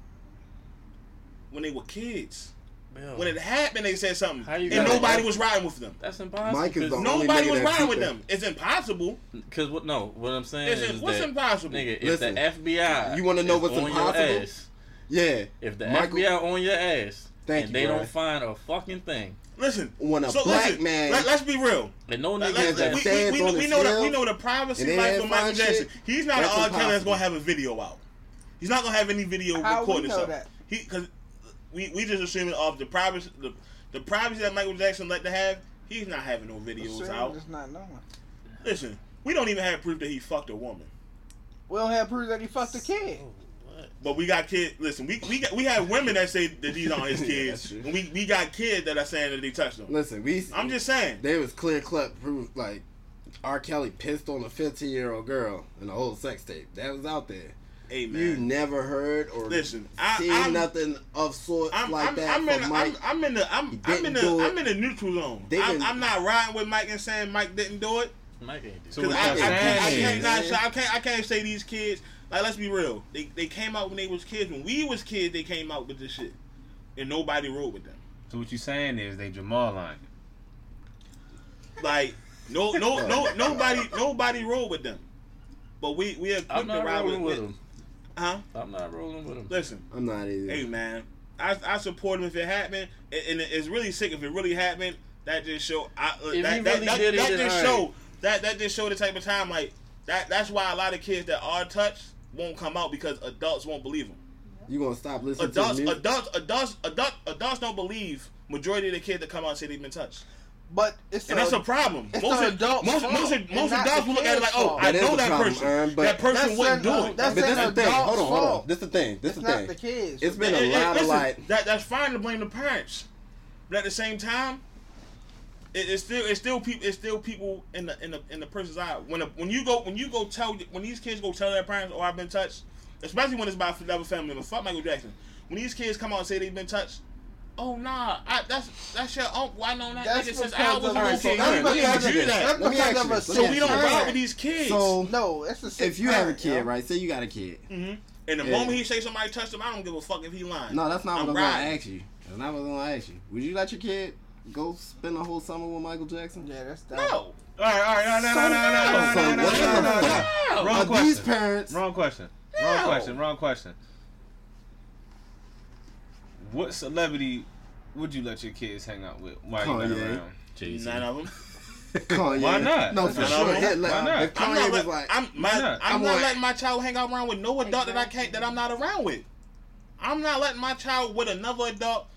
[SPEAKER 5] when they were kids.
[SPEAKER 4] Yo,
[SPEAKER 5] When it happened, they said something,
[SPEAKER 4] How you got
[SPEAKER 5] and nobody
[SPEAKER 4] it?
[SPEAKER 5] was riding with them.
[SPEAKER 4] that's impossible.
[SPEAKER 2] Mike is the only
[SPEAKER 5] Nobody
[SPEAKER 2] nigga
[SPEAKER 5] was
[SPEAKER 2] that
[SPEAKER 5] riding
[SPEAKER 2] keep
[SPEAKER 5] with
[SPEAKER 2] it.
[SPEAKER 5] them. It's impossible.
[SPEAKER 4] Because what? No, what I'm saying
[SPEAKER 5] It's,
[SPEAKER 4] is
[SPEAKER 5] what's
[SPEAKER 4] that,
[SPEAKER 5] impossible?
[SPEAKER 4] nigga,
[SPEAKER 2] Listen,
[SPEAKER 4] if the FBI,
[SPEAKER 2] you wanna know
[SPEAKER 4] is
[SPEAKER 2] what's
[SPEAKER 4] on your
[SPEAKER 2] impossible?
[SPEAKER 4] ass,
[SPEAKER 2] Yeah.
[SPEAKER 4] if the
[SPEAKER 2] Michael-
[SPEAKER 4] FBI on your ass,
[SPEAKER 2] Thank
[SPEAKER 4] and
[SPEAKER 2] you,
[SPEAKER 4] they
[SPEAKER 2] Brian.
[SPEAKER 4] don't find a fucking thing,
[SPEAKER 5] Listen,
[SPEAKER 2] When a black
[SPEAKER 5] listen,
[SPEAKER 2] man-
[SPEAKER 5] Let, us be real.
[SPEAKER 4] and no
[SPEAKER 5] Let,
[SPEAKER 4] nigga
[SPEAKER 5] let,
[SPEAKER 2] has a
[SPEAKER 5] we,
[SPEAKER 2] stance
[SPEAKER 5] we,
[SPEAKER 2] on
[SPEAKER 5] we, we
[SPEAKER 2] his
[SPEAKER 5] know the,
[SPEAKER 2] heel,
[SPEAKER 5] we know the privacy
[SPEAKER 2] and they
[SPEAKER 5] life
[SPEAKER 2] ain't
[SPEAKER 5] of Michael
[SPEAKER 2] find
[SPEAKER 5] Jackson.
[SPEAKER 2] shit,
[SPEAKER 5] He's not an
[SPEAKER 2] that's
[SPEAKER 5] R. Kelly that's
[SPEAKER 2] impossible.
[SPEAKER 5] gonna have a video out. He's not gonna have any video
[SPEAKER 1] How we
[SPEAKER 5] recording
[SPEAKER 1] know
[SPEAKER 5] stuff.
[SPEAKER 1] that?
[SPEAKER 5] He because we, we just assuming off the privacy the, the privacy that Michael Jackson let to have. He's not having no videos
[SPEAKER 1] Sure,
[SPEAKER 5] out.
[SPEAKER 1] just not knowing.
[SPEAKER 5] Listen, we don't even have proof that he fucked a woman.
[SPEAKER 1] We'll have proof that he fucked a kid.
[SPEAKER 5] But we got kids. Listen, we we got, we had women that say that these aren't his
[SPEAKER 2] Yeah,
[SPEAKER 5] kids,
[SPEAKER 2] that's true.
[SPEAKER 5] and we, we got kids that are saying that they touched them.
[SPEAKER 2] Listen, we.
[SPEAKER 5] I'm just saying.
[SPEAKER 2] They was clear cut proof like R. Kelly pissed on a 15 year old girl in a whole sex tape that was out there.
[SPEAKER 5] Hey
[SPEAKER 2] You
[SPEAKER 5] man,
[SPEAKER 2] never heard or
[SPEAKER 5] listen. I,
[SPEAKER 2] seen
[SPEAKER 5] I'm,
[SPEAKER 2] nothing of sort
[SPEAKER 5] I'm,
[SPEAKER 2] like
[SPEAKER 5] I'm,
[SPEAKER 2] that
[SPEAKER 5] I'm,
[SPEAKER 2] from
[SPEAKER 5] in,
[SPEAKER 2] Mike.
[SPEAKER 5] I'm, I'm in the I'm,
[SPEAKER 2] He
[SPEAKER 5] I'm in
[SPEAKER 2] didn't do
[SPEAKER 5] the
[SPEAKER 2] it.
[SPEAKER 5] I'm in the neutral zone.
[SPEAKER 2] They
[SPEAKER 5] I'm,
[SPEAKER 2] didn't-
[SPEAKER 5] I'm not riding with Mike and saying Mike didn't do it.
[SPEAKER 4] Mike ain't do
[SPEAKER 7] So
[SPEAKER 4] it.
[SPEAKER 5] Cause
[SPEAKER 7] what
[SPEAKER 5] I, I,
[SPEAKER 7] y'all
[SPEAKER 5] can't, I,
[SPEAKER 7] saying
[SPEAKER 5] can't,
[SPEAKER 7] is-
[SPEAKER 5] not, say- I can't I can't say these kids like let's be real. They they came out when they was kids. When we was kids, they came out with this shit, and nobody rode with them.
[SPEAKER 7] So what you saying is they Jamal line.
[SPEAKER 5] Like no no no nobody nobody rode with them. But we we are quick
[SPEAKER 4] I'm
[SPEAKER 5] to
[SPEAKER 4] not
[SPEAKER 5] ride with,
[SPEAKER 4] rolling with
[SPEAKER 5] with
[SPEAKER 4] him.
[SPEAKER 5] huh?
[SPEAKER 4] I'm not rolling with him.
[SPEAKER 5] Listen,
[SPEAKER 2] I'm not either.
[SPEAKER 5] hey man, I I support him if it happened, and, and it's really sick if it really happened. That just show I uh,
[SPEAKER 4] If
[SPEAKER 5] that,
[SPEAKER 4] he
[SPEAKER 5] that,
[SPEAKER 4] really
[SPEAKER 5] that,
[SPEAKER 4] did it,
[SPEAKER 5] that
[SPEAKER 4] then
[SPEAKER 5] just
[SPEAKER 4] alright.
[SPEAKER 5] show that that just show the type of time like that. That's why a lot of kids that are touched won't come out because adults won't believe them.
[SPEAKER 2] You gonna stop listening
[SPEAKER 5] Adults,
[SPEAKER 2] to the music?
[SPEAKER 5] adults, adults, adult, adults don't believe majority of the kids that come out and say they've been touched,
[SPEAKER 1] But it's
[SPEAKER 5] and
[SPEAKER 1] a-
[SPEAKER 5] that's a problem.
[SPEAKER 1] it's
[SPEAKER 5] most
[SPEAKER 1] the adult's
[SPEAKER 5] adults, most
[SPEAKER 1] fault
[SPEAKER 5] most,
[SPEAKER 1] and
[SPEAKER 5] most
[SPEAKER 1] not
[SPEAKER 5] adults
[SPEAKER 1] the
[SPEAKER 5] will look at it
[SPEAKER 1] kid's
[SPEAKER 5] like, oh,
[SPEAKER 1] fault.
[SPEAKER 5] I
[SPEAKER 2] That is
[SPEAKER 5] know
[SPEAKER 2] the
[SPEAKER 5] that
[SPEAKER 2] problem,
[SPEAKER 5] person.
[SPEAKER 2] Ern, but
[SPEAKER 5] that person
[SPEAKER 1] that's
[SPEAKER 5] wouldn't
[SPEAKER 1] an-
[SPEAKER 5] do
[SPEAKER 1] uh,
[SPEAKER 5] it.
[SPEAKER 1] that's
[SPEAKER 2] but this
[SPEAKER 1] an
[SPEAKER 2] is the thing.
[SPEAKER 1] adult's
[SPEAKER 2] Hold on, hold on.
[SPEAKER 1] fault.
[SPEAKER 2] This is the thing. This is
[SPEAKER 1] it's
[SPEAKER 2] the
[SPEAKER 1] not
[SPEAKER 2] thing.
[SPEAKER 1] the kids.
[SPEAKER 2] It's been
[SPEAKER 5] Yeah,
[SPEAKER 2] a
[SPEAKER 5] yeah,
[SPEAKER 2] lot of
[SPEAKER 5] listen,
[SPEAKER 2] like.
[SPEAKER 5] that. That's fine to blame the parents, but at the same time, it, it's still it's still people it's still people in the in the in the person's eye. When a, when you go when you go tell when these kids go tell their parents, "Oh, I've been touched," especially when it's by another family member. Fuck Michael Jackson. When these kids come out and say they've been touched, oh nah, I, that's that's your uncle. I know that
[SPEAKER 1] That's
[SPEAKER 5] nigga since I
[SPEAKER 1] because
[SPEAKER 5] was
[SPEAKER 1] of-
[SPEAKER 5] little.
[SPEAKER 1] Alright, so
[SPEAKER 5] So how
[SPEAKER 1] that's
[SPEAKER 5] you gonna
[SPEAKER 1] because of-
[SPEAKER 5] do that?
[SPEAKER 1] that's
[SPEAKER 2] Let me
[SPEAKER 1] because
[SPEAKER 2] ask
[SPEAKER 1] of
[SPEAKER 2] you
[SPEAKER 1] a
[SPEAKER 2] this. Let me
[SPEAKER 5] So
[SPEAKER 2] ask
[SPEAKER 5] we
[SPEAKER 2] you
[SPEAKER 5] don't
[SPEAKER 2] this.
[SPEAKER 1] Alright.
[SPEAKER 5] ride with these kids.
[SPEAKER 2] So
[SPEAKER 1] No, it's a sick
[SPEAKER 2] if you have a
[SPEAKER 1] parent, yo.
[SPEAKER 2] kid, right? Say you got a kid.
[SPEAKER 5] and the
[SPEAKER 2] Yeah.
[SPEAKER 5] moment he say somebody touched him, I don't give a fuck if he lying.
[SPEAKER 2] No, that's not
[SPEAKER 5] I'm
[SPEAKER 2] what I'm
[SPEAKER 5] riding.
[SPEAKER 2] gonna ask you. That's not what I'm gonna ask you. Would you let your kid go spend a whole summer with Michael Jackson?
[SPEAKER 1] Yeah, that's that.
[SPEAKER 5] No.
[SPEAKER 7] All right, all right, no, no, no,
[SPEAKER 2] So
[SPEAKER 7] no, no, no,
[SPEAKER 2] what
[SPEAKER 7] no, no, no,
[SPEAKER 2] the
[SPEAKER 7] no, no.
[SPEAKER 2] fuck
[SPEAKER 7] Wrong
[SPEAKER 2] are
[SPEAKER 7] question.
[SPEAKER 2] these parents?
[SPEAKER 7] Wrong question. Wrong question. Wrong question. What celebrity would you let your kids hang out with while you're not
[SPEAKER 2] Kanye.
[SPEAKER 7] around?
[SPEAKER 4] Jay-Z.
[SPEAKER 5] None of them.
[SPEAKER 2] Kanye.
[SPEAKER 7] Why not?
[SPEAKER 2] No,
[SPEAKER 7] Why
[SPEAKER 2] for
[SPEAKER 5] not?
[SPEAKER 2] sure.
[SPEAKER 5] Why
[SPEAKER 2] Yeah, like,
[SPEAKER 7] not?
[SPEAKER 2] If
[SPEAKER 5] I'm
[SPEAKER 2] Kanye
[SPEAKER 5] not,
[SPEAKER 2] was
[SPEAKER 5] let,
[SPEAKER 2] like,
[SPEAKER 5] I'm, my,
[SPEAKER 7] Why not?
[SPEAKER 5] I'm
[SPEAKER 2] I'm
[SPEAKER 5] not
[SPEAKER 2] like-
[SPEAKER 5] letting my child hang out around with no adult that I can't that I'm not around with. I'm not letting my child with another adult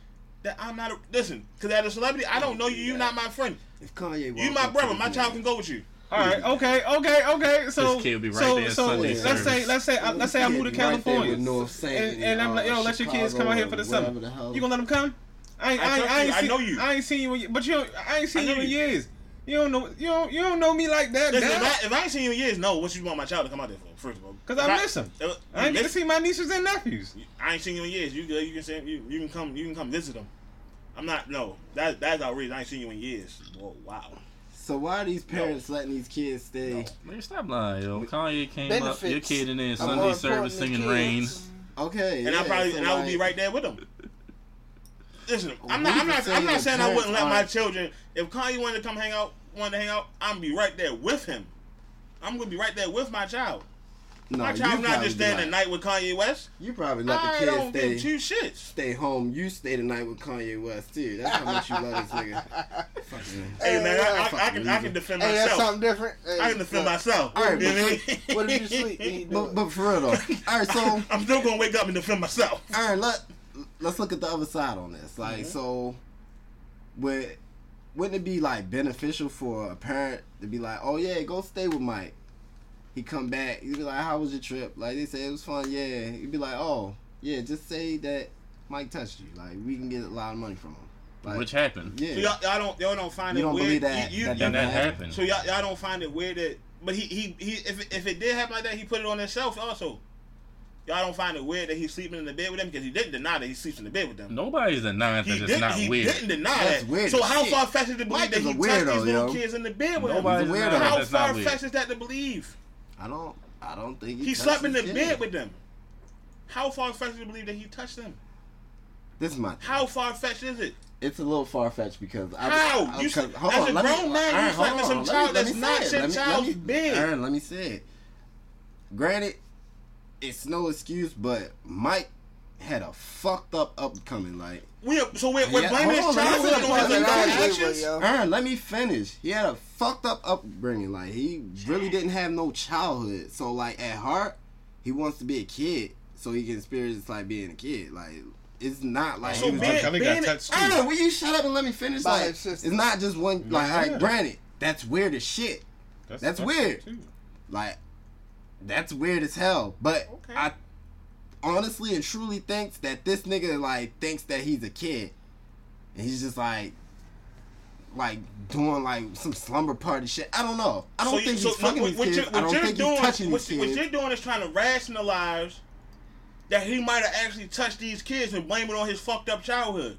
[SPEAKER 5] that I'm not. A, listen, because as a celebrity, I don't know you. You're not my friend.
[SPEAKER 2] if Kanye,
[SPEAKER 5] You
[SPEAKER 2] walked
[SPEAKER 5] my
[SPEAKER 2] up to
[SPEAKER 5] brother.
[SPEAKER 2] this
[SPEAKER 5] My
[SPEAKER 2] man-
[SPEAKER 5] child can go with you.
[SPEAKER 7] All right, okay, okay, okay. So,
[SPEAKER 4] This kid will be right
[SPEAKER 7] so,
[SPEAKER 4] there
[SPEAKER 7] so
[SPEAKER 4] Sunday
[SPEAKER 7] let's
[SPEAKER 4] service.
[SPEAKER 7] say, let's say, I, let's say I move to
[SPEAKER 2] Right there with
[SPEAKER 7] California,
[SPEAKER 2] North Saint
[SPEAKER 7] and, and I'm like,
[SPEAKER 2] uh,
[SPEAKER 7] yo, let your kids come
[SPEAKER 2] Chicago
[SPEAKER 7] out here for
[SPEAKER 2] or
[SPEAKER 7] the
[SPEAKER 2] whatever
[SPEAKER 7] summer.
[SPEAKER 2] the hell.
[SPEAKER 7] You gonna let them come? I ain't,
[SPEAKER 5] I
[SPEAKER 7] I, ain't,
[SPEAKER 5] trust
[SPEAKER 7] I, ain't
[SPEAKER 5] you. I
[SPEAKER 7] seen-
[SPEAKER 5] know you.
[SPEAKER 7] I ain't seen you, in- but you, don't- I ain't
[SPEAKER 5] I
[SPEAKER 7] seen you
[SPEAKER 5] know
[SPEAKER 7] in
[SPEAKER 5] you.
[SPEAKER 7] years. You don't know, you don't, you don't know me like that.
[SPEAKER 5] Listen,
[SPEAKER 7] Dad.
[SPEAKER 5] if, I, if I ain't seen you in years, no. What you want my child to come out there for? First of all,
[SPEAKER 7] 'Cause I
[SPEAKER 5] If
[SPEAKER 7] miss him.
[SPEAKER 5] if-
[SPEAKER 7] I
[SPEAKER 5] you
[SPEAKER 7] ain't get to
[SPEAKER 5] miss-
[SPEAKER 7] see my nieces and nephews.
[SPEAKER 5] I ain't seen you in years. You good? You can say you, you can come. You can come visit them. I'm not. No, that that's outrageous. I ain't seen you in years. Whoa, wow.
[SPEAKER 2] So why are these parents letting these kids stay?
[SPEAKER 4] Man, stop lying, yo. Kanye came
[SPEAKER 1] Benefits
[SPEAKER 4] up, your kid in
[SPEAKER 1] are
[SPEAKER 4] there,
[SPEAKER 1] more
[SPEAKER 4] Sunday
[SPEAKER 1] important
[SPEAKER 4] service
[SPEAKER 1] than
[SPEAKER 4] singing
[SPEAKER 1] kids.
[SPEAKER 4] rain.
[SPEAKER 2] Okay.
[SPEAKER 5] and
[SPEAKER 2] yeah,
[SPEAKER 5] I probably
[SPEAKER 2] so
[SPEAKER 5] and I would be
[SPEAKER 2] like-
[SPEAKER 5] right there with them. Listen,
[SPEAKER 2] What
[SPEAKER 5] I'm not
[SPEAKER 2] if
[SPEAKER 5] I'm
[SPEAKER 2] you
[SPEAKER 5] not
[SPEAKER 2] say
[SPEAKER 5] I'm
[SPEAKER 2] your
[SPEAKER 5] not saying I wouldn't let my
[SPEAKER 2] parents
[SPEAKER 5] children. If Kanye wanted to come hang out, wanted to hang out, I'm be right there with him. I'm gonna be right there with my child.
[SPEAKER 2] No,
[SPEAKER 5] my
[SPEAKER 2] you
[SPEAKER 5] child not
[SPEAKER 2] probably
[SPEAKER 5] just
[SPEAKER 2] be
[SPEAKER 5] staying
[SPEAKER 2] like-
[SPEAKER 5] the night with Kanye West.
[SPEAKER 2] You probably let
[SPEAKER 5] I
[SPEAKER 2] the
[SPEAKER 5] don't
[SPEAKER 2] kids
[SPEAKER 5] give two
[SPEAKER 2] stay
[SPEAKER 5] shits.
[SPEAKER 2] stay home. You stay the night with Kanye West too. That's how much you love this nigga. Fucking.
[SPEAKER 5] Hey man,
[SPEAKER 1] yeah,
[SPEAKER 5] I, I, I
[SPEAKER 2] fucking
[SPEAKER 5] can I
[SPEAKER 2] reason.
[SPEAKER 5] can defend
[SPEAKER 1] Hey, that's
[SPEAKER 5] myself.
[SPEAKER 1] something different. Hey,
[SPEAKER 5] I can defend
[SPEAKER 1] look,
[SPEAKER 5] myself.
[SPEAKER 2] All right,
[SPEAKER 5] You know
[SPEAKER 2] but-
[SPEAKER 5] what I mean?
[SPEAKER 1] What did you sleep? when you do
[SPEAKER 2] But
[SPEAKER 1] it?
[SPEAKER 2] but for real though. All right, so
[SPEAKER 5] I'm still gonna wake up and defend myself.
[SPEAKER 2] all right, let let's look at the other side on this. Like
[SPEAKER 5] Mm-hmm.
[SPEAKER 2] so, would wouldn't it be like beneficial for a parent to be like, oh yeah, go stay with Mike. He come back. He'd be like, how was your trip? Like they say it was fun. Yeah. He'd be like, oh yeah, just say that Mike touched you. Like we can get a lot of money from him. Like,
[SPEAKER 4] Which happened.
[SPEAKER 2] yeah.
[SPEAKER 5] So y'all, y'all don't y'all don't find
[SPEAKER 2] You
[SPEAKER 5] it
[SPEAKER 2] don't
[SPEAKER 5] weird.
[SPEAKER 2] believe that-
[SPEAKER 5] You- you-
[SPEAKER 2] that
[SPEAKER 5] you-
[SPEAKER 4] And that happened.
[SPEAKER 5] So y'all, y'all don't find it weird that, but he, he, he if, if it did happen like that, he put it on himself also. Y'all don't find it weird that he's sleeping in the bed with them because he didn't deny that he sleeps in the bed with them.
[SPEAKER 4] Nobody's denying
[SPEAKER 5] he
[SPEAKER 4] that it's not
[SPEAKER 5] he
[SPEAKER 4] weird.
[SPEAKER 5] didn't deny
[SPEAKER 2] That's
[SPEAKER 5] that.
[SPEAKER 2] weird
[SPEAKER 5] so
[SPEAKER 2] as
[SPEAKER 5] how
[SPEAKER 2] shit.
[SPEAKER 5] far fetched it to believe
[SPEAKER 2] Mike
[SPEAKER 5] that
[SPEAKER 2] is
[SPEAKER 5] he
[SPEAKER 2] a
[SPEAKER 5] touched
[SPEAKER 2] weirdo,
[SPEAKER 5] these little
[SPEAKER 2] yo.
[SPEAKER 5] kids in the bed with
[SPEAKER 4] Nobody's
[SPEAKER 5] him?
[SPEAKER 2] He's a
[SPEAKER 4] denying
[SPEAKER 2] weirdo.
[SPEAKER 5] How
[SPEAKER 4] that's not
[SPEAKER 5] far
[SPEAKER 4] weird.
[SPEAKER 5] fetched is that to believe?
[SPEAKER 2] I don't. I don't think
[SPEAKER 5] He
[SPEAKER 2] touched
[SPEAKER 5] slept in the
[SPEAKER 2] his kid.
[SPEAKER 5] bed with them. How far fetched is it to believe that he touched them?
[SPEAKER 2] This is my.
[SPEAKER 5] How far fetched is it?
[SPEAKER 2] It's a little far fetched because I.
[SPEAKER 5] How?
[SPEAKER 2] I,
[SPEAKER 5] You
[SPEAKER 2] because-
[SPEAKER 5] s- as a
[SPEAKER 2] let me-
[SPEAKER 5] grown man, you
[SPEAKER 2] Aaron,
[SPEAKER 5] slept
[SPEAKER 2] hold
[SPEAKER 5] with
[SPEAKER 2] on.
[SPEAKER 5] some
[SPEAKER 2] Let
[SPEAKER 5] child
[SPEAKER 2] let
[SPEAKER 5] that's
[SPEAKER 2] say
[SPEAKER 5] not
[SPEAKER 2] it.
[SPEAKER 5] your
[SPEAKER 2] Let me- let
[SPEAKER 5] child's
[SPEAKER 2] me-
[SPEAKER 5] bed.
[SPEAKER 2] Aaron, let me say it. Granted, it's no excuse, but Mike had a fucked up upcoming. Like
[SPEAKER 5] We're, so we're, we're
[SPEAKER 2] Yeah,
[SPEAKER 5] blaming
[SPEAKER 2] hold
[SPEAKER 5] his
[SPEAKER 2] on,
[SPEAKER 5] childhood
[SPEAKER 2] let me-
[SPEAKER 5] on his
[SPEAKER 2] let me-
[SPEAKER 5] adult
[SPEAKER 2] let me-
[SPEAKER 5] actions.
[SPEAKER 1] yo.
[SPEAKER 2] Aaron, let me finish. He had a fucked up upbringing. Like he really didn't have no childhood. So like at heart, he wants to be a kid so he can experience like being a kid. Like it's not like
[SPEAKER 5] So
[SPEAKER 2] he was
[SPEAKER 5] being-
[SPEAKER 2] just-
[SPEAKER 7] Kelly
[SPEAKER 5] being-
[SPEAKER 7] got touched too.
[SPEAKER 2] Aaron, will you shut up and let me finish?
[SPEAKER 1] By
[SPEAKER 2] Like,
[SPEAKER 1] his
[SPEAKER 2] it's
[SPEAKER 1] sister.
[SPEAKER 2] not just one. Like, all
[SPEAKER 7] Yeah.
[SPEAKER 2] right, granted, that's weird as shit. that's
[SPEAKER 7] touched
[SPEAKER 2] weird.
[SPEAKER 7] too.
[SPEAKER 2] Like, that's weird as hell. But
[SPEAKER 5] Okay.
[SPEAKER 2] I, honestly and truly thinks that this nigga like thinks that he's a kid, and he's just like, like doing like some slumber party shit. I don't know. I don't
[SPEAKER 5] So you-
[SPEAKER 2] think
[SPEAKER 5] so
[SPEAKER 2] he's fucking
[SPEAKER 5] what-
[SPEAKER 2] these
[SPEAKER 5] what
[SPEAKER 2] kids.
[SPEAKER 5] you're-
[SPEAKER 2] I
[SPEAKER 5] what
[SPEAKER 2] don't
[SPEAKER 5] you're
[SPEAKER 2] think
[SPEAKER 5] doing-
[SPEAKER 2] he's touching
[SPEAKER 5] what,
[SPEAKER 2] these
[SPEAKER 5] you- what
[SPEAKER 2] kids.
[SPEAKER 5] you're doing is trying to rationalize that he might have actually touched these kids and blame it on his fucked up childhood.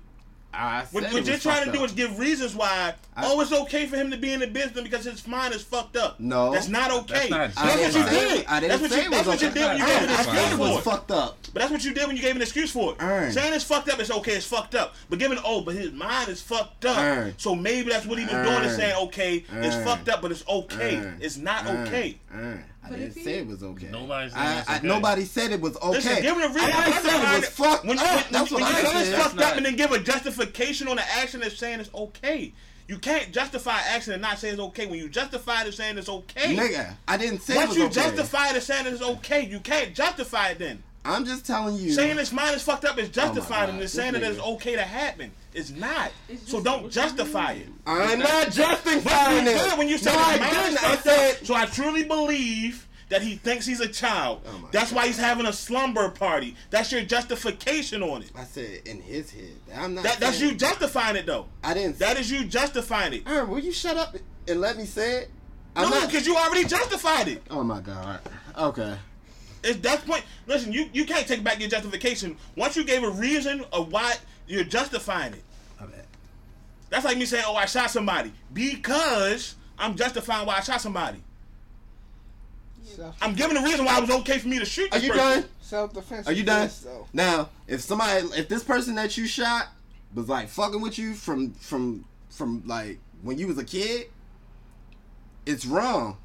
[SPEAKER 2] I
[SPEAKER 5] What,
[SPEAKER 2] said
[SPEAKER 5] what
[SPEAKER 2] it
[SPEAKER 5] you're
[SPEAKER 2] was
[SPEAKER 5] trying to
[SPEAKER 2] fucked
[SPEAKER 5] do
[SPEAKER 2] up.
[SPEAKER 5] is give reasons why.
[SPEAKER 2] I-
[SPEAKER 5] oh, it's okay for him to be in the business because his mind is fucked up.
[SPEAKER 2] No.
[SPEAKER 5] that's not okay.
[SPEAKER 4] not
[SPEAKER 5] That's,
[SPEAKER 4] I
[SPEAKER 5] what you
[SPEAKER 2] didn't say-
[SPEAKER 5] did.
[SPEAKER 2] I didn't
[SPEAKER 5] that's what
[SPEAKER 2] say
[SPEAKER 5] you,
[SPEAKER 2] it was
[SPEAKER 5] that's what you
[SPEAKER 2] okay.
[SPEAKER 5] did when you
[SPEAKER 4] I-
[SPEAKER 5] gave
[SPEAKER 2] I
[SPEAKER 5] an
[SPEAKER 2] said
[SPEAKER 5] excuse
[SPEAKER 2] it
[SPEAKER 5] for
[SPEAKER 2] was
[SPEAKER 5] it.
[SPEAKER 2] fucked up.
[SPEAKER 5] But that's what you did when you gave an excuse for it.
[SPEAKER 2] Ern.
[SPEAKER 5] Saying it's fucked up, it's okay, it's fucked up. But giving, oh, but his mind is fucked up.
[SPEAKER 2] Ern.
[SPEAKER 5] So maybe that's what he was doing is
[SPEAKER 2] Ern.
[SPEAKER 5] saying, okay, it's
[SPEAKER 2] Ern.
[SPEAKER 5] fucked up, but it's okay.
[SPEAKER 2] Ern.
[SPEAKER 5] It's not
[SPEAKER 2] Ern.
[SPEAKER 5] okay.
[SPEAKER 2] Ern. Uh, I
[SPEAKER 6] But
[SPEAKER 2] didn't
[SPEAKER 6] if he-
[SPEAKER 2] say it was okay.
[SPEAKER 4] Nobody said
[SPEAKER 2] I-
[SPEAKER 4] it's
[SPEAKER 2] I-
[SPEAKER 4] okay.
[SPEAKER 2] Nobody said it was okay.
[SPEAKER 5] Listen, give it a reason.
[SPEAKER 2] I said it was fucked
[SPEAKER 5] When,
[SPEAKER 2] up.
[SPEAKER 5] when-
[SPEAKER 2] That's
[SPEAKER 5] when
[SPEAKER 2] what
[SPEAKER 5] you
[SPEAKER 2] I
[SPEAKER 5] say it's
[SPEAKER 2] said.
[SPEAKER 5] fucked
[SPEAKER 4] That's
[SPEAKER 5] up
[SPEAKER 4] not-
[SPEAKER 5] and then give a justification on the action that's saying it's okay. You can't justify action and not say it's okay. When you justify it as saying it's okay,
[SPEAKER 2] Nigga, I didn't say it
[SPEAKER 5] once
[SPEAKER 2] was
[SPEAKER 5] you
[SPEAKER 2] okay.
[SPEAKER 5] justify it as saying it's okay, you can't justify it then.
[SPEAKER 2] I'm just telling you.
[SPEAKER 5] Saying his mind is fucked up is justified,
[SPEAKER 2] Oh God,
[SPEAKER 5] and
[SPEAKER 2] this
[SPEAKER 5] it's saying that
[SPEAKER 2] nigga.
[SPEAKER 5] it's okay to happen. It's not.
[SPEAKER 6] It's
[SPEAKER 5] so don't
[SPEAKER 6] just- what you mean?
[SPEAKER 5] justify it.
[SPEAKER 2] I'm not
[SPEAKER 5] But you
[SPEAKER 2] justifying
[SPEAKER 5] did
[SPEAKER 2] it.
[SPEAKER 5] when you said
[SPEAKER 2] no, I
[SPEAKER 5] his mind is
[SPEAKER 2] didn't. I
[SPEAKER 5] fucked up.
[SPEAKER 2] said
[SPEAKER 5] So I truly believe that he thinks he's a child.
[SPEAKER 2] Oh my
[SPEAKER 5] That's why he's having a slumber party. That's your justification on it.
[SPEAKER 2] I said in his head. I'm not.
[SPEAKER 5] That, that's
[SPEAKER 2] saying-
[SPEAKER 5] you justifying it though.
[SPEAKER 2] I didn't.
[SPEAKER 5] That is you justifying it.
[SPEAKER 2] Ern, will you shut up and let me say it? I'm
[SPEAKER 5] No,
[SPEAKER 2] not.
[SPEAKER 5] because you already justified it.
[SPEAKER 2] Oh my god. Okay.
[SPEAKER 5] It's that point. Listen, you, you can't take back your justification once you gave a reason of why you're justifying it.
[SPEAKER 2] My bad.
[SPEAKER 5] That's like me saying, "Oh, I shot somebody because I'm justifying why I shot somebody."
[SPEAKER 1] Self,
[SPEAKER 5] I'm giving a reason why it was okay for me to shoot.
[SPEAKER 2] Are
[SPEAKER 5] this
[SPEAKER 2] you
[SPEAKER 5] person.
[SPEAKER 2] done?
[SPEAKER 1] self-defense.
[SPEAKER 2] Are you
[SPEAKER 1] is
[SPEAKER 2] done?
[SPEAKER 1] best, though.
[SPEAKER 2] Now, if somebody, if this person that you shot was like fucking with you from from from like when you was a kid, it's wrong.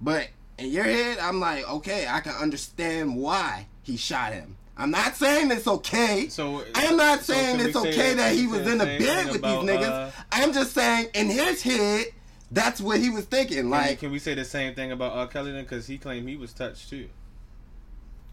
[SPEAKER 2] But in your head, I'm like, okay, I can understand why he shot him. I'm not saying it's okay.
[SPEAKER 7] So
[SPEAKER 2] I'm not
[SPEAKER 7] so
[SPEAKER 2] saying
[SPEAKER 7] can
[SPEAKER 2] it's
[SPEAKER 7] we say
[SPEAKER 2] okay that he was in the
[SPEAKER 7] same
[SPEAKER 2] bed
[SPEAKER 7] thing
[SPEAKER 2] with
[SPEAKER 7] about,
[SPEAKER 2] these niggas.
[SPEAKER 7] uh,
[SPEAKER 2] I'm just saying in his head, that's what he was thinking.
[SPEAKER 7] Can we-
[SPEAKER 2] Like,
[SPEAKER 7] can we say the same thing about R. Kelly then? Because he claimed he was touched too.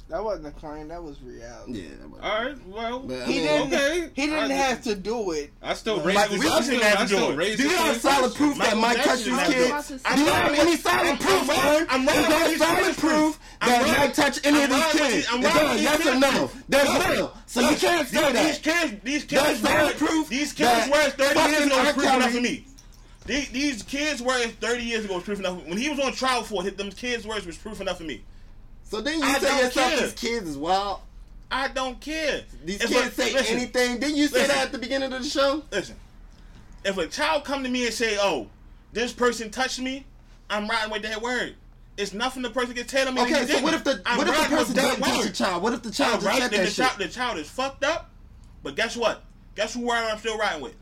[SPEAKER 1] That wasn't a claim. That was reality.
[SPEAKER 2] yeah, that was-
[SPEAKER 7] All right, well,
[SPEAKER 2] But, uh, I
[SPEAKER 1] He
[SPEAKER 2] mean-
[SPEAKER 1] didn't.
[SPEAKER 7] okay.
[SPEAKER 1] He didn't
[SPEAKER 7] I,
[SPEAKER 1] have to do it.
[SPEAKER 7] I still
[SPEAKER 1] Like,
[SPEAKER 7] raise.
[SPEAKER 2] we
[SPEAKER 7] I
[SPEAKER 2] didn't
[SPEAKER 7] still,
[SPEAKER 5] have to
[SPEAKER 7] I still
[SPEAKER 5] do it.
[SPEAKER 7] raise.
[SPEAKER 2] do you
[SPEAKER 7] the
[SPEAKER 2] have
[SPEAKER 7] same
[SPEAKER 2] solid
[SPEAKER 7] question.
[SPEAKER 2] proof that
[SPEAKER 5] Michael
[SPEAKER 2] Mike
[SPEAKER 5] Jackson
[SPEAKER 2] touched these
[SPEAKER 5] had to-
[SPEAKER 2] kids? Do
[SPEAKER 6] I'm
[SPEAKER 2] you
[SPEAKER 5] not-
[SPEAKER 2] have any solid proof, man?
[SPEAKER 5] I'm
[SPEAKER 2] Is
[SPEAKER 5] not-
[SPEAKER 2] there solid
[SPEAKER 5] I'm
[SPEAKER 2] proof that
[SPEAKER 5] not- I'm
[SPEAKER 2] Mike
[SPEAKER 5] not-
[SPEAKER 2] touched any of
[SPEAKER 5] I'm
[SPEAKER 2] these
[SPEAKER 5] not-
[SPEAKER 2] kids? Is
[SPEAKER 5] I'm
[SPEAKER 2] there a
[SPEAKER 5] not-
[SPEAKER 2] yes or no? There's no. So you can't say
[SPEAKER 5] These
[SPEAKER 2] that.
[SPEAKER 5] kids, these
[SPEAKER 2] That's
[SPEAKER 5] kids,
[SPEAKER 2] solid
[SPEAKER 5] were,
[SPEAKER 2] proof
[SPEAKER 5] these
[SPEAKER 2] that
[SPEAKER 5] kids were 30 years
[SPEAKER 2] fucking
[SPEAKER 5] ago was
[SPEAKER 2] R.
[SPEAKER 5] proof enough
[SPEAKER 2] Kelly-
[SPEAKER 5] for me. These, these kids were 30 years ago was proof enough. When he was on trial for it, them kids' words was proof enough for me.
[SPEAKER 2] So then
[SPEAKER 5] I
[SPEAKER 2] you say
[SPEAKER 5] don't
[SPEAKER 2] yourself,
[SPEAKER 5] care.
[SPEAKER 2] these kids is wild.
[SPEAKER 5] I don't care.
[SPEAKER 2] These
[SPEAKER 5] If a-
[SPEAKER 2] kids say
[SPEAKER 5] listen,
[SPEAKER 2] anything. Didn't you say
[SPEAKER 5] listen.
[SPEAKER 2] that at the beginning of the show?
[SPEAKER 5] Listen, if a child come to me and say, "Oh, this person touched me," I'm riding with that word. It's nothing the person can tell me. that
[SPEAKER 2] Okay, so
[SPEAKER 5] he didn't.
[SPEAKER 2] what if the
[SPEAKER 5] I'm
[SPEAKER 2] what if the
[SPEAKER 5] riding with
[SPEAKER 2] person
[SPEAKER 5] that
[SPEAKER 2] didn't touch the
[SPEAKER 5] word.
[SPEAKER 2] child? What if the
[SPEAKER 5] I'm
[SPEAKER 2] child just
[SPEAKER 5] riding-
[SPEAKER 2] said
[SPEAKER 5] then
[SPEAKER 2] that
[SPEAKER 5] the child,
[SPEAKER 2] shit?
[SPEAKER 5] the child is fucked up. But guess what? Guess who word I'm still riding with?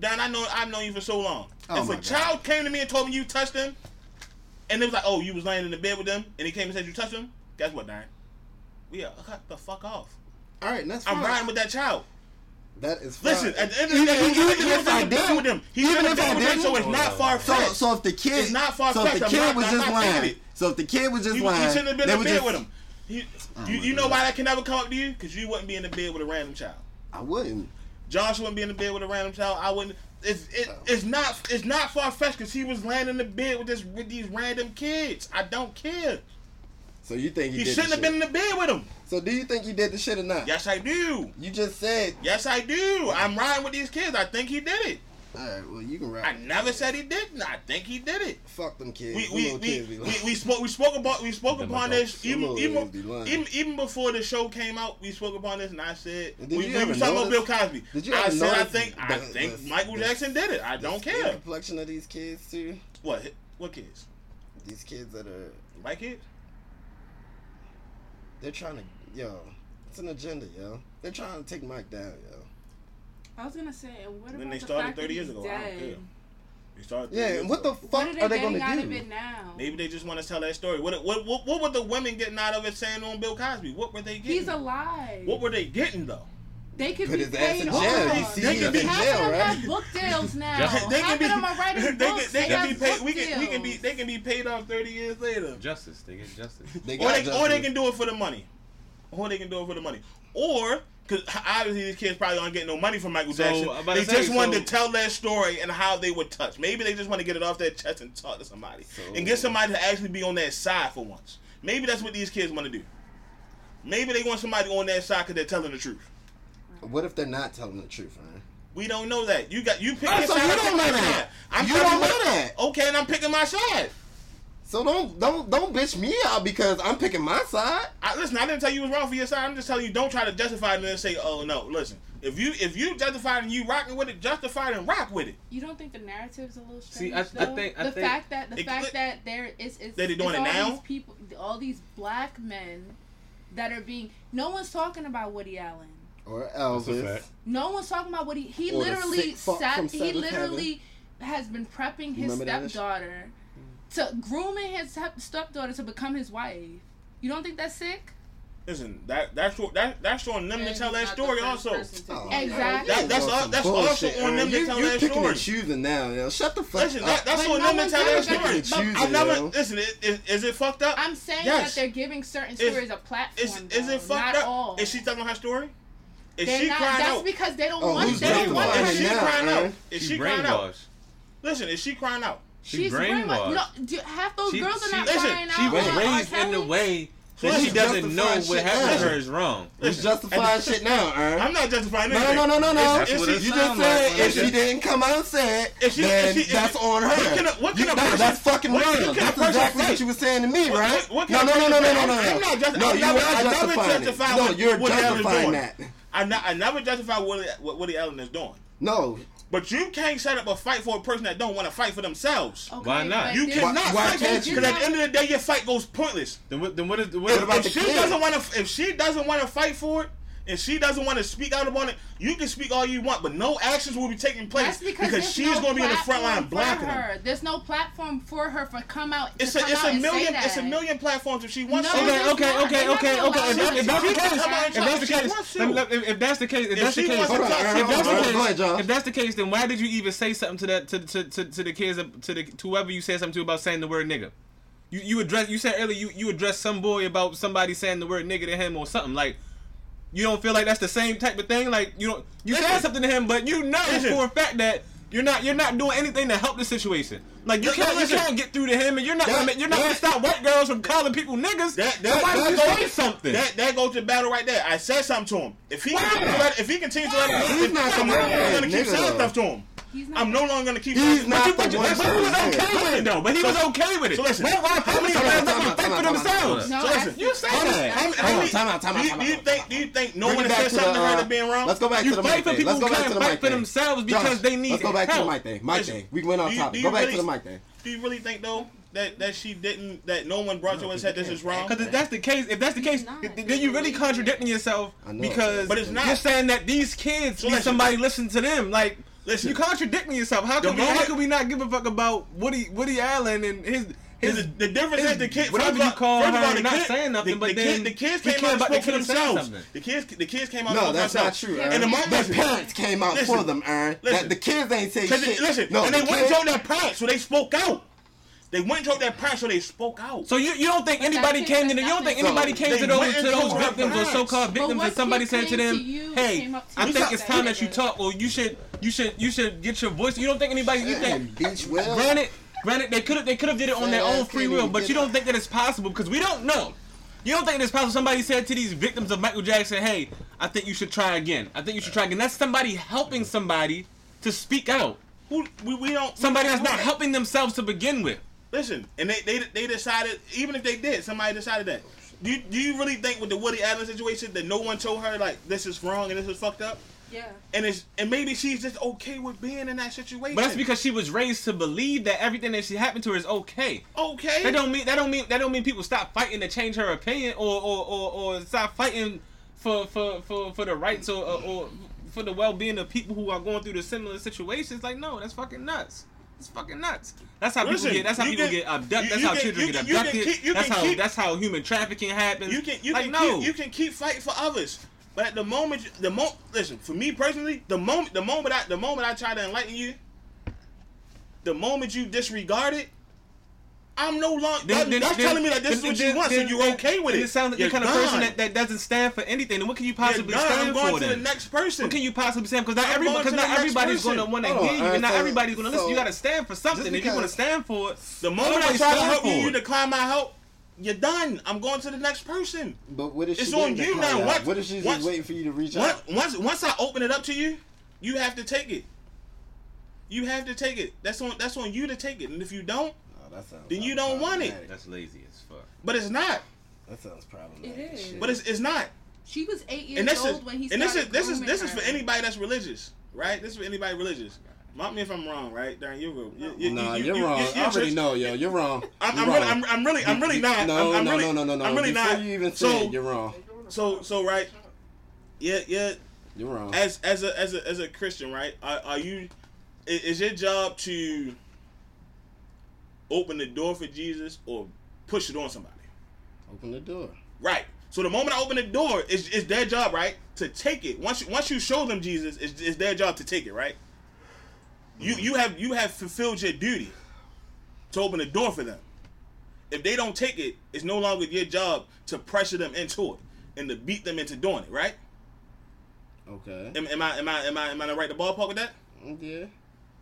[SPEAKER 5] Don, I know I've known you for so long.
[SPEAKER 2] Oh
[SPEAKER 5] if
[SPEAKER 2] my
[SPEAKER 5] a
[SPEAKER 2] God.
[SPEAKER 5] child came to me and told me you touched him, and it was like, "Oh, you was laying in the bed with them," and he came and said you touched him, guess what, Don? We are cut the fuck off.
[SPEAKER 2] All right, that's
[SPEAKER 5] I'm riding
[SPEAKER 2] fine.
[SPEAKER 5] with that child.
[SPEAKER 2] That is fine.
[SPEAKER 5] Listen, at the end of the
[SPEAKER 2] Even-
[SPEAKER 5] day, he
[SPEAKER 2] even
[SPEAKER 5] was in
[SPEAKER 2] if I
[SPEAKER 5] the bed
[SPEAKER 2] did-
[SPEAKER 5] with them. He was
[SPEAKER 2] even
[SPEAKER 5] in the
[SPEAKER 2] if I
[SPEAKER 5] bed with them,
[SPEAKER 2] didn't-
[SPEAKER 5] so it's not far
[SPEAKER 2] So,
[SPEAKER 5] fetched.
[SPEAKER 2] so if the kid,
[SPEAKER 5] It's not far
[SPEAKER 2] so if the
[SPEAKER 5] fetched.
[SPEAKER 2] kid
[SPEAKER 5] I'm not-
[SPEAKER 2] was
[SPEAKER 5] I'm
[SPEAKER 2] just
[SPEAKER 5] not
[SPEAKER 2] lying,
[SPEAKER 5] saying it.
[SPEAKER 2] so if the kid was just
[SPEAKER 5] He,
[SPEAKER 2] lying,
[SPEAKER 5] he shouldn't have been
[SPEAKER 2] they
[SPEAKER 5] in
[SPEAKER 2] would
[SPEAKER 5] the bed
[SPEAKER 2] just- Oh
[SPEAKER 5] with him. He, you
[SPEAKER 2] my
[SPEAKER 5] you know
[SPEAKER 2] God.
[SPEAKER 5] why that can never come up to you? Because you wouldn't be in the bed with a random child.
[SPEAKER 2] I wouldn't.
[SPEAKER 5] Josh wouldn't be in the bed with a random child. I wouldn't. It's
[SPEAKER 2] Oh.
[SPEAKER 5] it, it's not it's not far fetched because he was laying in the bed with this with these random kids. I don't care.
[SPEAKER 2] So you think he,
[SPEAKER 5] He
[SPEAKER 2] did
[SPEAKER 5] shouldn't
[SPEAKER 2] the
[SPEAKER 5] have been in
[SPEAKER 2] shit.
[SPEAKER 5] the bed with him.
[SPEAKER 2] So do you think he did the shit or not?
[SPEAKER 5] Yes, I do.
[SPEAKER 2] You just said.
[SPEAKER 5] Yes, I do. I'm riding with these kids. I think he did it.
[SPEAKER 2] All right, well you can
[SPEAKER 5] I
[SPEAKER 2] rap.
[SPEAKER 5] never said he didn't. I think he did it.
[SPEAKER 2] Fuck them kids.
[SPEAKER 5] we
[SPEAKER 2] Them
[SPEAKER 5] we
[SPEAKER 2] little
[SPEAKER 5] we,
[SPEAKER 2] kids
[SPEAKER 5] we,
[SPEAKER 2] be
[SPEAKER 5] we,
[SPEAKER 2] lying.
[SPEAKER 5] spoke we spoke about we spoke
[SPEAKER 4] Them
[SPEAKER 5] upon
[SPEAKER 4] adults.
[SPEAKER 5] this even
[SPEAKER 2] Them
[SPEAKER 5] even,
[SPEAKER 2] little niggas be lying.
[SPEAKER 5] even even before the show came out we spoke upon this and I said
[SPEAKER 2] Did
[SPEAKER 5] we,
[SPEAKER 2] you
[SPEAKER 5] we
[SPEAKER 2] ever
[SPEAKER 5] was talking about Bill
[SPEAKER 2] notice-
[SPEAKER 5] Cosby.
[SPEAKER 2] did you
[SPEAKER 5] I
[SPEAKER 2] ever
[SPEAKER 5] said I
[SPEAKER 2] notice
[SPEAKER 5] think I
[SPEAKER 2] the-
[SPEAKER 5] think
[SPEAKER 2] the-
[SPEAKER 5] Michael
[SPEAKER 2] the-
[SPEAKER 5] Jackson did it. I don't
[SPEAKER 2] The
[SPEAKER 5] care.
[SPEAKER 2] complexion of these kids too.
[SPEAKER 5] What what kids?
[SPEAKER 2] These kids that are
[SPEAKER 5] My kids?
[SPEAKER 2] they're trying to yo. It's an agenda, yo. They're trying to take Mike down, yo.
[SPEAKER 6] I was gonna say, and what
[SPEAKER 5] Then
[SPEAKER 6] about
[SPEAKER 5] they
[SPEAKER 6] the
[SPEAKER 5] started
[SPEAKER 6] fact
[SPEAKER 5] 30
[SPEAKER 6] that
[SPEAKER 5] years
[SPEAKER 6] he's
[SPEAKER 5] ago. I don't care.
[SPEAKER 6] dead?
[SPEAKER 5] They started three
[SPEAKER 2] Yeah,
[SPEAKER 5] years
[SPEAKER 2] and what the
[SPEAKER 5] ago.
[SPEAKER 6] What
[SPEAKER 2] fuck
[SPEAKER 6] are they,
[SPEAKER 2] are they
[SPEAKER 6] getting out
[SPEAKER 2] gonna
[SPEAKER 6] of
[SPEAKER 2] do?
[SPEAKER 6] it now?
[SPEAKER 5] Maybe they just want to tell that story. What what what what were the women getting out of it saying on Bill Cosby? What were they getting?
[SPEAKER 6] He's alive.
[SPEAKER 5] what were they getting though?
[SPEAKER 6] They could
[SPEAKER 2] Put
[SPEAKER 6] be
[SPEAKER 2] his ass
[SPEAKER 6] paid
[SPEAKER 2] in
[SPEAKER 6] off.
[SPEAKER 2] jail. You
[SPEAKER 5] off.
[SPEAKER 2] see,
[SPEAKER 5] They
[SPEAKER 2] he's
[SPEAKER 5] could
[SPEAKER 2] in
[SPEAKER 5] be-
[SPEAKER 2] jail,
[SPEAKER 6] Half of them
[SPEAKER 2] right?
[SPEAKER 6] have book deals now.
[SPEAKER 5] They
[SPEAKER 6] Half
[SPEAKER 5] can
[SPEAKER 6] of them are
[SPEAKER 5] be
[SPEAKER 6] writing
[SPEAKER 5] they can,
[SPEAKER 6] books.
[SPEAKER 5] they can be
[SPEAKER 6] got
[SPEAKER 5] paid
[SPEAKER 6] book
[SPEAKER 5] we can we can be
[SPEAKER 6] deals.
[SPEAKER 5] they can be paid off 30 years later.
[SPEAKER 7] Justice. They get justice.
[SPEAKER 2] They
[SPEAKER 5] Or
[SPEAKER 2] got
[SPEAKER 5] they, or they
[SPEAKER 2] justice.
[SPEAKER 5] can do it for the money. Or they can do it for the money. Or, because obviously these kids probably aren't getting no money from Michael
[SPEAKER 7] So, I'm
[SPEAKER 5] Jackson.
[SPEAKER 7] about
[SPEAKER 5] They
[SPEAKER 7] to say,
[SPEAKER 5] just wanted
[SPEAKER 7] so-
[SPEAKER 5] to tell their story and how they were touched. Maybe they just want to get it off their chest and talk to somebody.
[SPEAKER 2] So-
[SPEAKER 5] and get somebody to actually be on their side for once. Maybe that's what these kids want to do. Maybe they want somebody on that side because they're telling the truth.
[SPEAKER 2] What if they're not telling the truth, man?
[SPEAKER 5] We don't know that. You got you pick
[SPEAKER 2] Oh,
[SPEAKER 5] your
[SPEAKER 2] so
[SPEAKER 5] side.
[SPEAKER 2] you
[SPEAKER 5] I pick
[SPEAKER 2] don't
[SPEAKER 5] my
[SPEAKER 2] know that.
[SPEAKER 5] side. I'm
[SPEAKER 2] You
[SPEAKER 5] telling
[SPEAKER 2] don't
[SPEAKER 5] what-
[SPEAKER 2] know that.
[SPEAKER 5] Okay, and I'm picking my side.
[SPEAKER 2] So don't don't don't bitch me out because I'm picking my side.
[SPEAKER 5] I, listen, I didn't tell you it was wrong for your side. I'm just telling you, don't try to justify it and then say, "Oh no." Listen, if you if you justify it and you rocking with it, justify it and rock with it.
[SPEAKER 6] You don't think the narrative's a little
[SPEAKER 7] See,
[SPEAKER 6] strange?
[SPEAKER 7] I- I
[SPEAKER 6] though?
[SPEAKER 7] think- I
[SPEAKER 6] the
[SPEAKER 7] think-
[SPEAKER 6] fact that the
[SPEAKER 5] It-
[SPEAKER 6] fact
[SPEAKER 5] it-
[SPEAKER 6] that there is is
[SPEAKER 5] That they doing
[SPEAKER 6] it's
[SPEAKER 5] it now?
[SPEAKER 6] all These people, all these black men that are being. No one's talking about Woody Allen.
[SPEAKER 2] Or
[SPEAKER 4] That's a
[SPEAKER 2] Elvis.
[SPEAKER 4] fact.
[SPEAKER 6] No one's talking about what he. He
[SPEAKER 2] Or the
[SPEAKER 6] literally
[SPEAKER 2] sick fuck
[SPEAKER 6] sat.
[SPEAKER 2] from
[SPEAKER 6] He
[SPEAKER 2] Seventh
[SPEAKER 6] literally has been prepping his
[SPEAKER 2] Remember that?
[SPEAKER 6] stepdaughter to grooming his step- stepdaughter to become his wife. You don't think that's sick?
[SPEAKER 5] Listen, that that's what that that's on them to tell that story also.
[SPEAKER 2] Oh,
[SPEAKER 6] Exactly.
[SPEAKER 2] yeah, you
[SPEAKER 5] That's
[SPEAKER 2] on
[SPEAKER 5] all-
[SPEAKER 2] some
[SPEAKER 5] that's also
[SPEAKER 2] bullshit, man.
[SPEAKER 5] on them to
[SPEAKER 2] You-
[SPEAKER 5] tell
[SPEAKER 2] you
[SPEAKER 5] that
[SPEAKER 2] picking
[SPEAKER 5] story.
[SPEAKER 2] and choosing now, yo. Shut the fuck
[SPEAKER 5] Listen,
[SPEAKER 2] up.
[SPEAKER 5] that, that's
[SPEAKER 6] But
[SPEAKER 5] on
[SPEAKER 6] no
[SPEAKER 5] them to
[SPEAKER 6] one's
[SPEAKER 5] tell
[SPEAKER 6] ever
[SPEAKER 5] that
[SPEAKER 6] gonna-
[SPEAKER 5] story.
[SPEAKER 6] Picking and
[SPEAKER 5] I
[SPEAKER 2] choosing,
[SPEAKER 5] never
[SPEAKER 2] yo.
[SPEAKER 5] listen. Is, is, is it fucked up?
[SPEAKER 6] I'm saying
[SPEAKER 5] Yes.
[SPEAKER 6] that they're giving certain
[SPEAKER 5] Is-
[SPEAKER 6] stories a platform.
[SPEAKER 5] Is is
[SPEAKER 6] though,
[SPEAKER 5] it fucked
[SPEAKER 6] not
[SPEAKER 5] up?
[SPEAKER 6] All.
[SPEAKER 5] Is she telling her story? Is
[SPEAKER 6] They're
[SPEAKER 5] she
[SPEAKER 6] not,
[SPEAKER 5] crying
[SPEAKER 6] that's
[SPEAKER 5] out?
[SPEAKER 6] because they don't
[SPEAKER 2] Oh,
[SPEAKER 6] want.
[SPEAKER 2] who's
[SPEAKER 6] They don't want
[SPEAKER 2] brainwashed?
[SPEAKER 6] her
[SPEAKER 5] Is she
[SPEAKER 6] to
[SPEAKER 2] now,
[SPEAKER 5] crying out?
[SPEAKER 2] Aaron?
[SPEAKER 5] Is
[SPEAKER 7] She
[SPEAKER 5] she crying out?
[SPEAKER 7] brainwashed.
[SPEAKER 5] Listen, is she crying out?
[SPEAKER 7] She
[SPEAKER 6] She's
[SPEAKER 7] brainwashed.
[SPEAKER 6] brainwashed. No, do, half those
[SPEAKER 7] She-
[SPEAKER 6] girls are
[SPEAKER 7] she-
[SPEAKER 6] not
[SPEAKER 5] listen,
[SPEAKER 6] crying
[SPEAKER 7] She
[SPEAKER 6] out.
[SPEAKER 7] was
[SPEAKER 6] on R.
[SPEAKER 7] raised in a
[SPEAKER 6] Kelly.
[SPEAKER 7] way that
[SPEAKER 5] Who's
[SPEAKER 7] she doesn't know
[SPEAKER 2] justifying
[SPEAKER 7] what
[SPEAKER 2] shit
[SPEAKER 7] happened to
[SPEAKER 2] now?
[SPEAKER 7] her is wrong.
[SPEAKER 2] You
[SPEAKER 5] Listen,
[SPEAKER 2] justifying
[SPEAKER 5] and-
[SPEAKER 2] shit now, Ern.
[SPEAKER 5] I'm not justifying
[SPEAKER 2] No,
[SPEAKER 5] anything.
[SPEAKER 2] no, no, no, no.
[SPEAKER 5] It's-
[SPEAKER 4] That's what
[SPEAKER 5] it's-
[SPEAKER 4] it
[SPEAKER 2] You just
[SPEAKER 4] sound like
[SPEAKER 2] said
[SPEAKER 4] when
[SPEAKER 2] if
[SPEAKER 4] they
[SPEAKER 2] she
[SPEAKER 4] just-
[SPEAKER 2] didn't come out and say it,
[SPEAKER 5] If she- if
[SPEAKER 2] then
[SPEAKER 5] she- if
[SPEAKER 2] that's
[SPEAKER 5] she-
[SPEAKER 2] on her.
[SPEAKER 5] what can a- what
[SPEAKER 2] You-
[SPEAKER 5] can a
[SPEAKER 2] no,
[SPEAKER 5] person-
[SPEAKER 2] that's fucking
[SPEAKER 5] what
[SPEAKER 2] wrong.
[SPEAKER 5] can a
[SPEAKER 2] That's
[SPEAKER 5] person
[SPEAKER 2] exactly
[SPEAKER 5] say?
[SPEAKER 2] what you were saying to me,
[SPEAKER 5] What-
[SPEAKER 2] right?
[SPEAKER 5] what- what
[SPEAKER 2] no,
[SPEAKER 5] can
[SPEAKER 2] no,
[SPEAKER 5] a
[SPEAKER 2] no, no, no,
[SPEAKER 5] person
[SPEAKER 2] no, no,
[SPEAKER 5] say?
[SPEAKER 2] no.
[SPEAKER 5] I'm not just-
[SPEAKER 2] no,
[SPEAKER 5] I'm
[SPEAKER 2] you
[SPEAKER 5] never-
[SPEAKER 2] are
[SPEAKER 5] I never
[SPEAKER 2] justifying
[SPEAKER 5] justify
[SPEAKER 2] it. No,
[SPEAKER 5] what-
[SPEAKER 2] you're
[SPEAKER 5] what Allen's
[SPEAKER 2] justifying
[SPEAKER 5] doing.
[SPEAKER 2] that.
[SPEAKER 5] I, not, I never justify what Woody, what Woody Allen is doing,
[SPEAKER 2] No,
[SPEAKER 5] but you can't set up a fight for a person that don't want to fight for themselves.
[SPEAKER 6] Okay,
[SPEAKER 7] Why not?
[SPEAKER 6] but
[SPEAKER 5] You
[SPEAKER 6] there's-
[SPEAKER 5] cannot
[SPEAKER 2] Why- why
[SPEAKER 5] fight
[SPEAKER 2] can't you?
[SPEAKER 5] because at the end of the day, your fight goes pointless.
[SPEAKER 7] Then what? Then what is? What,
[SPEAKER 2] What about
[SPEAKER 5] if
[SPEAKER 2] the
[SPEAKER 5] she
[SPEAKER 2] kid?
[SPEAKER 5] doesn't want to, if she doesn't want to fight for it, and she doesn't want to speak out about it, you can speak all you want, but no actions will be taking place
[SPEAKER 6] That's because, there's
[SPEAKER 5] she's
[SPEAKER 6] no
[SPEAKER 5] going to be in the front
[SPEAKER 6] platform
[SPEAKER 5] line
[SPEAKER 6] for
[SPEAKER 5] blocking them.
[SPEAKER 6] her. There's no platform for her for come out.
[SPEAKER 5] It's
[SPEAKER 6] to
[SPEAKER 5] a
[SPEAKER 6] come
[SPEAKER 5] it's
[SPEAKER 6] out
[SPEAKER 5] a
[SPEAKER 6] and say
[SPEAKER 5] million
[SPEAKER 6] that.
[SPEAKER 5] it's a million platforms if she wants. to.
[SPEAKER 6] No,
[SPEAKER 7] Okay,
[SPEAKER 6] there's
[SPEAKER 7] okay,
[SPEAKER 6] not.
[SPEAKER 7] okay,
[SPEAKER 6] They're not
[SPEAKER 7] okay,
[SPEAKER 6] gonna
[SPEAKER 7] okay.
[SPEAKER 6] allow
[SPEAKER 7] If that-
[SPEAKER 6] her
[SPEAKER 7] if
[SPEAKER 6] to
[SPEAKER 7] that's
[SPEAKER 6] come out
[SPEAKER 7] the case-
[SPEAKER 6] and
[SPEAKER 7] if that's the
[SPEAKER 5] she
[SPEAKER 7] case,
[SPEAKER 5] wants to.
[SPEAKER 7] let me- let- if if that's the case, if
[SPEAKER 5] If
[SPEAKER 7] that's the
[SPEAKER 5] she
[SPEAKER 7] case,
[SPEAKER 5] wants to
[SPEAKER 2] Hold
[SPEAKER 7] if
[SPEAKER 2] on,
[SPEAKER 5] talk to
[SPEAKER 2] Aaron,
[SPEAKER 5] her
[SPEAKER 7] that's
[SPEAKER 2] hold on,
[SPEAKER 5] mother-
[SPEAKER 2] hold on,
[SPEAKER 7] the
[SPEAKER 2] Josh.
[SPEAKER 7] case, if that's the case, then why did you even say something to that to to to, to the kids to the to whoever you said something to about saying the word nigga? You you address you said earlier you you addressed some boy about somebody saying the word nigga to him or something like. You don't feel like that's the same type of thing. Like you don't you said
[SPEAKER 5] Listen.
[SPEAKER 7] something to him, but you know
[SPEAKER 5] Listen.
[SPEAKER 7] for a fact that. You're not you're not doing anything to help the situation. Like you
[SPEAKER 5] No, no,
[SPEAKER 7] can't you
[SPEAKER 5] listen.
[SPEAKER 7] can't get through to him, and you're not
[SPEAKER 2] That-
[SPEAKER 7] I mean, you're not gonna
[SPEAKER 2] that-
[SPEAKER 7] stop white girls from calling people niggas.
[SPEAKER 5] That- that-
[SPEAKER 7] Why
[SPEAKER 5] that
[SPEAKER 7] did you
[SPEAKER 5] goes-
[SPEAKER 7] say something?
[SPEAKER 5] That that goes to battle right there. I said something to him. If he continues to let, if he continues to let him,
[SPEAKER 2] He's not
[SPEAKER 5] I'm
[SPEAKER 2] the
[SPEAKER 5] no longer
[SPEAKER 2] one
[SPEAKER 5] gonna keep
[SPEAKER 2] nigga,
[SPEAKER 5] saying
[SPEAKER 2] though.
[SPEAKER 5] stuff to him.
[SPEAKER 6] He's not-
[SPEAKER 5] I'm no longer gonna keep.
[SPEAKER 2] He's
[SPEAKER 5] saying-
[SPEAKER 2] not
[SPEAKER 5] But you-
[SPEAKER 2] the
[SPEAKER 5] but you-
[SPEAKER 2] one
[SPEAKER 5] but you was
[SPEAKER 2] saying
[SPEAKER 5] okay
[SPEAKER 2] it.
[SPEAKER 5] with it, though. But he was okay.
[SPEAKER 7] okay with it.
[SPEAKER 5] So listen.
[SPEAKER 7] Well, why
[SPEAKER 2] Hold on, hold
[SPEAKER 7] police
[SPEAKER 2] on, hold
[SPEAKER 7] don't
[SPEAKER 2] on,
[SPEAKER 7] fight
[SPEAKER 2] hold
[SPEAKER 7] for
[SPEAKER 2] on, hold on.
[SPEAKER 7] themselves?
[SPEAKER 6] No,
[SPEAKER 5] So
[SPEAKER 6] that's-
[SPEAKER 5] listen,
[SPEAKER 7] You say
[SPEAKER 2] Hold on.
[SPEAKER 7] that.
[SPEAKER 5] How
[SPEAKER 2] Hold
[SPEAKER 5] many- how
[SPEAKER 2] on,
[SPEAKER 5] many-
[SPEAKER 2] time out, time out,
[SPEAKER 5] do you-
[SPEAKER 2] time
[SPEAKER 5] Do
[SPEAKER 2] out,
[SPEAKER 5] you
[SPEAKER 2] time
[SPEAKER 5] think?
[SPEAKER 2] out.
[SPEAKER 5] Do you think no
[SPEAKER 2] Bring
[SPEAKER 5] one
[SPEAKER 2] it back
[SPEAKER 5] has said
[SPEAKER 2] to the,
[SPEAKER 5] something to her
[SPEAKER 2] uh,
[SPEAKER 5] that being wrong?
[SPEAKER 2] Let's go back
[SPEAKER 7] You
[SPEAKER 2] to the
[SPEAKER 7] fight
[SPEAKER 2] mic
[SPEAKER 7] for
[SPEAKER 2] thing.
[SPEAKER 7] people
[SPEAKER 2] Let's go
[SPEAKER 7] who
[SPEAKER 2] back to the
[SPEAKER 7] can't
[SPEAKER 2] mic
[SPEAKER 7] fight for
[SPEAKER 2] thing.
[SPEAKER 7] themselves
[SPEAKER 2] Josh,
[SPEAKER 7] because they need
[SPEAKER 2] Let's go back to the
[SPEAKER 7] help.
[SPEAKER 2] mic thing. Mic
[SPEAKER 5] Listen,
[SPEAKER 2] thing. We went off
[SPEAKER 5] do you- do
[SPEAKER 2] topic.
[SPEAKER 5] you
[SPEAKER 2] Go back to
[SPEAKER 5] really-
[SPEAKER 2] the mic thing.
[SPEAKER 5] Do you really think though that that she didn't that no one brought to her and said this is wrong?
[SPEAKER 7] Because if that's the case, if that's the case,
[SPEAKER 6] not.
[SPEAKER 7] then you really contradicting yourself
[SPEAKER 2] I know.
[SPEAKER 7] because
[SPEAKER 5] But it's not.
[SPEAKER 7] you're saying that these kids
[SPEAKER 5] So
[SPEAKER 7] need
[SPEAKER 5] listen.
[SPEAKER 7] somebody to listen to them. Like,
[SPEAKER 5] Listen.
[SPEAKER 7] you contradicting yourself. How
[SPEAKER 5] The
[SPEAKER 7] can we? How
[SPEAKER 5] moment-
[SPEAKER 7] can we not give a fuck about Woody Woody Allen and his? His,
[SPEAKER 5] The- the difference
[SPEAKER 7] his-
[SPEAKER 5] is the kid.
[SPEAKER 7] whatever
[SPEAKER 5] first of
[SPEAKER 7] you
[SPEAKER 5] all-
[SPEAKER 7] call
[SPEAKER 5] first of
[SPEAKER 7] her,
[SPEAKER 5] all, the
[SPEAKER 7] not
[SPEAKER 5] kid-
[SPEAKER 7] saying nothing,
[SPEAKER 5] the,
[SPEAKER 7] but
[SPEAKER 5] the
[SPEAKER 7] then
[SPEAKER 5] kid, the kids
[SPEAKER 7] we
[SPEAKER 5] came
[SPEAKER 7] care
[SPEAKER 5] out and
[SPEAKER 7] about the
[SPEAKER 5] spoke for
[SPEAKER 7] kid saying
[SPEAKER 5] themselves.
[SPEAKER 7] something.
[SPEAKER 5] The kids, the kids came out. and
[SPEAKER 2] No,
[SPEAKER 5] spoke for
[SPEAKER 2] that's not
[SPEAKER 5] themselves.
[SPEAKER 2] true.
[SPEAKER 6] Yeah,
[SPEAKER 2] Aaron.
[SPEAKER 6] And the
[SPEAKER 5] moment-
[SPEAKER 2] their parents came out for
[SPEAKER 5] Listen.
[SPEAKER 2] them, Aaron.
[SPEAKER 5] Listen.
[SPEAKER 2] that, the kids ain't say
[SPEAKER 5] Cause
[SPEAKER 2] shit.
[SPEAKER 5] it, listen,
[SPEAKER 2] no,
[SPEAKER 5] and they
[SPEAKER 2] the
[SPEAKER 5] went and
[SPEAKER 2] kids-
[SPEAKER 5] told their parents, so they spoke out. They went and told their parents, so they spoke out.
[SPEAKER 7] So you, you don't think anybody
[SPEAKER 6] that's
[SPEAKER 7] came
[SPEAKER 6] it,
[SPEAKER 7] to the, you
[SPEAKER 6] that's
[SPEAKER 7] don't think
[SPEAKER 6] it.
[SPEAKER 7] anybody came
[SPEAKER 5] They
[SPEAKER 7] to those
[SPEAKER 5] went
[SPEAKER 7] to
[SPEAKER 5] into
[SPEAKER 7] those
[SPEAKER 5] our
[SPEAKER 7] victims or
[SPEAKER 5] lives.
[SPEAKER 7] so-called victims
[SPEAKER 6] what
[SPEAKER 7] and somebody
[SPEAKER 6] kid
[SPEAKER 7] said to
[SPEAKER 6] came
[SPEAKER 7] them,
[SPEAKER 6] to you
[SPEAKER 7] "Hey,
[SPEAKER 6] came up to
[SPEAKER 7] I
[SPEAKER 6] you
[SPEAKER 7] think
[SPEAKER 6] and
[SPEAKER 7] it's
[SPEAKER 6] said
[SPEAKER 7] time
[SPEAKER 6] that
[SPEAKER 7] that you
[SPEAKER 6] nigga?"
[SPEAKER 7] talk or you should you should you should get your voice." You don't think anybody you think
[SPEAKER 2] Beach Will.
[SPEAKER 7] granted granted they could have they could have did it on their
[SPEAKER 2] Fat
[SPEAKER 7] own
[SPEAKER 2] ass
[SPEAKER 7] free
[SPEAKER 2] kid,
[SPEAKER 7] will,
[SPEAKER 2] he
[SPEAKER 7] but
[SPEAKER 2] did
[SPEAKER 7] you
[SPEAKER 2] it.
[SPEAKER 7] don't think that it's possible because we don't know. You don't think it's possible somebody said to these victims of Michael Jackson, "Hey, I think you should try again. I think you should try again." That's somebody helping somebody to speak out.
[SPEAKER 5] Who we, we don't
[SPEAKER 7] Somebody that's not
[SPEAKER 5] help.
[SPEAKER 7] helping themselves to begin with.
[SPEAKER 5] Listen, and they, they they decided even if they did, somebody decided that. Do you, do you really think with the Woody Allen situation that no one told her like this is wrong and this is fucked up?
[SPEAKER 6] Yeah.
[SPEAKER 5] And it's and maybe she's just okay with being in that situation.
[SPEAKER 7] But that's because she was raised to believe that everything that she happened to her is okay.
[SPEAKER 5] okay.
[SPEAKER 7] That don't mean that don't mean that don't mean people stop fighting to change her opinion or or, or, or stop fighting for, for, for, for the rights or, or, or for the well being of people who are going through the similar situations. Like no, that's fucking nuts. It's fucking nuts. That's how
[SPEAKER 5] Listen,
[SPEAKER 7] people get. That's how
[SPEAKER 5] you
[SPEAKER 7] people
[SPEAKER 5] can-
[SPEAKER 7] get abducted.
[SPEAKER 5] you-
[SPEAKER 7] That's
[SPEAKER 5] you
[SPEAKER 7] how
[SPEAKER 5] can-
[SPEAKER 7] children
[SPEAKER 5] you
[SPEAKER 7] get
[SPEAKER 5] can- you can
[SPEAKER 7] abducted.
[SPEAKER 5] keep- you
[SPEAKER 7] that's
[SPEAKER 5] can
[SPEAKER 7] how
[SPEAKER 5] keep-
[SPEAKER 7] that's how human trafficking happens.
[SPEAKER 5] you can you
[SPEAKER 7] like
[SPEAKER 5] can
[SPEAKER 7] no.
[SPEAKER 5] keep, you can keep fighting for others. But at the moment, you- the moment listen for me personally, the moment the moment I the moment I try to enlighten you, the moment you disregard it, I'm no longer. That, that's telling me that this is
[SPEAKER 7] then-
[SPEAKER 5] what
[SPEAKER 7] then-
[SPEAKER 5] you want,
[SPEAKER 7] then-
[SPEAKER 5] so you're okay with
[SPEAKER 7] then
[SPEAKER 5] it.
[SPEAKER 7] It sounds like
[SPEAKER 5] You're
[SPEAKER 7] the kind of person
[SPEAKER 5] gone.
[SPEAKER 7] that, that doesn't stand for anything. And what can you
[SPEAKER 5] You're
[SPEAKER 7] possibly
[SPEAKER 5] gone.
[SPEAKER 7] stand
[SPEAKER 5] I'm going
[SPEAKER 7] for
[SPEAKER 5] to the
[SPEAKER 7] then?
[SPEAKER 5] next person.
[SPEAKER 7] What can you possibly stand? Because not,
[SPEAKER 5] I'm
[SPEAKER 7] everybody,
[SPEAKER 5] going
[SPEAKER 7] cause
[SPEAKER 5] to
[SPEAKER 7] not
[SPEAKER 5] the next
[SPEAKER 7] everybody's
[SPEAKER 5] person.
[SPEAKER 7] going to want to
[SPEAKER 2] Hold on,
[SPEAKER 7] hear you,
[SPEAKER 2] alright,
[SPEAKER 7] and not
[SPEAKER 2] so-
[SPEAKER 7] everybody's going to listen.
[SPEAKER 2] so-
[SPEAKER 7] You got to stand for something.
[SPEAKER 2] just
[SPEAKER 7] If you
[SPEAKER 2] because-
[SPEAKER 7] want to stand for it,
[SPEAKER 5] The moment I
[SPEAKER 7] Nobody's
[SPEAKER 5] try to
[SPEAKER 7] stand
[SPEAKER 5] help you,
[SPEAKER 7] for
[SPEAKER 5] you
[SPEAKER 7] it.
[SPEAKER 5] decline my help. You're done. I'm going to the next person.
[SPEAKER 2] But what if
[SPEAKER 5] It's
[SPEAKER 2] she
[SPEAKER 5] on
[SPEAKER 2] didn't
[SPEAKER 5] you
[SPEAKER 2] decline
[SPEAKER 5] now.
[SPEAKER 2] that?
[SPEAKER 5] What-
[SPEAKER 2] What if she's
[SPEAKER 5] what-
[SPEAKER 2] just waiting for you to reach
[SPEAKER 5] Once,
[SPEAKER 2] out?
[SPEAKER 5] once once I open it up to you, you have to take it. You have to take it. That's on that's on you to take it. And if you don't,
[SPEAKER 2] Oh, that sounds
[SPEAKER 5] Then you don't want it.
[SPEAKER 2] problematic.
[SPEAKER 7] That's lazy as fuck.
[SPEAKER 5] but it's not.
[SPEAKER 2] That sounds problematic.
[SPEAKER 6] It
[SPEAKER 2] as
[SPEAKER 6] is.
[SPEAKER 2] shit.
[SPEAKER 5] But it's it's not.
[SPEAKER 6] She was eight years
[SPEAKER 5] And this
[SPEAKER 6] old
[SPEAKER 5] is
[SPEAKER 6] when he
[SPEAKER 5] and
[SPEAKER 6] started
[SPEAKER 5] this is this is
[SPEAKER 6] grooming
[SPEAKER 5] this is
[SPEAKER 6] her.
[SPEAKER 5] for anybody that's religious, right? This is for anybody religious. Mark me if I'm wrong, right? Darren, you're real. You, you,
[SPEAKER 2] nah,
[SPEAKER 5] you,
[SPEAKER 2] you're
[SPEAKER 5] you,
[SPEAKER 2] wrong.
[SPEAKER 5] You,
[SPEAKER 2] I
[SPEAKER 5] you're
[SPEAKER 2] already
[SPEAKER 5] church-
[SPEAKER 2] know, yo. You're wrong.
[SPEAKER 5] I'm,
[SPEAKER 2] You're
[SPEAKER 5] I'm,
[SPEAKER 2] wrong.
[SPEAKER 5] really, I'm, I'm really, I'm really not.
[SPEAKER 2] No,
[SPEAKER 5] I'm, I'm
[SPEAKER 2] no,
[SPEAKER 5] really,
[SPEAKER 2] no, no, no, no.
[SPEAKER 5] I'm really
[SPEAKER 2] Before
[SPEAKER 5] not.
[SPEAKER 2] you even say
[SPEAKER 5] so,
[SPEAKER 2] it, you're wrong.
[SPEAKER 5] so, so, right? Yeah, yeah.
[SPEAKER 2] You're wrong.
[SPEAKER 5] As, as a, as a, as a Christian, right? Are, are you? i- Is your job to open the door for Jesus or push it on somebody?
[SPEAKER 2] Open the door.
[SPEAKER 5] Right. So the moment I open the door, it's, it's their job, right, to take it. Once you, once you show them Jesus, it's, it's their job to take it, right? You you have you have fulfilled your duty to open the door for them. If they don't take it, it's no longer your job to pressure them into it and to beat them into doing it, right?
[SPEAKER 2] Okay.
[SPEAKER 5] Am, am I am I am I am I in the right to ballpark with that?
[SPEAKER 2] Yeah.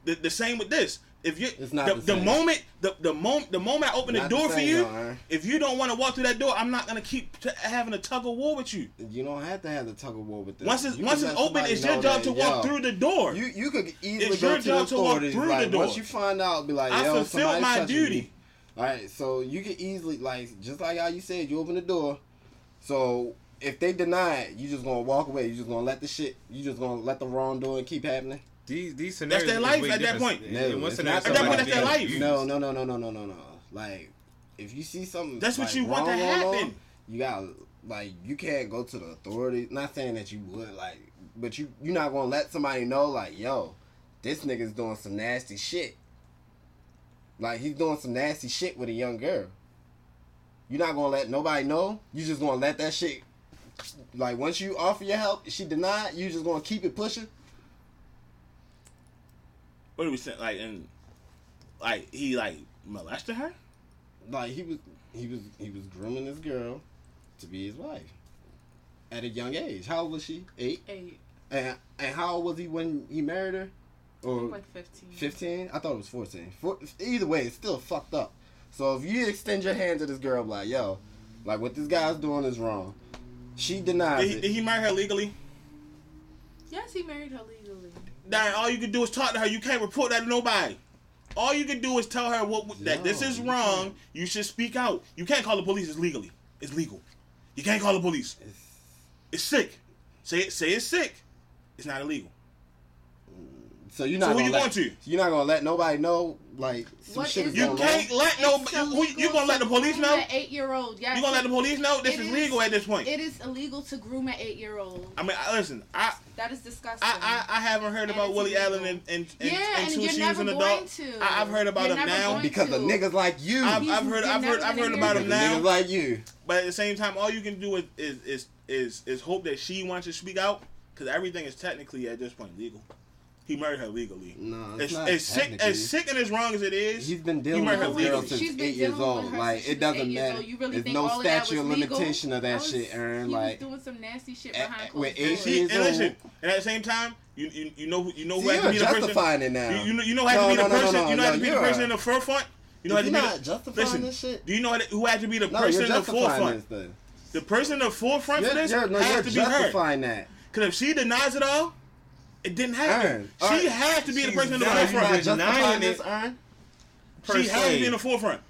[SPEAKER 5] The, the same with this. If you
[SPEAKER 2] It's not
[SPEAKER 5] the,
[SPEAKER 2] the
[SPEAKER 5] the
[SPEAKER 2] same.
[SPEAKER 5] moment the the moment the moment I open
[SPEAKER 2] Not
[SPEAKER 5] the
[SPEAKER 2] the
[SPEAKER 5] door for
[SPEAKER 2] same,
[SPEAKER 5] you,
[SPEAKER 2] though, Aaron.
[SPEAKER 5] if you don't want to walk through that door, I'm not gonna keep t- having a tug of war with you.
[SPEAKER 2] You don't have to have the tug of war with them.
[SPEAKER 5] Once it's
[SPEAKER 2] You
[SPEAKER 5] once
[SPEAKER 2] can
[SPEAKER 5] it's
[SPEAKER 2] let
[SPEAKER 5] open,
[SPEAKER 2] somebody
[SPEAKER 5] it's your
[SPEAKER 2] know
[SPEAKER 5] job
[SPEAKER 2] that,
[SPEAKER 5] to walk
[SPEAKER 2] yo,
[SPEAKER 5] through the door.
[SPEAKER 2] You you could easily
[SPEAKER 5] It's
[SPEAKER 2] go
[SPEAKER 5] your
[SPEAKER 2] to
[SPEAKER 5] job
[SPEAKER 2] the
[SPEAKER 5] to walk
[SPEAKER 2] authorities.
[SPEAKER 5] through
[SPEAKER 2] like,
[SPEAKER 5] the door.
[SPEAKER 2] Once you find out, be like,
[SPEAKER 5] I
[SPEAKER 2] yo,
[SPEAKER 5] fulfilled
[SPEAKER 2] somebody's
[SPEAKER 5] my
[SPEAKER 2] touching
[SPEAKER 5] duty.
[SPEAKER 2] me. All right, so you could easily like just like how you said, you open the door. So if they deny it, you just gonna walk away. You just gonna let the shit. You just gonna let the wrong door and keep happening.
[SPEAKER 7] These these
[SPEAKER 5] their
[SPEAKER 7] scenarios.
[SPEAKER 5] life
[SPEAKER 7] is way
[SPEAKER 5] at that
[SPEAKER 7] different.
[SPEAKER 5] point.
[SPEAKER 7] In-
[SPEAKER 2] No,
[SPEAKER 7] in one
[SPEAKER 2] it's
[SPEAKER 7] scenario,
[SPEAKER 2] not their
[SPEAKER 7] somebody
[SPEAKER 5] life. At that point, that's
[SPEAKER 7] being
[SPEAKER 5] their
[SPEAKER 2] No,
[SPEAKER 7] abused.
[SPEAKER 2] no, no, no, no, no, no, no. Like if you see something,
[SPEAKER 5] That's what
[SPEAKER 2] like,
[SPEAKER 5] you want to
[SPEAKER 2] wrong going on,
[SPEAKER 5] happen.
[SPEAKER 2] you got to like you can't go to the authorities. Not saying that you would like, but you you're not gonna let somebody know like, yo, this nigga's doing some nasty shit. Like he's doing some nasty shit with a young girl. You're not gonna let nobody know. You just gonna let that shit. Like once you offer your help, she denied. You just gonna keep it pushing.
[SPEAKER 5] What do we say? Like and like he like molested her.
[SPEAKER 2] like he was he was he was grooming this girl to be his wife at a young age. How old was she? Eight.
[SPEAKER 6] Eight.
[SPEAKER 2] And and how old was he when he married her? Or
[SPEAKER 6] Like 15.
[SPEAKER 2] fifteen? I thought it was fourteen. Four, either way, it's still fucked up. So if you extend your hand to this girl, be like yo, like what this guy's doing is wrong. She
[SPEAKER 5] Did
[SPEAKER 2] denies
[SPEAKER 5] he, did
[SPEAKER 2] it.
[SPEAKER 5] he marry her legally?
[SPEAKER 6] Yes, he married her legally.
[SPEAKER 5] Darren, all you can do is talk to her. You can't report that to nobody. All you can do is tell her what that this
[SPEAKER 2] No,
[SPEAKER 5] is
[SPEAKER 2] you
[SPEAKER 5] wrong. You should speak out. You can't call the police. It's legally. It's legal. You can't call the police. It's sick. Say it. Say it's sick. It's not illegal.
[SPEAKER 2] So you're not.
[SPEAKER 5] So who
[SPEAKER 2] gonna
[SPEAKER 5] you
[SPEAKER 2] let,
[SPEAKER 5] going to?
[SPEAKER 2] You're not gonna let nobody know. Like some
[SPEAKER 6] What
[SPEAKER 2] shit
[SPEAKER 6] is
[SPEAKER 2] is,
[SPEAKER 5] You
[SPEAKER 2] going
[SPEAKER 5] can't
[SPEAKER 2] on.
[SPEAKER 5] let no.
[SPEAKER 6] It's
[SPEAKER 5] You, you, you
[SPEAKER 6] illegal
[SPEAKER 5] gonna let
[SPEAKER 6] to
[SPEAKER 5] the police
[SPEAKER 6] groom
[SPEAKER 5] know?
[SPEAKER 6] An eight-year-old. Yes.
[SPEAKER 5] You gonna let the police know? This
[SPEAKER 6] It
[SPEAKER 5] is
[SPEAKER 6] is-
[SPEAKER 5] legal at this point.
[SPEAKER 6] It is illegal to groom an eight-year-old.
[SPEAKER 5] I mean, I- listen. I
[SPEAKER 6] That is disgusting.
[SPEAKER 5] I, I, I haven't heard about
[SPEAKER 6] it's
[SPEAKER 5] Willie
[SPEAKER 6] illegal.
[SPEAKER 5] Allen and and, and,
[SPEAKER 6] yeah,
[SPEAKER 5] and
[SPEAKER 6] and,
[SPEAKER 5] two
[SPEAKER 6] you're
[SPEAKER 5] shoes
[SPEAKER 6] never
[SPEAKER 5] and a
[SPEAKER 6] going
[SPEAKER 5] dog.
[SPEAKER 6] to.
[SPEAKER 5] I- I've heard about
[SPEAKER 6] You're
[SPEAKER 5] him
[SPEAKER 6] never
[SPEAKER 5] now.
[SPEAKER 6] going
[SPEAKER 2] Because the
[SPEAKER 6] to.
[SPEAKER 2] niggas like you.
[SPEAKER 5] I've,
[SPEAKER 6] He's-
[SPEAKER 5] I've heard
[SPEAKER 6] you're
[SPEAKER 5] I've heard
[SPEAKER 6] never
[SPEAKER 5] I've heard
[SPEAKER 6] gonna
[SPEAKER 5] about
[SPEAKER 6] hear
[SPEAKER 5] him
[SPEAKER 2] the
[SPEAKER 5] now.
[SPEAKER 2] Niggas like you.
[SPEAKER 5] But at the same time, all you can do is is is is, is hope that she wants to speak out because everything is technically at this point legal. He married her legally.
[SPEAKER 2] No, it's
[SPEAKER 5] As,
[SPEAKER 2] not
[SPEAKER 5] as sick
[SPEAKER 2] technically.
[SPEAKER 5] as sick and as wrong as it is,
[SPEAKER 2] He's been dealing
[SPEAKER 5] You
[SPEAKER 2] with
[SPEAKER 5] might
[SPEAKER 2] this
[SPEAKER 5] have
[SPEAKER 2] girl
[SPEAKER 5] legally-
[SPEAKER 2] since
[SPEAKER 6] She's been
[SPEAKER 2] eight years
[SPEAKER 6] dealing with
[SPEAKER 2] old.
[SPEAKER 6] her
[SPEAKER 2] Like
[SPEAKER 6] since she
[SPEAKER 2] it
[SPEAKER 6] was eight
[SPEAKER 2] doesn't
[SPEAKER 6] years
[SPEAKER 2] matter.
[SPEAKER 6] old. You really
[SPEAKER 2] There's
[SPEAKER 6] think
[SPEAKER 2] no
[SPEAKER 6] all of that
[SPEAKER 2] statute of
[SPEAKER 6] was legal?
[SPEAKER 2] limitation of that
[SPEAKER 6] was-
[SPEAKER 2] shit, Aaron.
[SPEAKER 6] He
[SPEAKER 2] Like
[SPEAKER 6] was doing some nasty shit
[SPEAKER 5] eh,
[SPEAKER 2] at-
[SPEAKER 6] behind
[SPEAKER 2] with
[SPEAKER 6] closed
[SPEAKER 2] eight
[SPEAKER 6] doors.
[SPEAKER 5] she, and
[SPEAKER 2] years old.
[SPEAKER 5] listen, and at the same time, you you you know who you know
[SPEAKER 2] See,
[SPEAKER 5] who has to
[SPEAKER 2] you're
[SPEAKER 5] be the person.
[SPEAKER 2] justifying it now.
[SPEAKER 5] You, you know you know has
[SPEAKER 2] No,
[SPEAKER 5] to
[SPEAKER 2] no,
[SPEAKER 5] be the
[SPEAKER 2] no, no,
[SPEAKER 5] person.
[SPEAKER 2] no,
[SPEAKER 5] you know how
[SPEAKER 2] no,
[SPEAKER 5] to be the
[SPEAKER 2] you're-
[SPEAKER 5] person in the forefront. You know
[SPEAKER 2] If
[SPEAKER 5] how to
[SPEAKER 2] you're
[SPEAKER 5] be
[SPEAKER 2] not
[SPEAKER 5] the,
[SPEAKER 2] justifying
[SPEAKER 5] listen,
[SPEAKER 2] this shit-
[SPEAKER 5] Do you know how to- who had to be the
[SPEAKER 2] no,
[SPEAKER 5] person
[SPEAKER 2] you're
[SPEAKER 5] in the
[SPEAKER 2] justifying this
[SPEAKER 5] forefront?
[SPEAKER 2] thing.
[SPEAKER 5] The person in the forefront for
[SPEAKER 2] You're,
[SPEAKER 5] this
[SPEAKER 2] you're, no, you're
[SPEAKER 5] has to be her.
[SPEAKER 2] justifying that.
[SPEAKER 5] Because if she denies it all, it didn't happen.
[SPEAKER 2] Aaron,
[SPEAKER 5] she
[SPEAKER 2] alright.
[SPEAKER 5] has to be the
[SPEAKER 7] She's
[SPEAKER 5] person in the
[SPEAKER 7] not-
[SPEAKER 2] You're not
[SPEAKER 5] forefront.
[SPEAKER 7] denying
[SPEAKER 2] justifying
[SPEAKER 7] it.
[SPEAKER 2] this, Aaron.
[SPEAKER 7] per
[SPEAKER 5] She has to
[SPEAKER 7] se.
[SPEAKER 5] be in the forefront.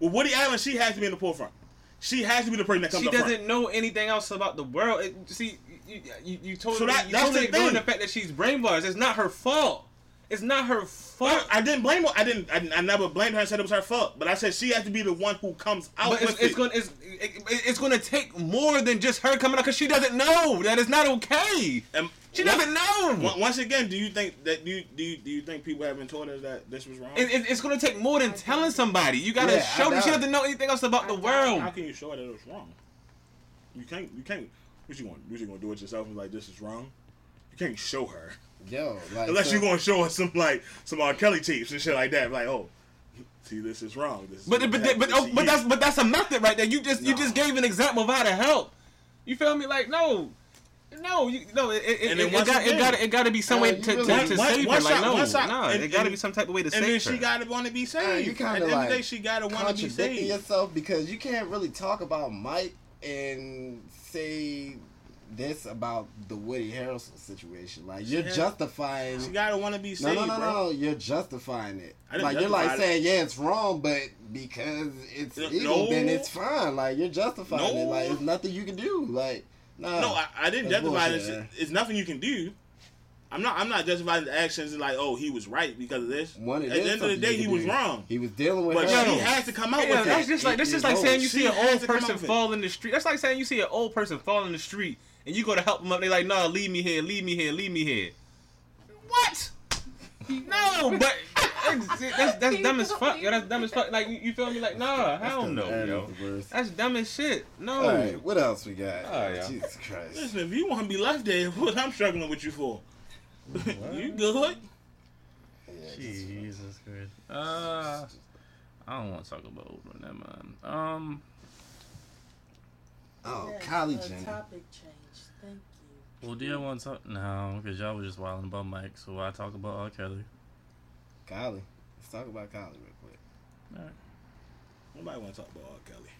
[SPEAKER 5] With Woody Allen, she has to be in the forefront. She has to be the person that comes
[SPEAKER 7] She
[SPEAKER 5] up front.
[SPEAKER 7] doesn't know anything else about the world. It, see, you, you, you told
[SPEAKER 5] So that-
[SPEAKER 7] you
[SPEAKER 5] that's
[SPEAKER 7] told
[SPEAKER 5] the
[SPEAKER 7] me ignoring
[SPEAKER 5] thing.
[SPEAKER 7] the fact that she's brainwashed. It's not her fault. It's not her fault.
[SPEAKER 5] Well, I didn't blame her. I didn't. I, didn't- I never blamed her and said it was her fault. But I said she has to be the one who comes out
[SPEAKER 7] But
[SPEAKER 5] with
[SPEAKER 7] it's, it's
[SPEAKER 5] it.
[SPEAKER 7] gonna it's, it, it's gonna take more than just her coming out because she doesn't know that it's not okay.
[SPEAKER 5] And
[SPEAKER 7] She
[SPEAKER 5] once-
[SPEAKER 7] doesn't know.
[SPEAKER 5] on- Once again, do you think that do you, do you, do you think people have been taught us that this was wrong?
[SPEAKER 7] It, it, it's gonna take more than telling somebody. You gotta
[SPEAKER 2] Yeah, I
[SPEAKER 7] show them. She
[SPEAKER 2] doubt it.
[SPEAKER 7] doesn't know anything else about the world.
[SPEAKER 5] How can you show her that it was wrong? You can't. You can't. What you going? What you gonna do it yourself? And be like this is wrong. You can't show her.
[SPEAKER 2] Yo, like
[SPEAKER 5] Unless
[SPEAKER 2] so-
[SPEAKER 5] you're gonna show us some like some R. Kelly tapes and shit like that, like oh, see this is wrong. This is
[SPEAKER 7] But
[SPEAKER 5] what
[SPEAKER 7] but but,
[SPEAKER 5] happened.
[SPEAKER 7] but,
[SPEAKER 5] This
[SPEAKER 7] oh,
[SPEAKER 5] is
[SPEAKER 7] but
[SPEAKER 5] you.
[SPEAKER 7] that's but that's a method right there. You just you
[SPEAKER 5] Nah.
[SPEAKER 7] just gave an example of how to help. You feel me? Like no, No, you, no, it, it,
[SPEAKER 5] And
[SPEAKER 7] it,
[SPEAKER 5] then
[SPEAKER 7] it,
[SPEAKER 5] once
[SPEAKER 7] got,
[SPEAKER 5] again-
[SPEAKER 7] it got it got to be some
[SPEAKER 2] Uh,
[SPEAKER 7] way
[SPEAKER 2] you
[SPEAKER 7] to, to,
[SPEAKER 2] really-
[SPEAKER 7] to
[SPEAKER 5] Once-
[SPEAKER 7] save her.
[SPEAKER 5] once
[SPEAKER 7] Like
[SPEAKER 5] I-
[SPEAKER 7] no,
[SPEAKER 5] once I-
[SPEAKER 7] no,
[SPEAKER 5] and-
[SPEAKER 7] it got to
[SPEAKER 5] and-
[SPEAKER 7] be some type of way to
[SPEAKER 5] And then
[SPEAKER 7] save
[SPEAKER 5] she
[SPEAKER 7] her.
[SPEAKER 5] gotta want to be saved.
[SPEAKER 2] you
[SPEAKER 5] At
[SPEAKER 2] kinda
[SPEAKER 5] the end of
[SPEAKER 2] like
[SPEAKER 5] the day, she gotta want to be
[SPEAKER 2] contradicting
[SPEAKER 5] saved.
[SPEAKER 2] yourself because you can't really talk about Mike and say this about the Woody Harrelson situation. Like you're
[SPEAKER 5] Yeah.
[SPEAKER 2] justifying.
[SPEAKER 5] She gotta want to be
[SPEAKER 2] no,
[SPEAKER 5] saved,
[SPEAKER 2] no, no,
[SPEAKER 5] bro.
[SPEAKER 2] no, You're justifying it.
[SPEAKER 5] I didn't
[SPEAKER 2] Like you're like
[SPEAKER 5] justify it.
[SPEAKER 2] saying, yeah, it's wrong, but because it's
[SPEAKER 5] No.
[SPEAKER 2] legal, then it's fine. Like you're justifying it.
[SPEAKER 5] No.
[SPEAKER 2] Like there's nothing you can do. Like nah.
[SPEAKER 5] No, I, I didn't
[SPEAKER 2] That's
[SPEAKER 5] justify
[SPEAKER 2] bullshit,
[SPEAKER 5] this.
[SPEAKER 2] man.
[SPEAKER 5] It's nothing you can do. I'm not. I'm not justifying the actions. Like, oh, he was right because of this.
[SPEAKER 2] One,
[SPEAKER 5] At
[SPEAKER 2] it
[SPEAKER 5] the
[SPEAKER 2] is
[SPEAKER 5] end of the
[SPEAKER 2] something
[SPEAKER 5] day,
[SPEAKER 2] you
[SPEAKER 5] he
[SPEAKER 2] can
[SPEAKER 5] was
[SPEAKER 2] do.
[SPEAKER 5] wrong.
[SPEAKER 2] He was dealing with.
[SPEAKER 5] But
[SPEAKER 2] her.
[SPEAKER 5] she has to come out
[SPEAKER 7] Yeah,
[SPEAKER 5] with that.
[SPEAKER 7] that's just like that's
[SPEAKER 2] It-
[SPEAKER 7] just
[SPEAKER 2] it-
[SPEAKER 7] like
[SPEAKER 2] oh,
[SPEAKER 7] saying you
[SPEAKER 5] she
[SPEAKER 7] see an
[SPEAKER 5] has
[SPEAKER 7] old
[SPEAKER 5] to come
[SPEAKER 7] person
[SPEAKER 5] up with-
[SPEAKER 7] fall in the street. That's like saying you see an old person fall in the street and you go to help them up. They like, no, leave me here, leave me here, leave me here. What? No, but that's, that's, that's dumb as fuck. Yo, that's dumb as fuck. Like you, you feel me? Like nah,
[SPEAKER 2] That's Uh,
[SPEAKER 7] hell
[SPEAKER 2] the-
[SPEAKER 7] no,
[SPEAKER 2] that is
[SPEAKER 7] yo.
[SPEAKER 2] the worst.
[SPEAKER 7] That's dumb as shit. No.
[SPEAKER 2] All right, what else we got?
[SPEAKER 7] Oh, yeah.
[SPEAKER 2] Jesus Christ.
[SPEAKER 5] Listen, if you want to be left there, what I'm struggling with you for? you good?
[SPEAKER 4] Jesus Christ. Uh, I don't want to talk about Oprah. Never mind. Um,
[SPEAKER 2] Oh,
[SPEAKER 8] Yes,
[SPEAKER 2] Kylie
[SPEAKER 8] uh,
[SPEAKER 2] Jenner.
[SPEAKER 8] Topic change. Thank you.
[SPEAKER 4] well, do you want to talk? No, because y'all was just wilding about Mike, so I talk about R. Kelly.
[SPEAKER 2] Kylie. Let's talk about Kylie real quick.
[SPEAKER 5] Nobody want to talk about R. Kelly.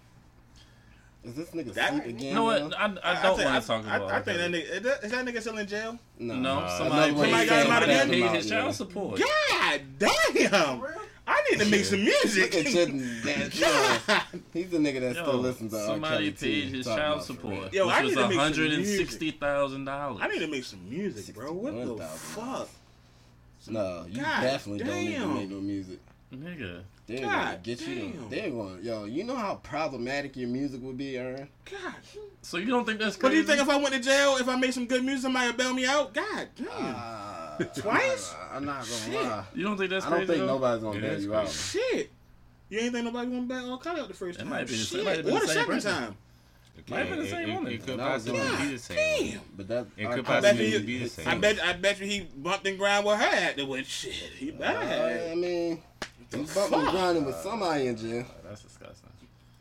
[SPEAKER 2] Is this nigga
[SPEAKER 5] That-
[SPEAKER 2] asleep again?
[SPEAKER 4] You know
[SPEAKER 2] yo?
[SPEAKER 4] what? I, I don't
[SPEAKER 5] think-
[SPEAKER 4] want to talk about
[SPEAKER 5] I, I
[SPEAKER 4] R.
[SPEAKER 5] think that
[SPEAKER 4] Kelly.
[SPEAKER 5] nigga is that, is that nigga still in jail?
[SPEAKER 2] No.
[SPEAKER 4] No,
[SPEAKER 2] Another
[SPEAKER 4] somebody
[SPEAKER 2] one
[SPEAKER 4] paid,
[SPEAKER 5] got him out
[SPEAKER 4] somebody
[SPEAKER 5] again?
[SPEAKER 4] paid his
[SPEAKER 2] Yeah.
[SPEAKER 4] child support.
[SPEAKER 5] God damn! I need to make some
[SPEAKER 2] Look at
[SPEAKER 5] music.
[SPEAKER 2] your dad. yo. He's the nigga that
[SPEAKER 4] Yo,
[SPEAKER 2] still listens to R.
[SPEAKER 4] somebody
[SPEAKER 2] Kelly
[SPEAKER 4] paid
[SPEAKER 2] too.
[SPEAKER 4] his
[SPEAKER 2] Talk
[SPEAKER 4] child
[SPEAKER 2] about for real.
[SPEAKER 4] support,
[SPEAKER 5] Yo,
[SPEAKER 4] which
[SPEAKER 5] I
[SPEAKER 4] was
[SPEAKER 5] need to make
[SPEAKER 4] one
[SPEAKER 5] some
[SPEAKER 4] hundred and sixty thousand dollars.
[SPEAKER 5] I need to make some music, bro. What the
[SPEAKER 2] 61,000.
[SPEAKER 5] fuck?
[SPEAKER 2] No, you
[SPEAKER 5] God
[SPEAKER 2] definitely don't need to
[SPEAKER 5] damn.
[SPEAKER 2] make no music.
[SPEAKER 4] nigga.
[SPEAKER 2] They're gonna
[SPEAKER 5] God
[SPEAKER 2] get you.
[SPEAKER 5] damn.
[SPEAKER 2] They're going. to Yo, you know how problematic your music would be, Aaron.
[SPEAKER 5] God.
[SPEAKER 4] So you don't think that's
[SPEAKER 5] What do
[SPEAKER 4] crazy?
[SPEAKER 5] you think if I went to jail? If I made some good music, somebody would bail me out? God damn!
[SPEAKER 2] Uh,
[SPEAKER 5] Twice?
[SPEAKER 2] I'm not, I'm not gonna
[SPEAKER 5] Shit.
[SPEAKER 2] lie.
[SPEAKER 4] You don't think that's
[SPEAKER 2] I
[SPEAKER 4] crazy?
[SPEAKER 2] don't think
[SPEAKER 4] though?
[SPEAKER 2] nobody's gonna
[SPEAKER 7] It
[SPEAKER 2] bail
[SPEAKER 7] is
[SPEAKER 2] you
[SPEAKER 7] crazy.
[SPEAKER 2] out.
[SPEAKER 5] Shit. You ain't think nobody gonna bail R. Kelly out the first
[SPEAKER 4] It
[SPEAKER 5] time?
[SPEAKER 4] might be the same-
[SPEAKER 5] Shit.
[SPEAKER 4] might have been
[SPEAKER 5] or
[SPEAKER 4] the
[SPEAKER 5] the,
[SPEAKER 4] same
[SPEAKER 5] second
[SPEAKER 4] person.
[SPEAKER 5] time.
[SPEAKER 4] Might have been the
[SPEAKER 7] It-
[SPEAKER 4] same
[SPEAKER 7] it-
[SPEAKER 4] woman.
[SPEAKER 7] It could
[SPEAKER 2] That was
[SPEAKER 7] possibly
[SPEAKER 5] God
[SPEAKER 7] be the same.
[SPEAKER 5] damn.
[SPEAKER 2] But that
[SPEAKER 7] It
[SPEAKER 2] R.
[SPEAKER 7] could
[SPEAKER 2] Kelly-
[SPEAKER 5] bet you
[SPEAKER 7] possibly
[SPEAKER 5] you-
[SPEAKER 7] be the same.
[SPEAKER 5] I bet I bet you he bumped and grind with her at the way. Shit, he
[SPEAKER 2] Uh, I
[SPEAKER 5] bad.
[SPEAKER 2] mean, he's bumping
[SPEAKER 5] fuck?
[SPEAKER 2] grinding with somebody in jail.
[SPEAKER 4] Oh, that's disgusting.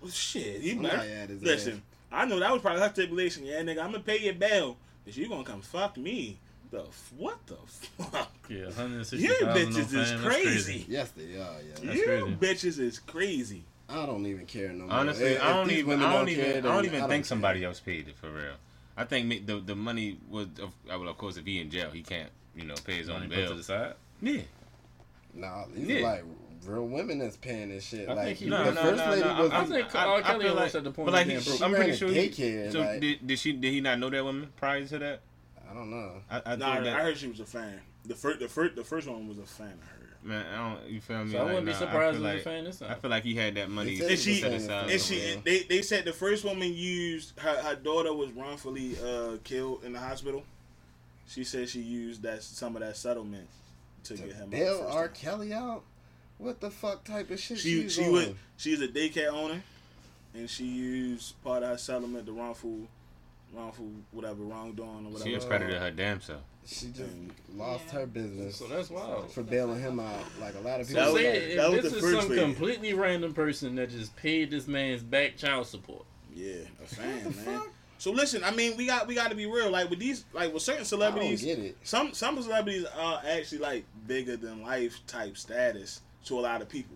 [SPEAKER 5] Well, shit, he
[SPEAKER 2] Somebody
[SPEAKER 5] bad.
[SPEAKER 2] had his
[SPEAKER 5] Listen,
[SPEAKER 2] ass.
[SPEAKER 5] I know that was probably her stipulation. Yeah, nigga, I'm gonna pay your bail, but you gonna come fuck me. The f- what the fuck?
[SPEAKER 4] Yeah, one hundred and sixty
[SPEAKER 5] You
[SPEAKER 4] thousand.
[SPEAKER 5] bitches is crazy.
[SPEAKER 2] Yes, they are. Yeah,
[SPEAKER 4] That's
[SPEAKER 5] you
[SPEAKER 4] crazy.
[SPEAKER 5] bitches is crazy.
[SPEAKER 2] I don't even care no more.
[SPEAKER 7] Honestly,
[SPEAKER 2] If-
[SPEAKER 7] I
[SPEAKER 2] if
[SPEAKER 7] don't
[SPEAKER 2] these
[SPEAKER 7] even.
[SPEAKER 2] women
[SPEAKER 7] I don't even.
[SPEAKER 2] care,
[SPEAKER 7] I
[SPEAKER 2] then
[SPEAKER 7] don't even think
[SPEAKER 2] care.
[SPEAKER 7] somebody else paid it for real. I think ma- the the money was. Of, uh, well, of course, if he in jail, he can't. You know, pay his
[SPEAKER 4] Money
[SPEAKER 7] own
[SPEAKER 4] put to
[SPEAKER 7] bill.
[SPEAKER 4] the side.
[SPEAKER 7] Yeah.
[SPEAKER 2] Nah, these are
[SPEAKER 7] Yeah.
[SPEAKER 2] like real women that's paying this shit.
[SPEAKER 4] I
[SPEAKER 2] like
[SPEAKER 4] think he-
[SPEAKER 2] the
[SPEAKER 7] No, no,
[SPEAKER 2] first
[SPEAKER 7] no,
[SPEAKER 2] lady
[SPEAKER 7] no.
[SPEAKER 2] was.
[SPEAKER 4] I think
[SPEAKER 7] oh,
[SPEAKER 4] R. Kelly
[SPEAKER 7] feel
[SPEAKER 4] almost at the point
[SPEAKER 7] but
[SPEAKER 4] of
[SPEAKER 7] like,
[SPEAKER 4] being
[SPEAKER 7] he-
[SPEAKER 4] broke.
[SPEAKER 7] I'm
[SPEAKER 2] She
[SPEAKER 7] pretty
[SPEAKER 2] ran a
[SPEAKER 7] sure. he-
[SPEAKER 2] daycare,
[SPEAKER 7] so
[SPEAKER 2] like-
[SPEAKER 7] did, did she? Did he not know that woman prior to that?
[SPEAKER 2] I don't know.
[SPEAKER 7] I, I
[SPEAKER 5] Nah,
[SPEAKER 7] think that.
[SPEAKER 5] I heard she was a fan. The first, the first, the first one was a fan of her.
[SPEAKER 7] man, I don't. You feel me?
[SPEAKER 4] So I
[SPEAKER 7] Like,
[SPEAKER 4] wouldn't be
[SPEAKER 7] nah,
[SPEAKER 4] surprised if
[SPEAKER 7] I feel
[SPEAKER 4] like,
[SPEAKER 7] like,
[SPEAKER 4] fan this
[SPEAKER 7] I
[SPEAKER 4] time.
[SPEAKER 7] feel like he had that money
[SPEAKER 2] They said
[SPEAKER 5] she-
[SPEAKER 7] set
[SPEAKER 2] and
[SPEAKER 7] aside.
[SPEAKER 5] And
[SPEAKER 7] for
[SPEAKER 5] she,
[SPEAKER 7] real.
[SPEAKER 5] they, they said the first woman used her, her daughter was wrongfully uh, killed in the hospital. She said she used that some of that settlement to,
[SPEAKER 2] To
[SPEAKER 5] get him. out
[SPEAKER 2] bail
[SPEAKER 5] the first
[SPEAKER 2] R.
[SPEAKER 5] time.
[SPEAKER 2] Kelly out? What the fuck type of shit?
[SPEAKER 5] She
[SPEAKER 2] she's
[SPEAKER 5] she
[SPEAKER 2] on?
[SPEAKER 5] was she's a daycare owner, and she used part of her settlement to wrongful, wrongful whatever wrongdoing or whatever.
[SPEAKER 7] She a
[SPEAKER 5] it's
[SPEAKER 7] predator
[SPEAKER 5] called.
[SPEAKER 7] her damn self.
[SPEAKER 2] She just lost her business
[SPEAKER 4] So that's wild.
[SPEAKER 2] for bailing him out. Like a lot of people.
[SPEAKER 5] That
[SPEAKER 4] So
[SPEAKER 5] was-
[SPEAKER 4] say
[SPEAKER 2] like,
[SPEAKER 4] if
[SPEAKER 5] that was
[SPEAKER 4] this
[SPEAKER 5] the
[SPEAKER 4] is
[SPEAKER 5] first
[SPEAKER 4] some
[SPEAKER 5] lady.
[SPEAKER 4] completely random person that just paid this man's back child support.
[SPEAKER 5] Yeah, a fan, man. So listen, I mean, we got we got to be real. Like with these, like with certain
[SPEAKER 2] I don't
[SPEAKER 5] celebrities,
[SPEAKER 2] get it.
[SPEAKER 5] some some celebrities are actually like bigger than life type status to a lot of people.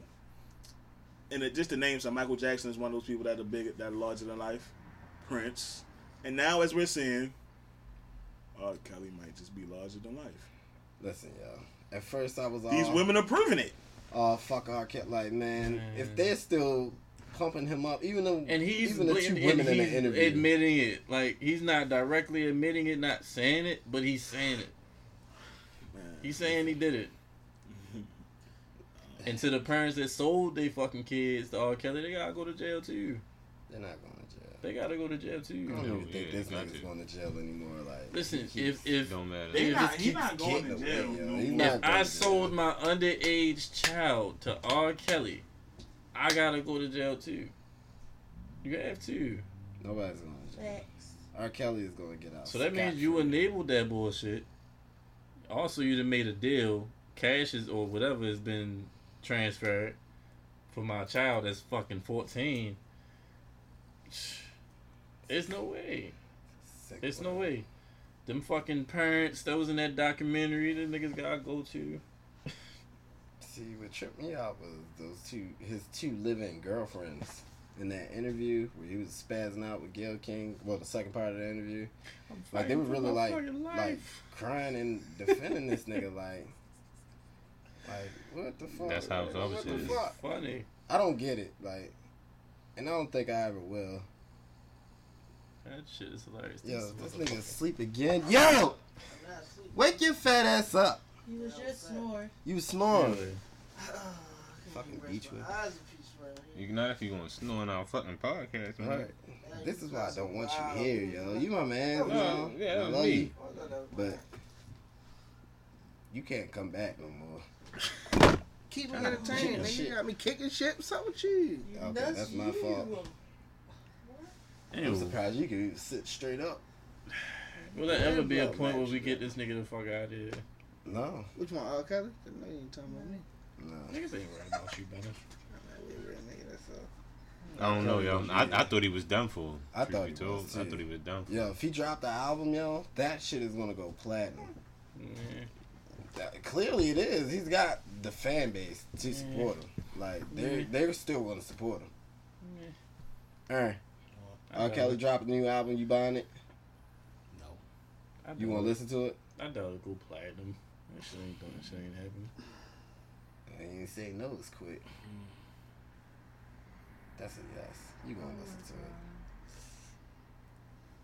[SPEAKER 5] And it, just to name some, Michael Jackson is one of those people that are bigger, that are larger than life. Prince, and now as we're seeing, R. Kelly might just be larger than life.
[SPEAKER 2] Listen, y'all. At first, I was all
[SPEAKER 5] These women are proving it.
[SPEAKER 2] Oh fuck R. Kelly, like man, if they're still pumping him up, even though
[SPEAKER 4] And he's
[SPEAKER 2] even the two
[SPEAKER 4] blatant-
[SPEAKER 2] women
[SPEAKER 4] and
[SPEAKER 2] in
[SPEAKER 4] he's
[SPEAKER 2] the interview,
[SPEAKER 4] admitting it. Like he's not directly admitting it, not saying it, but he's saying it.
[SPEAKER 5] Man.
[SPEAKER 4] He's saying he did it. And to the parents that sold their fucking kids to R. Kelly, they gotta go to jail too.
[SPEAKER 2] they're not going to jail.
[SPEAKER 4] They gotta go to jail
[SPEAKER 2] I don't
[SPEAKER 4] too.
[SPEAKER 2] even
[SPEAKER 7] Yeah,
[SPEAKER 2] think this
[SPEAKER 7] got
[SPEAKER 2] nigga's
[SPEAKER 7] to.
[SPEAKER 2] going to jail anymore. Like,
[SPEAKER 4] Listen, if if
[SPEAKER 7] Don't matter.
[SPEAKER 4] They-
[SPEAKER 5] He
[SPEAKER 4] just
[SPEAKER 5] not, he
[SPEAKER 4] keeps
[SPEAKER 5] not going to
[SPEAKER 2] getting
[SPEAKER 5] jail.
[SPEAKER 2] away, yo.
[SPEAKER 5] no
[SPEAKER 2] He's
[SPEAKER 5] more.
[SPEAKER 2] not-
[SPEAKER 4] If I
[SPEAKER 2] Yeah.
[SPEAKER 4] sold my underage child to R. Kelly, I gotta go to jail too. You have to.
[SPEAKER 2] nobody's going to jail.
[SPEAKER 8] Facts.
[SPEAKER 2] R. Kelly is going to get out.
[SPEAKER 4] So that means you enabled that bullshit. Also, you done made a deal. Cash is or whatever has been transferred for my child that's fucking fourteen. It's no way.
[SPEAKER 2] Sick
[SPEAKER 4] It's no
[SPEAKER 2] boy.
[SPEAKER 4] way. Them fucking parents that was in that documentary that niggas gotta go to.
[SPEAKER 2] See, what tripped me out was those two, his two living girlfriends in that interview where he was spazzing out with Gail King. Well, the second part of the interview, like they were really like, like crying and defending this nigga, like, like what the fuck?
[SPEAKER 7] That's how
[SPEAKER 2] man?
[SPEAKER 7] it's always
[SPEAKER 2] What the
[SPEAKER 7] is.
[SPEAKER 2] fuck?
[SPEAKER 4] Funny.
[SPEAKER 2] I don't get it, like, and I don't think I ever will.
[SPEAKER 4] That shit is hilarious.
[SPEAKER 2] Yo, this nigga sleep again. Yo, wake your fat ass up.
[SPEAKER 10] You was just snoring.
[SPEAKER 2] You snoring.
[SPEAKER 4] Really?
[SPEAKER 2] Fucking beach with.
[SPEAKER 10] Eyes a piece right
[SPEAKER 7] You not if you gonna snore on our fucking podcast, man.
[SPEAKER 2] Right. This is why I don't want you here, yo. You my man, you know.
[SPEAKER 7] yeah,
[SPEAKER 2] I
[SPEAKER 7] that was
[SPEAKER 2] love
[SPEAKER 7] me.
[SPEAKER 2] you,
[SPEAKER 1] Oh,
[SPEAKER 2] but you can't come back no more.
[SPEAKER 1] Keep me
[SPEAKER 2] Chicken
[SPEAKER 1] entertained. Nigga,
[SPEAKER 2] shit.
[SPEAKER 1] you got me kicking shit. What's up with you?
[SPEAKER 2] Okay, that's, my fault. I'm
[SPEAKER 4] Ew.
[SPEAKER 2] surprised you can even sit straight up.
[SPEAKER 4] Will there ever be a point where we get this nigga the fuck out of here?
[SPEAKER 2] No,
[SPEAKER 1] Which one? R. Kelly? No, you ain't talking about me.
[SPEAKER 2] no.
[SPEAKER 4] Niggas ain't worried about you, brother.
[SPEAKER 1] I'm not really a real nigga, that's all.
[SPEAKER 7] I don't know, yo. I, I thought he was done for.
[SPEAKER 2] I
[SPEAKER 7] truth
[SPEAKER 2] thought
[SPEAKER 7] be
[SPEAKER 2] he was,
[SPEAKER 7] told. I
[SPEAKER 2] too.
[SPEAKER 7] thought he was done for.
[SPEAKER 2] Yo, if he dropped the album, yo, that shit is gonna go platinum.
[SPEAKER 4] Yeah.
[SPEAKER 2] That- clearly, it is. He's got the fan base to support him. Like they,
[SPEAKER 4] Yeah.
[SPEAKER 2] they're still gonna support him. Alright,
[SPEAKER 4] I
[SPEAKER 2] R.
[SPEAKER 4] doubt
[SPEAKER 2] Kelly
[SPEAKER 4] it.
[SPEAKER 2] dropped a new album. You buying it?
[SPEAKER 4] I
[SPEAKER 2] You
[SPEAKER 4] doubt
[SPEAKER 2] want
[SPEAKER 4] it.
[SPEAKER 2] to listen to it?
[SPEAKER 4] I doubt it go platinum. That shit ain't done. That shit ain't happening.
[SPEAKER 2] I ain't say no. It's quick. That's a yes. You gonna listen to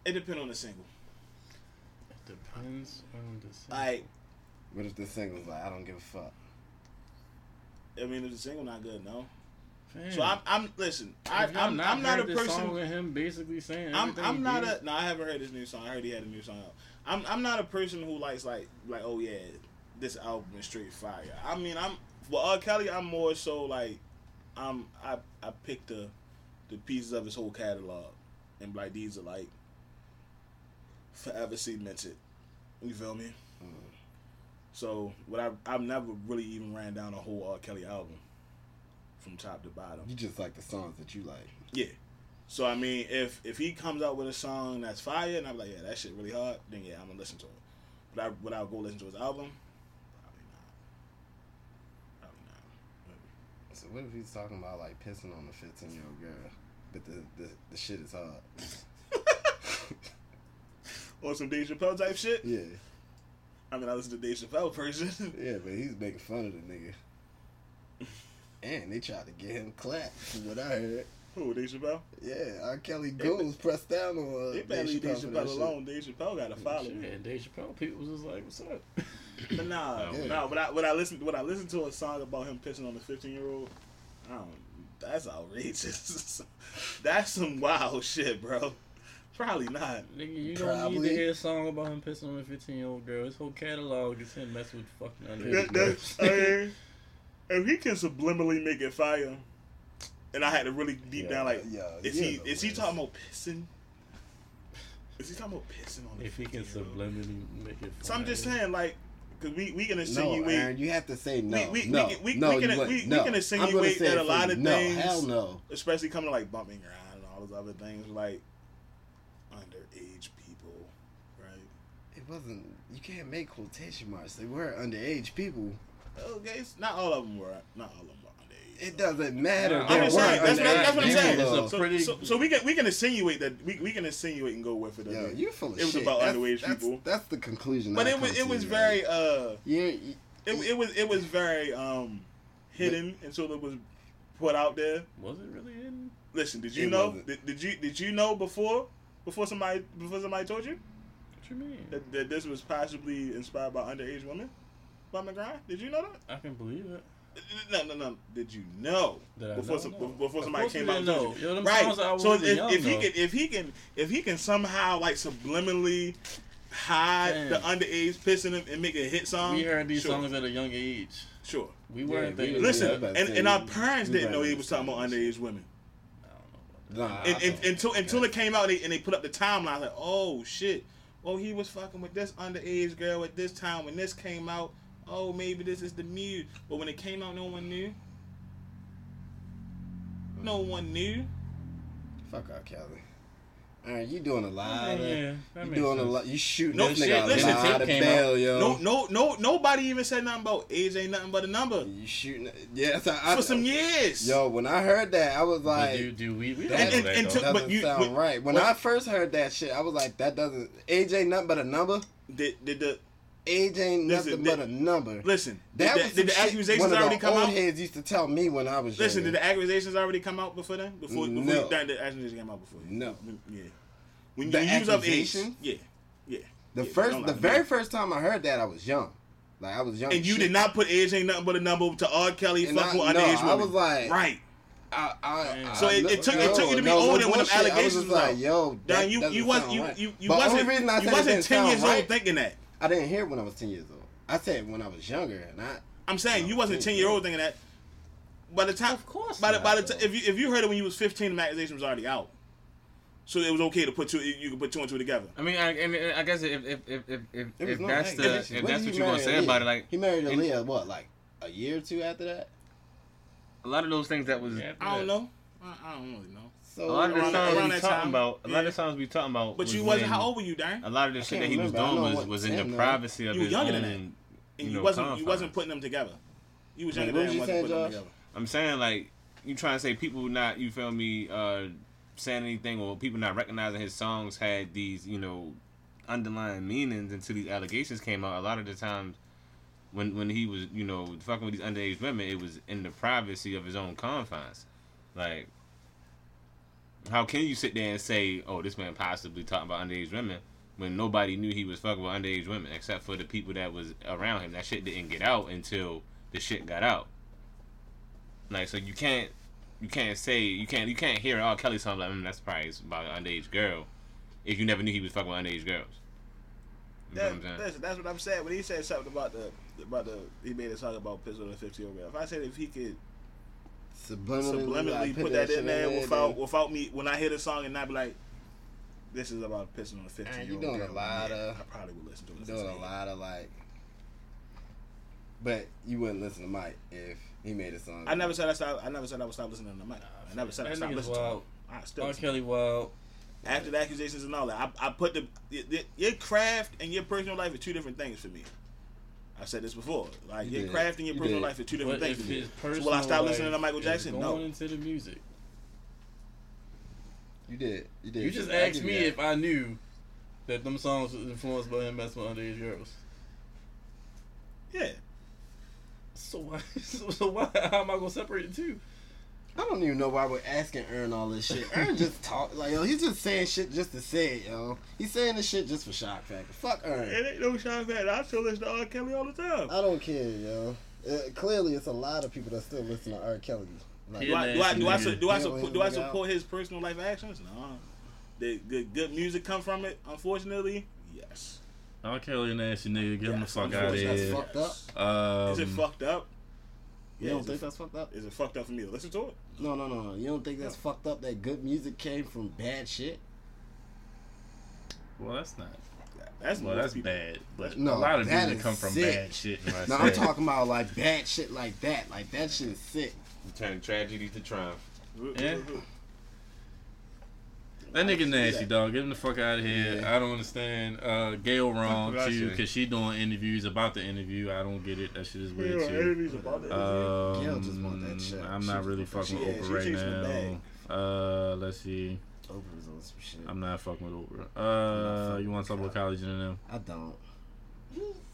[SPEAKER 2] it?
[SPEAKER 5] It depends on the single.
[SPEAKER 4] It depends on the song.
[SPEAKER 5] Like,
[SPEAKER 2] What if the single's like, I don't give a fuck?
[SPEAKER 5] I mean, if the single not good, no.
[SPEAKER 4] Fam,
[SPEAKER 5] So I'm, I'm listen. I,
[SPEAKER 4] have Hmm. y'all
[SPEAKER 5] I'm, I'm not a
[SPEAKER 4] heard this Song
[SPEAKER 5] person.
[SPEAKER 4] with him basically saying
[SPEAKER 5] I'm,
[SPEAKER 4] everything
[SPEAKER 5] I'm
[SPEAKER 4] he
[SPEAKER 5] not
[SPEAKER 4] did?
[SPEAKER 5] a. No, I haven't heard his new song. I heard he had a new song out. I'm, I'm not a person who likes like, like, oh yeah, this album is straight fire. I mean, I'm. Well, R. Kelly, I'm more so like, I'm, I, I pick the, the pieces of his whole catalog, and like these are like, forever cemented. You feel me?
[SPEAKER 4] Mm.
[SPEAKER 5] So, what I, I've never really even ran down a whole R. Kelly album, from top to bottom.
[SPEAKER 2] You just like the songs that you like.
[SPEAKER 5] Yeah. So I mean, if if he comes out with a song that's fire, and I'm like, yeah, that shit really hard, then yeah, I'm gonna listen to it. But I would I go listen to his album? Probably not. Probably not.
[SPEAKER 2] So what if he's talking about like pissing on a fifteen year old girl, but the, the the shit is hard?
[SPEAKER 5] Or some Dave Chappelle type shit.
[SPEAKER 2] Yeah,
[SPEAKER 5] I mean, I listen to Dave Chappelle person.
[SPEAKER 2] yeah, but he's making fun of the nigga. And they tried to get him clapped. From what I heard,
[SPEAKER 5] Who Dave Chappelle?
[SPEAKER 2] yeah, R. Kelly goons pressed down on. Uh,
[SPEAKER 5] They better leave
[SPEAKER 2] Dave
[SPEAKER 5] Dave
[SPEAKER 2] Chappelle for that
[SPEAKER 5] Chappelle
[SPEAKER 2] shit.
[SPEAKER 5] alone. Dave Chappelle got a following.
[SPEAKER 4] Shit, Dave Chappelle people was just like, what's up?
[SPEAKER 5] But nah,
[SPEAKER 2] Yeah.
[SPEAKER 5] nah. When I when I listen when I listen to a song about him pissing on a fifteen year old, I don't. That's outrageous. that's some wild shit, bro. Probably not.
[SPEAKER 4] Nigga, you don't need
[SPEAKER 2] Probably.
[SPEAKER 4] to hear a song about him pissing on a 15 year old girl. His whole catalog is him messing with fucking
[SPEAKER 5] That,
[SPEAKER 4] underage
[SPEAKER 5] that,
[SPEAKER 4] girls.
[SPEAKER 5] I mean, if he can subliminally make it fire, and I had to really deep
[SPEAKER 4] Yeah.
[SPEAKER 5] down like,
[SPEAKER 2] Yeah,
[SPEAKER 5] is
[SPEAKER 2] you're
[SPEAKER 5] he
[SPEAKER 2] the
[SPEAKER 5] is he
[SPEAKER 2] worst.
[SPEAKER 5] talking about pissing? Is he talking about pissing on? the
[SPEAKER 4] if he can
[SPEAKER 5] 15-year-old?
[SPEAKER 4] subliminally make it.
[SPEAKER 5] So I'm just
[SPEAKER 4] fire.
[SPEAKER 5] saying like, cause we we can
[SPEAKER 2] No,
[SPEAKER 5] insinuate.
[SPEAKER 2] Aaron, you have to say no.
[SPEAKER 5] We- we-
[SPEAKER 2] no,
[SPEAKER 5] we can- we-
[SPEAKER 2] no,
[SPEAKER 5] we can-
[SPEAKER 2] you wouldn't.
[SPEAKER 5] we- we
[SPEAKER 2] no.
[SPEAKER 5] can
[SPEAKER 2] I'm gonna
[SPEAKER 5] insinuate
[SPEAKER 2] say it
[SPEAKER 5] that a
[SPEAKER 2] for
[SPEAKER 5] lot
[SPEAKER 2] you.
[SPEAKER 5] of
[SPEAKER 2] no,
[SPEAKER 5] things-
[SPEAKER 2] Hell no.
[SPEAKER 5] especially coming to like bumping grind and all those other things like underage people, right?
[SPEAKER 2] It wasn't. You can't make quotation marks. They were underage people.
[SPEAKER 5] Okay, it's- not all of them were not all of them were underage.
[SPEAKER 2] Oh, It doesn't matter.
[SPEAKER 4] No,
[SPEAKER 5] I'm
[SPEAKER 2] There
[SPEAKER 5] just
[SPEAKER 2] were
[SPEAKER 5] saying. That's what,
[SPEAKER 2] underage
[SPEAKER 5] I, that's what I'm
[SPEAKER 2] people,
[SPEAKER 5] saying.
[SPEAKER 2] though.
[SPEAKER 5] So,
[SPEAKER 4] It's a pretty-
[SPEAKER 5] so, so we can we can insinuate that we, we can insinuate and go with it.
[SPEAKER 2] Yo,
[SPEAKER 5] okay?
[SPEAKER 2] you full of
[SPEAKER 5] It was
[SPEAKER 2] shit.
[SPEAKER 5] about
[SPEAKER 2] That's-
[SPEAKER 5] underage
[SPEAKER 2] that's-
[SPEAKER 5] people.
[SPEAKER 2] That's the conclusion.
[SPEAKER 5] but
[SPEAKER 2] I
[SPEAKER 5] it was
[SPEAKER 2] come
[SPEAKER 5] it
[SPEAKER 2] to,
[SPEAKER 5] was
[SPEAKER 2] man.
[SPEAKER 5] very uh
[SPEAKER 2] Yeah, you-
[SPEAKER 5] it, it was it was very um hidden until it was put out there.
[SPEAKER 4] Was it really in?
[SPEAKER 5] Listen, did you
[SPEAKER 2] It
[SPEAKER 5] know?
[SPEAKER 2] wasn't.
[SPEAKER 5] Did, did you did you know before before somebody before somebody told you
[SPEAKER 4] What you mean?
[SPEAKER 5] that, that this was possibly inspired by underage women? By McGrind? Did you know that?
[SPEAKER 4] I can believe it.
[SPEAKER 5] No, no, no. Did you know
[SPEAKER 4] Did I
[SPEAKER 5] before
[SPEAKER 4] not
[SPEAKER 5] some,
[SPEAKER 4] know?
[SPEAKER 5] before
[SPEAKER 4] Of
[SPEAKER 5] somebody
[SPEAKER 4] course
[SPEAKER 5] came
[SPEAKER 4] we
[SPEAKER 5] out? and
[SPEAKER 4] didn't
[SPEAKER 5] told you?
[SPEAKER 4] know. Yo, them
[SPEAKER 5] right.
[SPEAKER 4] songs I
[SPEAKER 5] So
[SPEAKER 4] wasn't
[SPEAKER 5] if,
[SPEAKER 4] young,
[SPEAKER 5] if he
[SPEAKER 4] though.
[SPEAKER 5] can, if he can, if he can somehow like subliminally hide
[SPEAKER 4] Damn.
[SPEAKER 5] the underage pissing him and make a hit song,
[SPEAKER 4] we heard these
[SPEAKER 5] Um, sure,
[SPEAKER 4] songs at a young age.
[SPEAKER 5] Sure.
[SPEAKER 4] We weren't
[SPEAKER 2] we-
[SPEAKER 4] thinking.
[SPEAKER 2] Yeah, I
[SPEAKER 5] Listen,
[SPEAKER 2] was about to
[SPEAKER 5] and,
[SPEAKER 2] say,
[SPEAKER 5] and our
[SPEAKER 2] we-
[SPEAKER 5] parents
[SPEAKER 2] we
[SPEAKER 5] didn't know
[SPEAKER 2] right
[SPEAKER 5] he
[SPEAKER 2] on
[SPEAKER 5] was
[SPEAKER 2] the
[SPEAKER 5] talking about
[SPEAKER 2] same
[SPEAKER 5] underage women.
[SPEAKER 4] I don't know.
[SPEAKER 2] nah,
[SPEAKER 5] And,
[SPEAKER 2] I
[SPEAKER 5] and,
[SPEAKER 2] don't-
[SPEAKER 5] until until it came out and they, and they put up the timeline, like, oh shit, oh he was fucking with this underage girl at this time when this came out. Oh, maybe this is the muse. But when it came out, no one knew. No one knew.
[SPEAKER 2] Fuck R. Kelly. Alright, you doing a lot.
[SPEAKER 5] Oh, Yeah,
[SPEAKER 2] of,
[SPEAKER 5] that
[SPEAKER 2] you
[SPEAKER 5] makes
[SPEAKER 2] doing a
[SPEAKER 5] sense.
[SPEAKER 2] lot. You shooting
[SPEAKER 5] No
[SPEAKER 2] this
[SPEAKER 5] shit.
[SPEAKER 2] nigga
[SPEAKER 5] Listen,
[SPEAKER 2] a lot of
[SPEAKER 5] came
[SPEAKER 2] bail,
[SPEAKER 5] out.
[SPEAKER 2] yo.
[SPEAKER 5] No, no, no. Nobody even said nothing about age. Ain't nothing but a number.
[SPEAKER 2] You shooting? Yeah, that's how I-
[SPEAKER 5] for some years.
[SPEAKER 2] Yo, when I heard that, I was like,
[SPEAKER 4] do, do we? we
[SPEAKER 2] that
[SPEAKER 4] don't
[SPEAKER 5] and-
[SPEAKER 4] know
[SPEAKER 5] and
[SPEAKER 4] that
[SPEAKER 5] to-
[SPEAKER 4] though.
[SPEAKER 2] doesn't
[SPEAKER 5] but you-
[SPEAKER 2] sound
[SPEAKER 5] but-
[SPEAKER 2] right. When
[SPEAKER 5] but-
[SPEAKER 2] I first heard that shit, I was like, that doesn't. Age ain't nothing but a number.
[SPEAKER 5] Did did the
[SPEAKER 2] Age ain't
[SPEAKER 5] Listen,
[SPEAKER 2] nothing
[SPEAKER 5] did-
[SPEAKER 2] but a number.
[SPEAKER 5] listen?
[SPEAKER 2] That
[SPEAKER 5] did,
[SPEAKER 2] was
[SPEAKER 5] the, did
[SPEAKER 2] some
[SPEAKER 5] the
[SPEAKER 2] shit
[SPEAKER 5] accusations
[SPEAKER 2] one of the
[SPEAKER 5] already come
[SPEAKER 2] old
[SPEAKER 5] out?
[SPEAKER 2] heads used to tell me when I was
[SPEAKER 5] Listen, did
[SPEAKER 2] younger.
[SPEAKER 5] the accusations already come out before then? Before, before
[SPEAKER 2] No.
[SPEAKER 5] that, the accusations came out before. you?
[SPEAKER 2] No.
[SPEAKER 5] Yeah. When you
[SPEAKER 2] The
[SPEAKER 5] use up age.
[SPEAKER 2] accusations?
[SPEAKER 5] Yeah. Yeah.
[SPEAKER 2] The
[SPEAKER 5] Yeah,
[SPEAKER 2] first,
[SPEAKER 5] don't
[SPEAKER 2] the
[SPEAKER 5] lie.
[SPEAKER 2] very first time I heard that, I was young. Like I was young.
[SPEAKER 5] And you
[SPEAKER 2] shit.
[SPEAKER 5] did not put age ain't nothing but a number to R. Kelly
[SPEAKER 2] And I-
[SPEAKER 5] fuck with
[SPEAKER 2] no,
[SPEAKER 5] underage
[SPEAKER 2] I
[SPEAKER 5] women.
[SPEAKER 2] was like-
[SPEAKER 5] right.
[SPEAKER 2] I, I,
[SPEAKER 5] So
[SPEAKER 2] I-
[SPEAKER 5] it- it took- it took you to be
[SPEAKER 2] no, no
[SPEAKER 5] older when them
[SPEAKER 2] bullshit. I was
[SPEAKER 5] allegations
[SPEAKER 2] just
[SPEAKER 5] was
[SPEAKER 2] like,
[SPEAKER 5] out.
[SPEAKER 2] yo,
[SPEAKER 5] Don,
[SPEAKER 2] that
[SPEAKER 5] you
[SPEAKER 2] doesn't
[SPEAKER 5] you was
[SPEAKER 2] sound
[SPEAKER 5] you
[SPEAKER 2] right.
[SPEAKER 5] you, you
[SPEAKER 2] But
[SPEAKER 5] wasn't
[SPEAKER 2] only reason I
[SPEAKER 5] you
[SPEAKER 2] said it
[SPEAKER 5] wasn't
[SPEAKER 2] didn't
[SPEAKER 5] ten
[SPEAKER 2] sound
[SPEAKER 5] years
[SPEAKER 2] right,
[SPEAKER 5] old thinking that.
[SPEAKER 2] I didn't hear it when I was ten years old. I said when I was younger, and I
[SPEAKER 5] I'm saying you wasn't ten year old thinking that. By the time, of
[SPEAKER 2] course
[SPEAKER 5] by the by the
[SPEAKER 2] not,
[SPEAKER 5] time,
[SPEAKER 2] though.
[SPEAKER 5] if you if you heard it when you was 15, the accusation was already out. So it was okay to put two. You could put two and two together.
[SPEAKER 7] I mean, I, and and I guess if if if if, if,
[SPEAKER 2] There was
[SPEAKER 7] if
[SPEAKER 2] no
[SPEAKER 7] that's the
[SPEAKER 2] accusation.
[SPEAKER 7] if
[SPEAKER 2] When
[SPEAKER 7] that's
[SPEAKER 2] did
[SPEAKER 7] what
[SPEAKER 2] he
[SPEAKER 7] you're gonna
[SPEAKER 2] marry
[SPEAKER 7] say about it,
[SPEAKER 2] Aaliyah?
[SPEAKER 7] like
[SPEAKER 2] he married
[SPEAKER 7] and-
[SPEAKER 2] Aaliyah, what like a year or two after that.
[SPEAKER 7] a lot of those things that was
[SPEAKER 5] I don't know. I, I don't really know.
[SPEAKER 7] A
[SPEAKER 2] So
[SPEAKER 7] lot of the
[SPEAKER 5] Around-
[SPEAKER 7] songs
[SPEAKER 5] around
[SPEAKER 7] we
[SPEAKER 5] that
[SPEAKER 7] talking
[SPEAKER 5] time.
[SPEAKER 7] about, a lot of
[SPEAKER 5] Yeah.
[SPEAKER 7] the songs we talking about.
[SPEAKER 5] But you
[SPEAKER 7] was
[SPEAKER 5] wasn't.
[SPEAKER 7] when-
[SPEAKER 5] How old were you, Darren?
[SPEAKER 7] A lot of the shit
[SPEAKER 2] can't
[SPEAKER 7] that he was
[SPEAKER 2] remember. I
[SPEAKER 7] doing
[SPEAKER 2] know
[SPEAKER 7] was,
[SPEAKER 2] what
[SPEAKER 7] was in
[SPEAKER 2] 10
[SPEAKER 7] the
[SPEAKER 2] though.
[SPEAKER 7] privacy of
[SPEAKER 5] You were
[SPEAKER 7] his
[SPEAKER 5] younger than
[SPEAKER 7] own.
[SPEAKER 5] that. And And you,
[SPEAKER 7] know,
[SPEAKER 5] wasn't. You
[SPEAKER 7] confines.
[SPEAKER 5] wasn't putting them together. You was
[SPEAKER 2] Wait,
[SPEAKER 5] younger
[SPEAKER 2] what was
[SPEAKER 5] than and
[SPEAKER 2] you
[SPEAKER 5] wasn't
[SPEAKER 2] saying,
[SPEAKER 5] putting them
[SPEAKER 2] Josh?
[SPEAKER 5] together.
[SPEAKER 7] I'm saying like you trying to say people not you feel me uh saying anything or people not recognizing his songs had these you know underlying meanings until these allegations came out. A lot of the times when when he was you know fucking with these underage women, it was in the privacy of his own confines. Like how can you sit there and say, oh, this man possibly talking about underage women? When nobody knew he was fucking with underage women, except for the people that was around him. That shit didn't get out until the shit got out. Like so you can't you can't say you can't you can't hear all Kelly song like mm, that's probably about an underage girl if you never knew he was fucking with underage girls. You know what I'm
[SPEAKER 9] That,
[SPEAKER 7] saying?
[SPEAKER 9] that's, that's what I'm saying. When he said something about the about the he made a song about pistol and fifty year old girl. If I said if he could
[SPEAKER 2] Subliminally, I
[SPEAKER 9] subliminally put that
[SPEAKER 2] shit
[SPEAKER 9] in there without
[SPEAKER 2] dude.
[SPEAKER 9] without me when I hear the song and not be like, this is about pissing on a
[SPEAKER 2] Man,
[SPEAKER 9] fifteen
[SPEAKER 2] you
[SPEAKER 9] year
[SPEAKER 2] doing
[SPEAKER 9] old
[SPEAKER 2] a
[SPEAKER 9] girl.
[SPEAKER 2] lot
[SPEAKER 9] Yeah,
[SPEAKER 2] of-
[SPEAKER 9] I probably would listen to it. if
[SPEAKER 2] doing
[SPEAKER 9] it's
[SPEAKER 2] a
[SPEAKER 9] me.
[SPEAKER 2] lot of like. But you wouldn't listen to Mike if he made a song.
[SPEAKER 9] I never said I stopped. I never said I would stop listening to Mike. I never said I
[SPEAKER 4] That
[SPEAKER 9] stopped
[SPEAKER 4] nigga's
[SPEAKER 9] listening to him.
[SPEAKER 4] wild.
[SPEAKER 9] I still
[SPEAKER 4] R.
[SPEAKER 9] listen to
[SPEAKER 4] Kelly, wild.
[SPEAKER 9] him. after the accusations and all that. I, I put the y- y- your craft and your personal life are two different things for me. I said this before. Like
[SPEAKER 2] You
[SPEAKER 9] your
[SPEAKER 2] did.
[SPEAKER 9] craft and your
[SPEAKER 2] You
[SPEAKER 9] personal
[SPEAKER 2] did.
[SPEAKER 9] life are two different
[SPEAKER 4] But
[SPEAKER 9] things
[SPEAKER 4] if
[SPEAKER 9] for me.
[SPEAKER 4] his
[SPEAKER 9] So
[SPEAKER 4] personal
[SPEAKER 9] will I stop
[SPEAKER 4] life
[SPEAKER 9] listening to Michael
[SPEAKER 4] is
[SPEAKER 9] Jackson?
[SPEAKER 4] Going
[SPEAKER 9] No.
[SPEAKER 4] into the music.
[SPEAKER 2] You did. You did.
[SPEAKER 4] You just
[SPEAKER 2] I give
[SPEAKER 4] asked
[SPEAKER 2] you
[SPEAKER 4] me
[SPEAKER 2] that.
[SPEAKER 4] if I knew that them songs was influenced by him messing with underage girls.
[SPEAKER 9] Yeah.
[SPEAKER 4] So why? So, so why? How am I gonna separate the two?
[SPEAKER 2] I don't even know why we're asking Ern all this shit. Ern just talk like yo, he's just saying shit just to say it, yo. He's saying this shit just for shock factor. Fuck Ern.
[SPEAKER 9] It ain't no shot bad. I still listen to R. Kelly all the time.
[SPEAKER 2] I don't care, yo. Uh, clearly, it's a lot of people that still listen to R. Kelly. Like,
[SPEAKER 5] Do I do I do I, su- do I
[SPEAKER 2] Yeah,
[SPEAKER 5] support
[SPEAKER 2] when
[SPEAKER 5] do I
[SPEAKER 2] we got-
[SPEAKER 5] support his personal life actions? No. Did good, good music come from it? Unfortunately, yes.
[SPEAKER 4] R. Kelly, nasty nigga, get him the
[SPEAKER 5] Yes,
[SPEAKER 4] fuck out of
[SPEAKER 5] unfortunately,
[SPEAKER 2] that's
[SPEAKER 4] here.
[SPEAKER 2] fucked up.
[SPEAKER 4] Um,
[SPEAKER 5] Is it fucked up?
[SPEAKER 2] You
[SPEAKER 5] Yeah,
[SPEAKER 2] don't
[SPEAKER 5] is
[SPEAKER 2] think
[SPEAKER 5] it,
[SPEAKER 2] that's fucked up?
[SPEAKER 5] is it fucked up for me to listen to it?
[SPEAKER 2] No, no, no, no. You don't think that's fucked up that good music came from bad shit?
[SPEAKER 4] Well, that's not.
[SPEAKER 9] That's
[SPEAKER 4] Well,
[SPEAKER 9] most
[SPEAKER 4] that's
[SPEAKER 9] people.
[SPEAKER 4] bad. But
[SPEAKER 2] No,
[SPEAKER 4] a lot of
[SPEAKER 2] that
[SPEAKER 4] music
[SPEAKER 2] is
[SPEAKER 4] come from
[SPEAKER 2] sick.
[SPEAKER 4] bad shit. Right
[SPEAKER 2] No, I'm talking about like bad shit like that. Like that shit is sick.
[SPEAKER 7] Turn tragedy to triumph.
[SPEAKER 4] Yeah. That nigga nasty dog. Get him the fuck out of here. I don't understand. Uh, Gail wrong
[SPEAKER 7] That's what I
[SPEAKER 4] too,
[SPEAKER 7] said.
[SPEAKER 4] cause she doing interviews about the interview. I don't get it. That shit is weird too. Um,
[SPEAKER 2] Gail just want that shit.
[SPEAKER 4] I'm
[SPEAKER 2] She
[SPEAKER 4] not
[SPEAKER 2] just want
[SPEAKER 4] really
[SPEAKER 2] that
[SPEAKER 4] fucking
[SPEAKER 2] shit.
[SPEAKER 4] with
[SPEAKER 9] Yeah,
[SPEAKER 4] Oprah
[SPEAKER 9] she chasing the
[SPEAKER 4] right now. Uh, let's see.
[SPEAKER 2] Oprah's on some shit.
[SPEAKER 4] I'm not fucking with Oprah.
[SPEAKER 2] not
[SPEAKER 4] Uh,
[SPEAKER 2] fucking
[SPEAKER 4] you want to talk
[SPEAKER 2] with
[SPEAKER 4] about college and them?
[SPEAKER 2] I don't.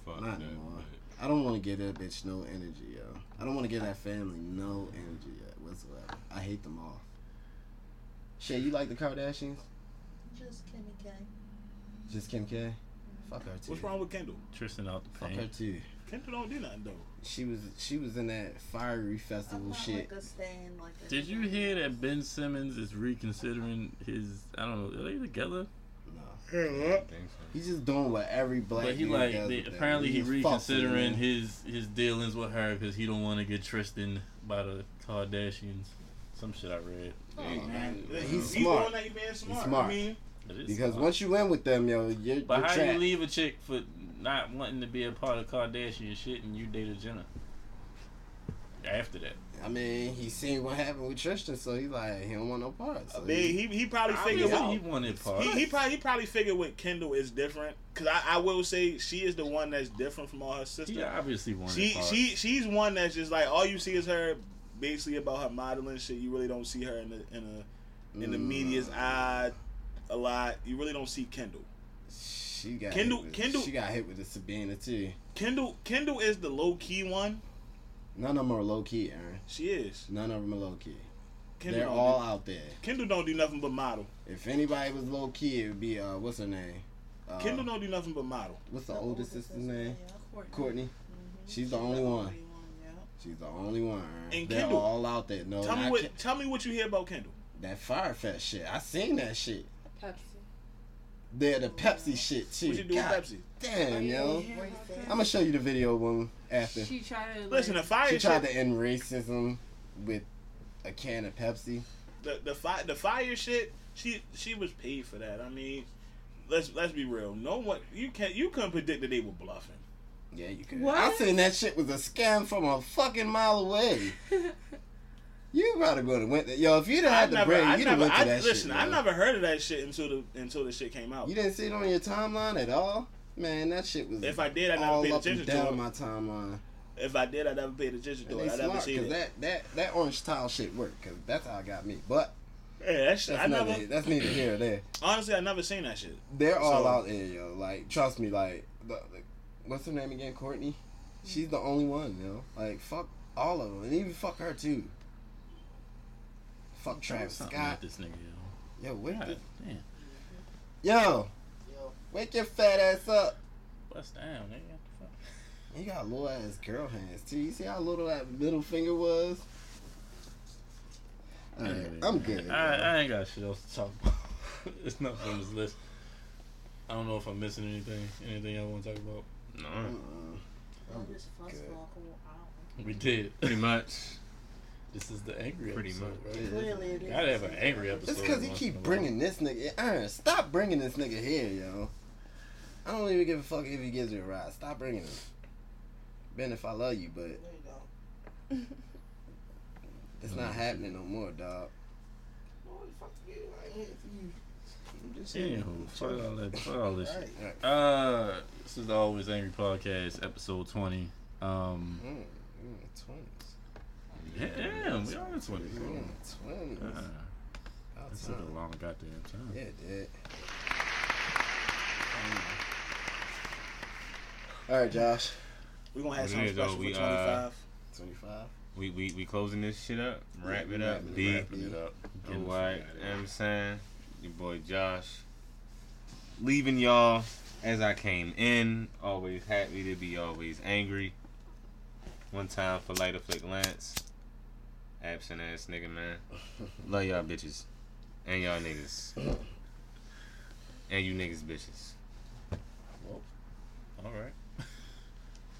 [SPEAKER 7] Fuck
[SPEAKER 2] Not
[SPEAKER 7] that.
[SPEAKER 2] anymore. I don't want to give that bitch no energy, yo. I don't want to give that family no energy yo, whatsoever. I hate them all. Shay, you like the Kardashians?
[SPEAKER 10] Just Kimmy K.
[SPEAKER 2] Just Kim K? Fuck her too.
[SPEAKER 9] What's wrong with Kendall?
[SPEAKER 4] Tristan out the
[SPEAKER 2] Fuck her
[SPEAKER 4] thing.
[SPEAKER 2] too.
[SPEAKER 9] Kendall don't do nothing though.
[SPEAKER 2] She was she was in that fiery festival
[SPEAKER 10] I'm not
[SPEAKER 2] shit.
[SPEAKER 10] like a stan like a
[SPEAKER 4] Did you hear that Ben Simmons is reconsidering his? I don't know. Are they together?
[SPEAKER 2] no.
[SPEAKER 7] I think so.
[SPEAKER 2] He's just doing what every black.
[SPEAKER 4] But he
[SPEAKER 2] dude
[SPEAKER 4] like
[SPEAKER 2] does
[SPEAKER 4] they,
[SPEAKER 2] with them.
[SPEAKER 4] apparently he
[SPEAKER 2] just fucks with them,
[SPEAKER 4] reconsidering
[SPEAKER 2] man.
[SPEAKER 4] his his dealings with her because he don't want to get Tristan by the Kardashians. Some shit I read.
[SPEAKER 2] Oh, man.
[SPEAKER 9] He's
[SPEAKER 2] He's smart.
[SPEAKER 9] doing that, he being smart.
[SPEAKER 2] smart.
[SPEAKER 9] I mean,
[SPEAKER 4] It is
[SPEAKER 2] Because
[SPEAKER 4] wild.
[SPEAKER 2] once you in with them, yo, you're,
[SPEAKER 4] but
[SPEAKER 2] you're
[SPEAKER 4] how
[SPEAKER 2] trapped.
[SPEAKER 4] you leave a chick for not wanting to be a part of Kardashian shit and you date a Jenner after that?
[SPEAKER 2] I mean, he seen what happened with Tristan, so he like he don't want no parts. So
[SPEAKER 5] I mean, he, he probably
[SPEAKER 4] I
[SPEAKER 5] figured
[SPEAKER 4] mean,
[SPEAKER 5] what,
[SPEAKER 4] he wanted parts.
[SPEAKER 5] he, he probably he probably figured what Kendall is different because I, I will say she is the one that's different from all her sisters.
[SPEAKER 4] He obviously wanted
[SPEAKER 5] She
[SPEAKER 4] parts.
[SPEAKER 5] she she's one that's just like all you see is her basically about her modeling shit. You really don't see her in the in the in the
[SPEAKER 2] Mm.
[SPEAKER 5] media's eye a lot. You really don't see Kendall.
[SPEAKER 2] she got
[SPEAKER 5] Kendall-
[SPEAKER 2] hit with,
[SPEAKER 5] Kendall-
[SPEAKER 2] She got hit with the Sabina too.
[SPEAKER 5] Kendall Kendall is the low key one.
[SPEAKER 2] None of them are low key, Aaron.
[SPEAKER 5] She is.
[SPEAKER 2] None of them are low key.
[SPEAKER 5] Kendall
[SPEAKER 2] They're
[SPEAKER 5] don't
[SPEAKER 2] all
[SPEAKER 5] do,
[SPEAKER 2] out there.
[SPEAKER 5] Kendall don't do nothing but model.
[SPEAKER 2] If anybody was low key, it would be uh, what's her name? Uh,
[SPEAKER 5] Kendall don't do nothing but model.
[SPEAKER 2] What's the, oldest sister's name?
[SPEAKER 10] Yeah, Courtney.
[SPEAKER 2] Courtney.
[SPEAKER 10] Mhm.
[SPEAKER 2] Mm-hmm. She's the only one.
[SPEAKER 10] yeah.
[SPEAKER 2] She's the only one. Aaron.
[SPEAKER 5] And
[SPEAKER 2] They're
[SPEAKER 5] Kendall-
[SPEAKER 2] all out there. No,
[SPEAKER 5] tell me
[SPEAKER 2] not
[SPEAKER 5] what
[SPEAKER 2] Ken-
[SPEAKER 5] tell me what you hear about Kendall.
[SPEAKER 2] that Firefest shit. I seen that shit.
[SPEAKER 8] Pepsi.
[SPEAKER 2] They're the Pepsi shit too.
[SPEAKER 5] What you do with
[SPEAKER 2] God
[SPEAKER 5] Pepsi?
[SPEAKER 2] Damn, yo.
[SPEAKER 10] Wait,
[SPEAKER 2] I'm gonna show you the video woman after.
[SPEAKER 8] She tried to. Like,
[SPEAKER 5] Listen, the fire
[SPEAKER 2] She
[SPEAKER 5] shit.
[SPEAKER 2] tried to end racism with a can of Pepsi.
[SPEAKER 5] the the fire the fire shit. She she was paid for that. I mean, let's let's be real. No one you can't you couldn't predict that they were bluffing.
[SPEAKER 2] Yeah, you could.
[SPEAKER 8] What?
[SPEAKER 2] I seen that shit was a scam from a fucking mile away. you gotta go to went Yo, if you'd have
[SPEAKER 5] I
[SPEAKER 2] had the
[SPEAKER 5] never
[SPEAKER 2] bread,
[SPEAKER 5] I
[SPEAKER 2] you'd have
[SPEAKER 5] never
[SPEAKER 2] went to
[SPEAKER 5] I,
[SPEAKER 2] that
[SPEAKER 5] listen.
[SPEAKER 2] shit.
[SPEAKER 5] I
[SPEAKER 2] yo.
[SPEAKER 5] never heard of that shit until the until the shit came out.
[SPEAKER 2] You didn't see it on your timeline at all? Man, that shit was.
[SPEAKER 5] If I did, I never
[SPEAKER 2] all
[SPEAKER 5] paid
[SPEAKER 2] up and
[SPEAKER 5] attention to
[SPEAKER 2] down
[SPEAKER 5] it.
[SPEAKER 2] my timeline.
[SPEAKER 5] If I did, I never paid attention
[SPEAKER 2] And
[SPEAKER 5] to
[SPEAKER 2] they
[SPEAKER 5] it. I never
[SPEAKER 2] smart
[SPEAKER 5] seen
[SPEAKER 2] because
[SPEAKER 5] it.
[SPEAKER 2] that, that, that orange tile shit worked because that's how it got me. But
[SPEAKER 5] yeah, that shit.
[SPEAKER 2] that's,
[SPEAKER 5] I
[SPEAKER 2] neither,
[SPEAKER 5] never
[SPEAKER 2] that's neither here nor there.
[SPEAKER 5] honestly I never seen that shit.
[SPEAKER 2] They're all
[SPEAKER 5] So-
[SPEAKER 2] out there, yo. Like, trust me. Like, the, the, what's her name again? Courtney. She's the only one, yo. Like, fuck all of them, and even fuck her too. Fuck Travis
[SPEAKER 4] Something with
[SPEAKER 2] Scott.
[SPEAKER 4] this nigga,
[SPEAKER 2] Yo, wake
[SPEAKER 4] yo.
[SPEAKER 2] the,
[SPEAKER 4] God, damn.
[SPEAKER 2] yo, wake your fat ass up.
[SPEAKER 4] Bust down, nigga. What the fuck?
[SPEAKER 2] He got little ass girl hands too. You see how little that middle finger was? Alright, I'm good.
[SPEAKER 4] I, I ain't got shit else to talk about. it's not on this list. I don't know if I'm missing anything. Anything y'all want to talk about?
[SPEAKER 7] No,
[SPEAKER 2] Mm-mm.
[SPEAKER 10] I'm just fuss
[SPEAKER 2] Good.
[SPEAKER 10] vocal. I don't-
[SPEAKER 4] We did.
[SPEAKER 7] pretty much.
[SPEAKER 4] This is the angry
[SPEAKER 7] Pretty
[SPEAKER 4] episode,
[SPEAKER 7] much.
[SPEAKER 4] right?
[SPEAKER 10] Clearly, it is.
[SPEAKER 4] Gotta have an angry episode.
[SPEAKER 2] It's because he
[SPEAKER 4] once in
[SPEAKER 2] keep
[SPEAKER 4] a while.
[SPEAKER 2] bringing this nigga. Aaron, stop bringing this nigga here, yo. I don't even give a fuck if he gives you a ride. Stop bringing him. Ben, if I love you, but
[SPEAKER 10] No, you don't.
[SPEAKER 2] it's not happening no more, dog.
[SPEAKER 10] No, the fuck you. I ain't here for you.
[SPEAKER 4] Anywho, fuck all that. Fuck all this shit.
[SPEAKER 2] Alright.
[SPEAKER 4] Uh, this is the Always Angry Podcast, episode 20. Um,
[SPEAKER 2] Mm, mm, Twenties.
[SPEAKER 4] yeah, damn, we are in 20.
[SPEAKER 2] Mm, Twenties.
[SPEAKER 4] Uh,
[SPEAKER 2] About
[SPEAKER 4] this is
[SPEAKER 2] time.
[SPEAKER 4] a long goddamn time.
[SPEAKER 2] Yeah, it did. All right, Josh.
[SPEAKER 5] We're gonna have
[SPEAKER 7] It
[SPEAKER 5] something
[SPEAKER 7] is, though.
[SPEAKER 5] special for
[SPEAKER 7] We,
[SPEAKER 5] twenty
[SPEAKER 7] uh,
[SPEAKER 5] five.
[SPEAKER 2] Twenty-five.
[SPEAKER 7] We we we closing this shit up. Wrap
[SPEAKER 2] Yeah,
[SPEAKER 7] it
[SPEAKER 2] we
[SPEAKER 7] up.
[SPEAKER 2] wrapping it
[SPEAKER 7] D.
[SPEAKER 2] up. Wrapping it up.
[SPEAKER 7] All
[SPEAKER 4] Getting the
[SPEAKER 7] right,
[SPEAKER 4] fuck outta
[SPEAKER 7] you
[SPEAKER 4] here.
[SPEAKER 7] know what I'm saying? Your boy Josh. Leaving y'all as I came in. Always happy to be always angry. One time for Lighter Flick Lance. Absent ass nigga, man. Love y'all bitches. And y'all niggas. And you niggas bitches.
[SPEAKER 4] All right.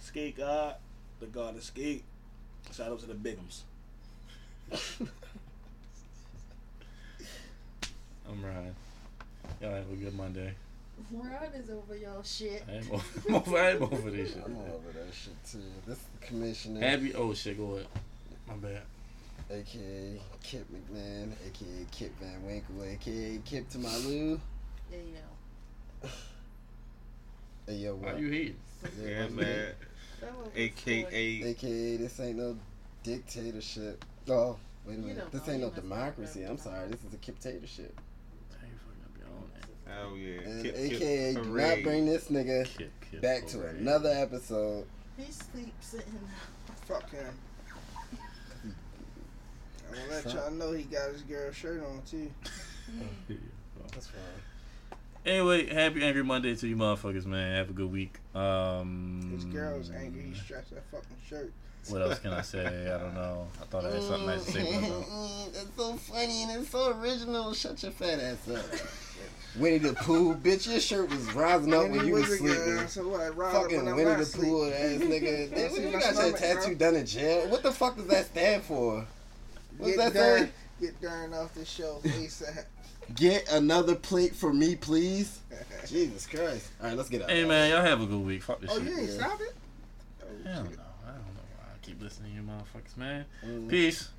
[SPEAKER 5] Skate God, the God of Skate. Shout out to the Bigums.
[SPEAKER 4] I'm Ryan. Y'all have a good Monday.
[SPEAKER 10] Rod is over y'all shit.
[SPEAKER 4] I am over, I am over this shit.
[SPEAKER 2] I'm all over that shit too. This is the commissioner,
[SPEAKER 4] Happy oh shit, go ahead. My bad.
[SPEAKER 2] aka Kip McMahon, aka Kip Van Winkle, aka Kip to my Lou.
[SPEAKER 10] Yeah, you know.
[SPEAKER 2] Hey yo,
[SPEAKER 4] Why
[SPEAKER 2] what?
[SPEAKER 4] you here?
[SPEAKER 7] Yeah, man.
[SPEAKER 10] That was
[SPEAKER 7] AKA.
[SPEAKER 2] Aka this ain't no dictatorship. Oh, wait a
[SPEAKER 10] You
[SPEAKER 2] minute.
[SPEAKER 10] don't
[SPEAKER 2] This
[SPEAKER 10] know.
[SPEAKER 2] ain't no
[SPEAKER 10] You must not
[SPEAKER 2] democracy.
[SPEAKER 10] know.
[SPEAKER 2] I'm sorry. This is a dictatorship.
[SPEAKER 4] How you fucking up your own name?
[SPEAKER 7] Oh, yeah.
[SPEAKER 2] And
[SPEAKER 7] Kip, Kip,
[SPEAKER 2] aka do not
[SPEAKER 7] hooray.
[SPEAKER 2] bring this nigga
[SPEAKER 4] Kip, Kip,
[SPEAKER 2] back to
[SPEAKER 4] hooray.
[SPEAKER 2] another episode.
[SPEAKER 10] He sleeps in.
[SPEAKER 1] Fuck him. I'm gonna let y'all know he got his girl shirt on too.
[SPEAKER 2] That's fine.
[SPEAKER 4] Anyway, happy Angry Monday to you motherfuckers, man. Have a good week. Um
[SPEAKER 2] Mm.
[SPEAKER 1] His girl's angry. He stretched that fucking shirt.
[SPEAKER 4] What else can I say? I don't know. I thought I had something nice to say. but I don't.
[SPEAKER 2] That's so funny and it's so original. Shut your fat ass up. Winnie the Pooh, bitch, your shirt was rising up Oh, when you was
[SPEAKER 1] a girl. I
[SPEAKER 2] sleeping.
[SPEAKER 1] said, "What? I ride up
[SPEAKER 2] Fucking
[SPEAKER 1] when I'm
[SPEAKER 2] Winnie
[SPEAKER 1] not
[SPEAKER 2] the Pooh
[SPEAKER 1] asleep."
[SPEAKER 2] ass nigga.
[SPEAKER 1] I
[SPEAKER 2] They,
[SPEAKER 1] see
[SPEAKER 2] you
[SPEAKER 1] my
[SPEAKER 2] got your
[SPEAKER 1] stomach,
[SPEAKER 2] tattoo
[SPEAKER 1] bro.
[SPEAKER 2] done in jail. What the fuck does that stand for? What's
[SPEAKER 1] Get
[SPEAKER 2] that
[SPEAKER 1] darn,
[SPEAKER 2] say?
[SPEAKER 1] get darn off the show, ASAP.
[SPEAKER 2] Get another plate for me, please. Jesus Christ. All right, let's get out.
[SPEAKER 4] Hey man, y'all have a good week. Fuck this
[SPEAKER 1] oh,
[SPEAKER 4] shit.
[SPEAKER 1] you ain't stop it? Oh,
[SPEAKER 4] Hell no. I don't know
[SPEAKER 1] shit.
[SPEAKER 4] why I
[SPEAKER 1] Mm.
[SPEAKER 4] Keep listening, you motherfuckers, man. Peace.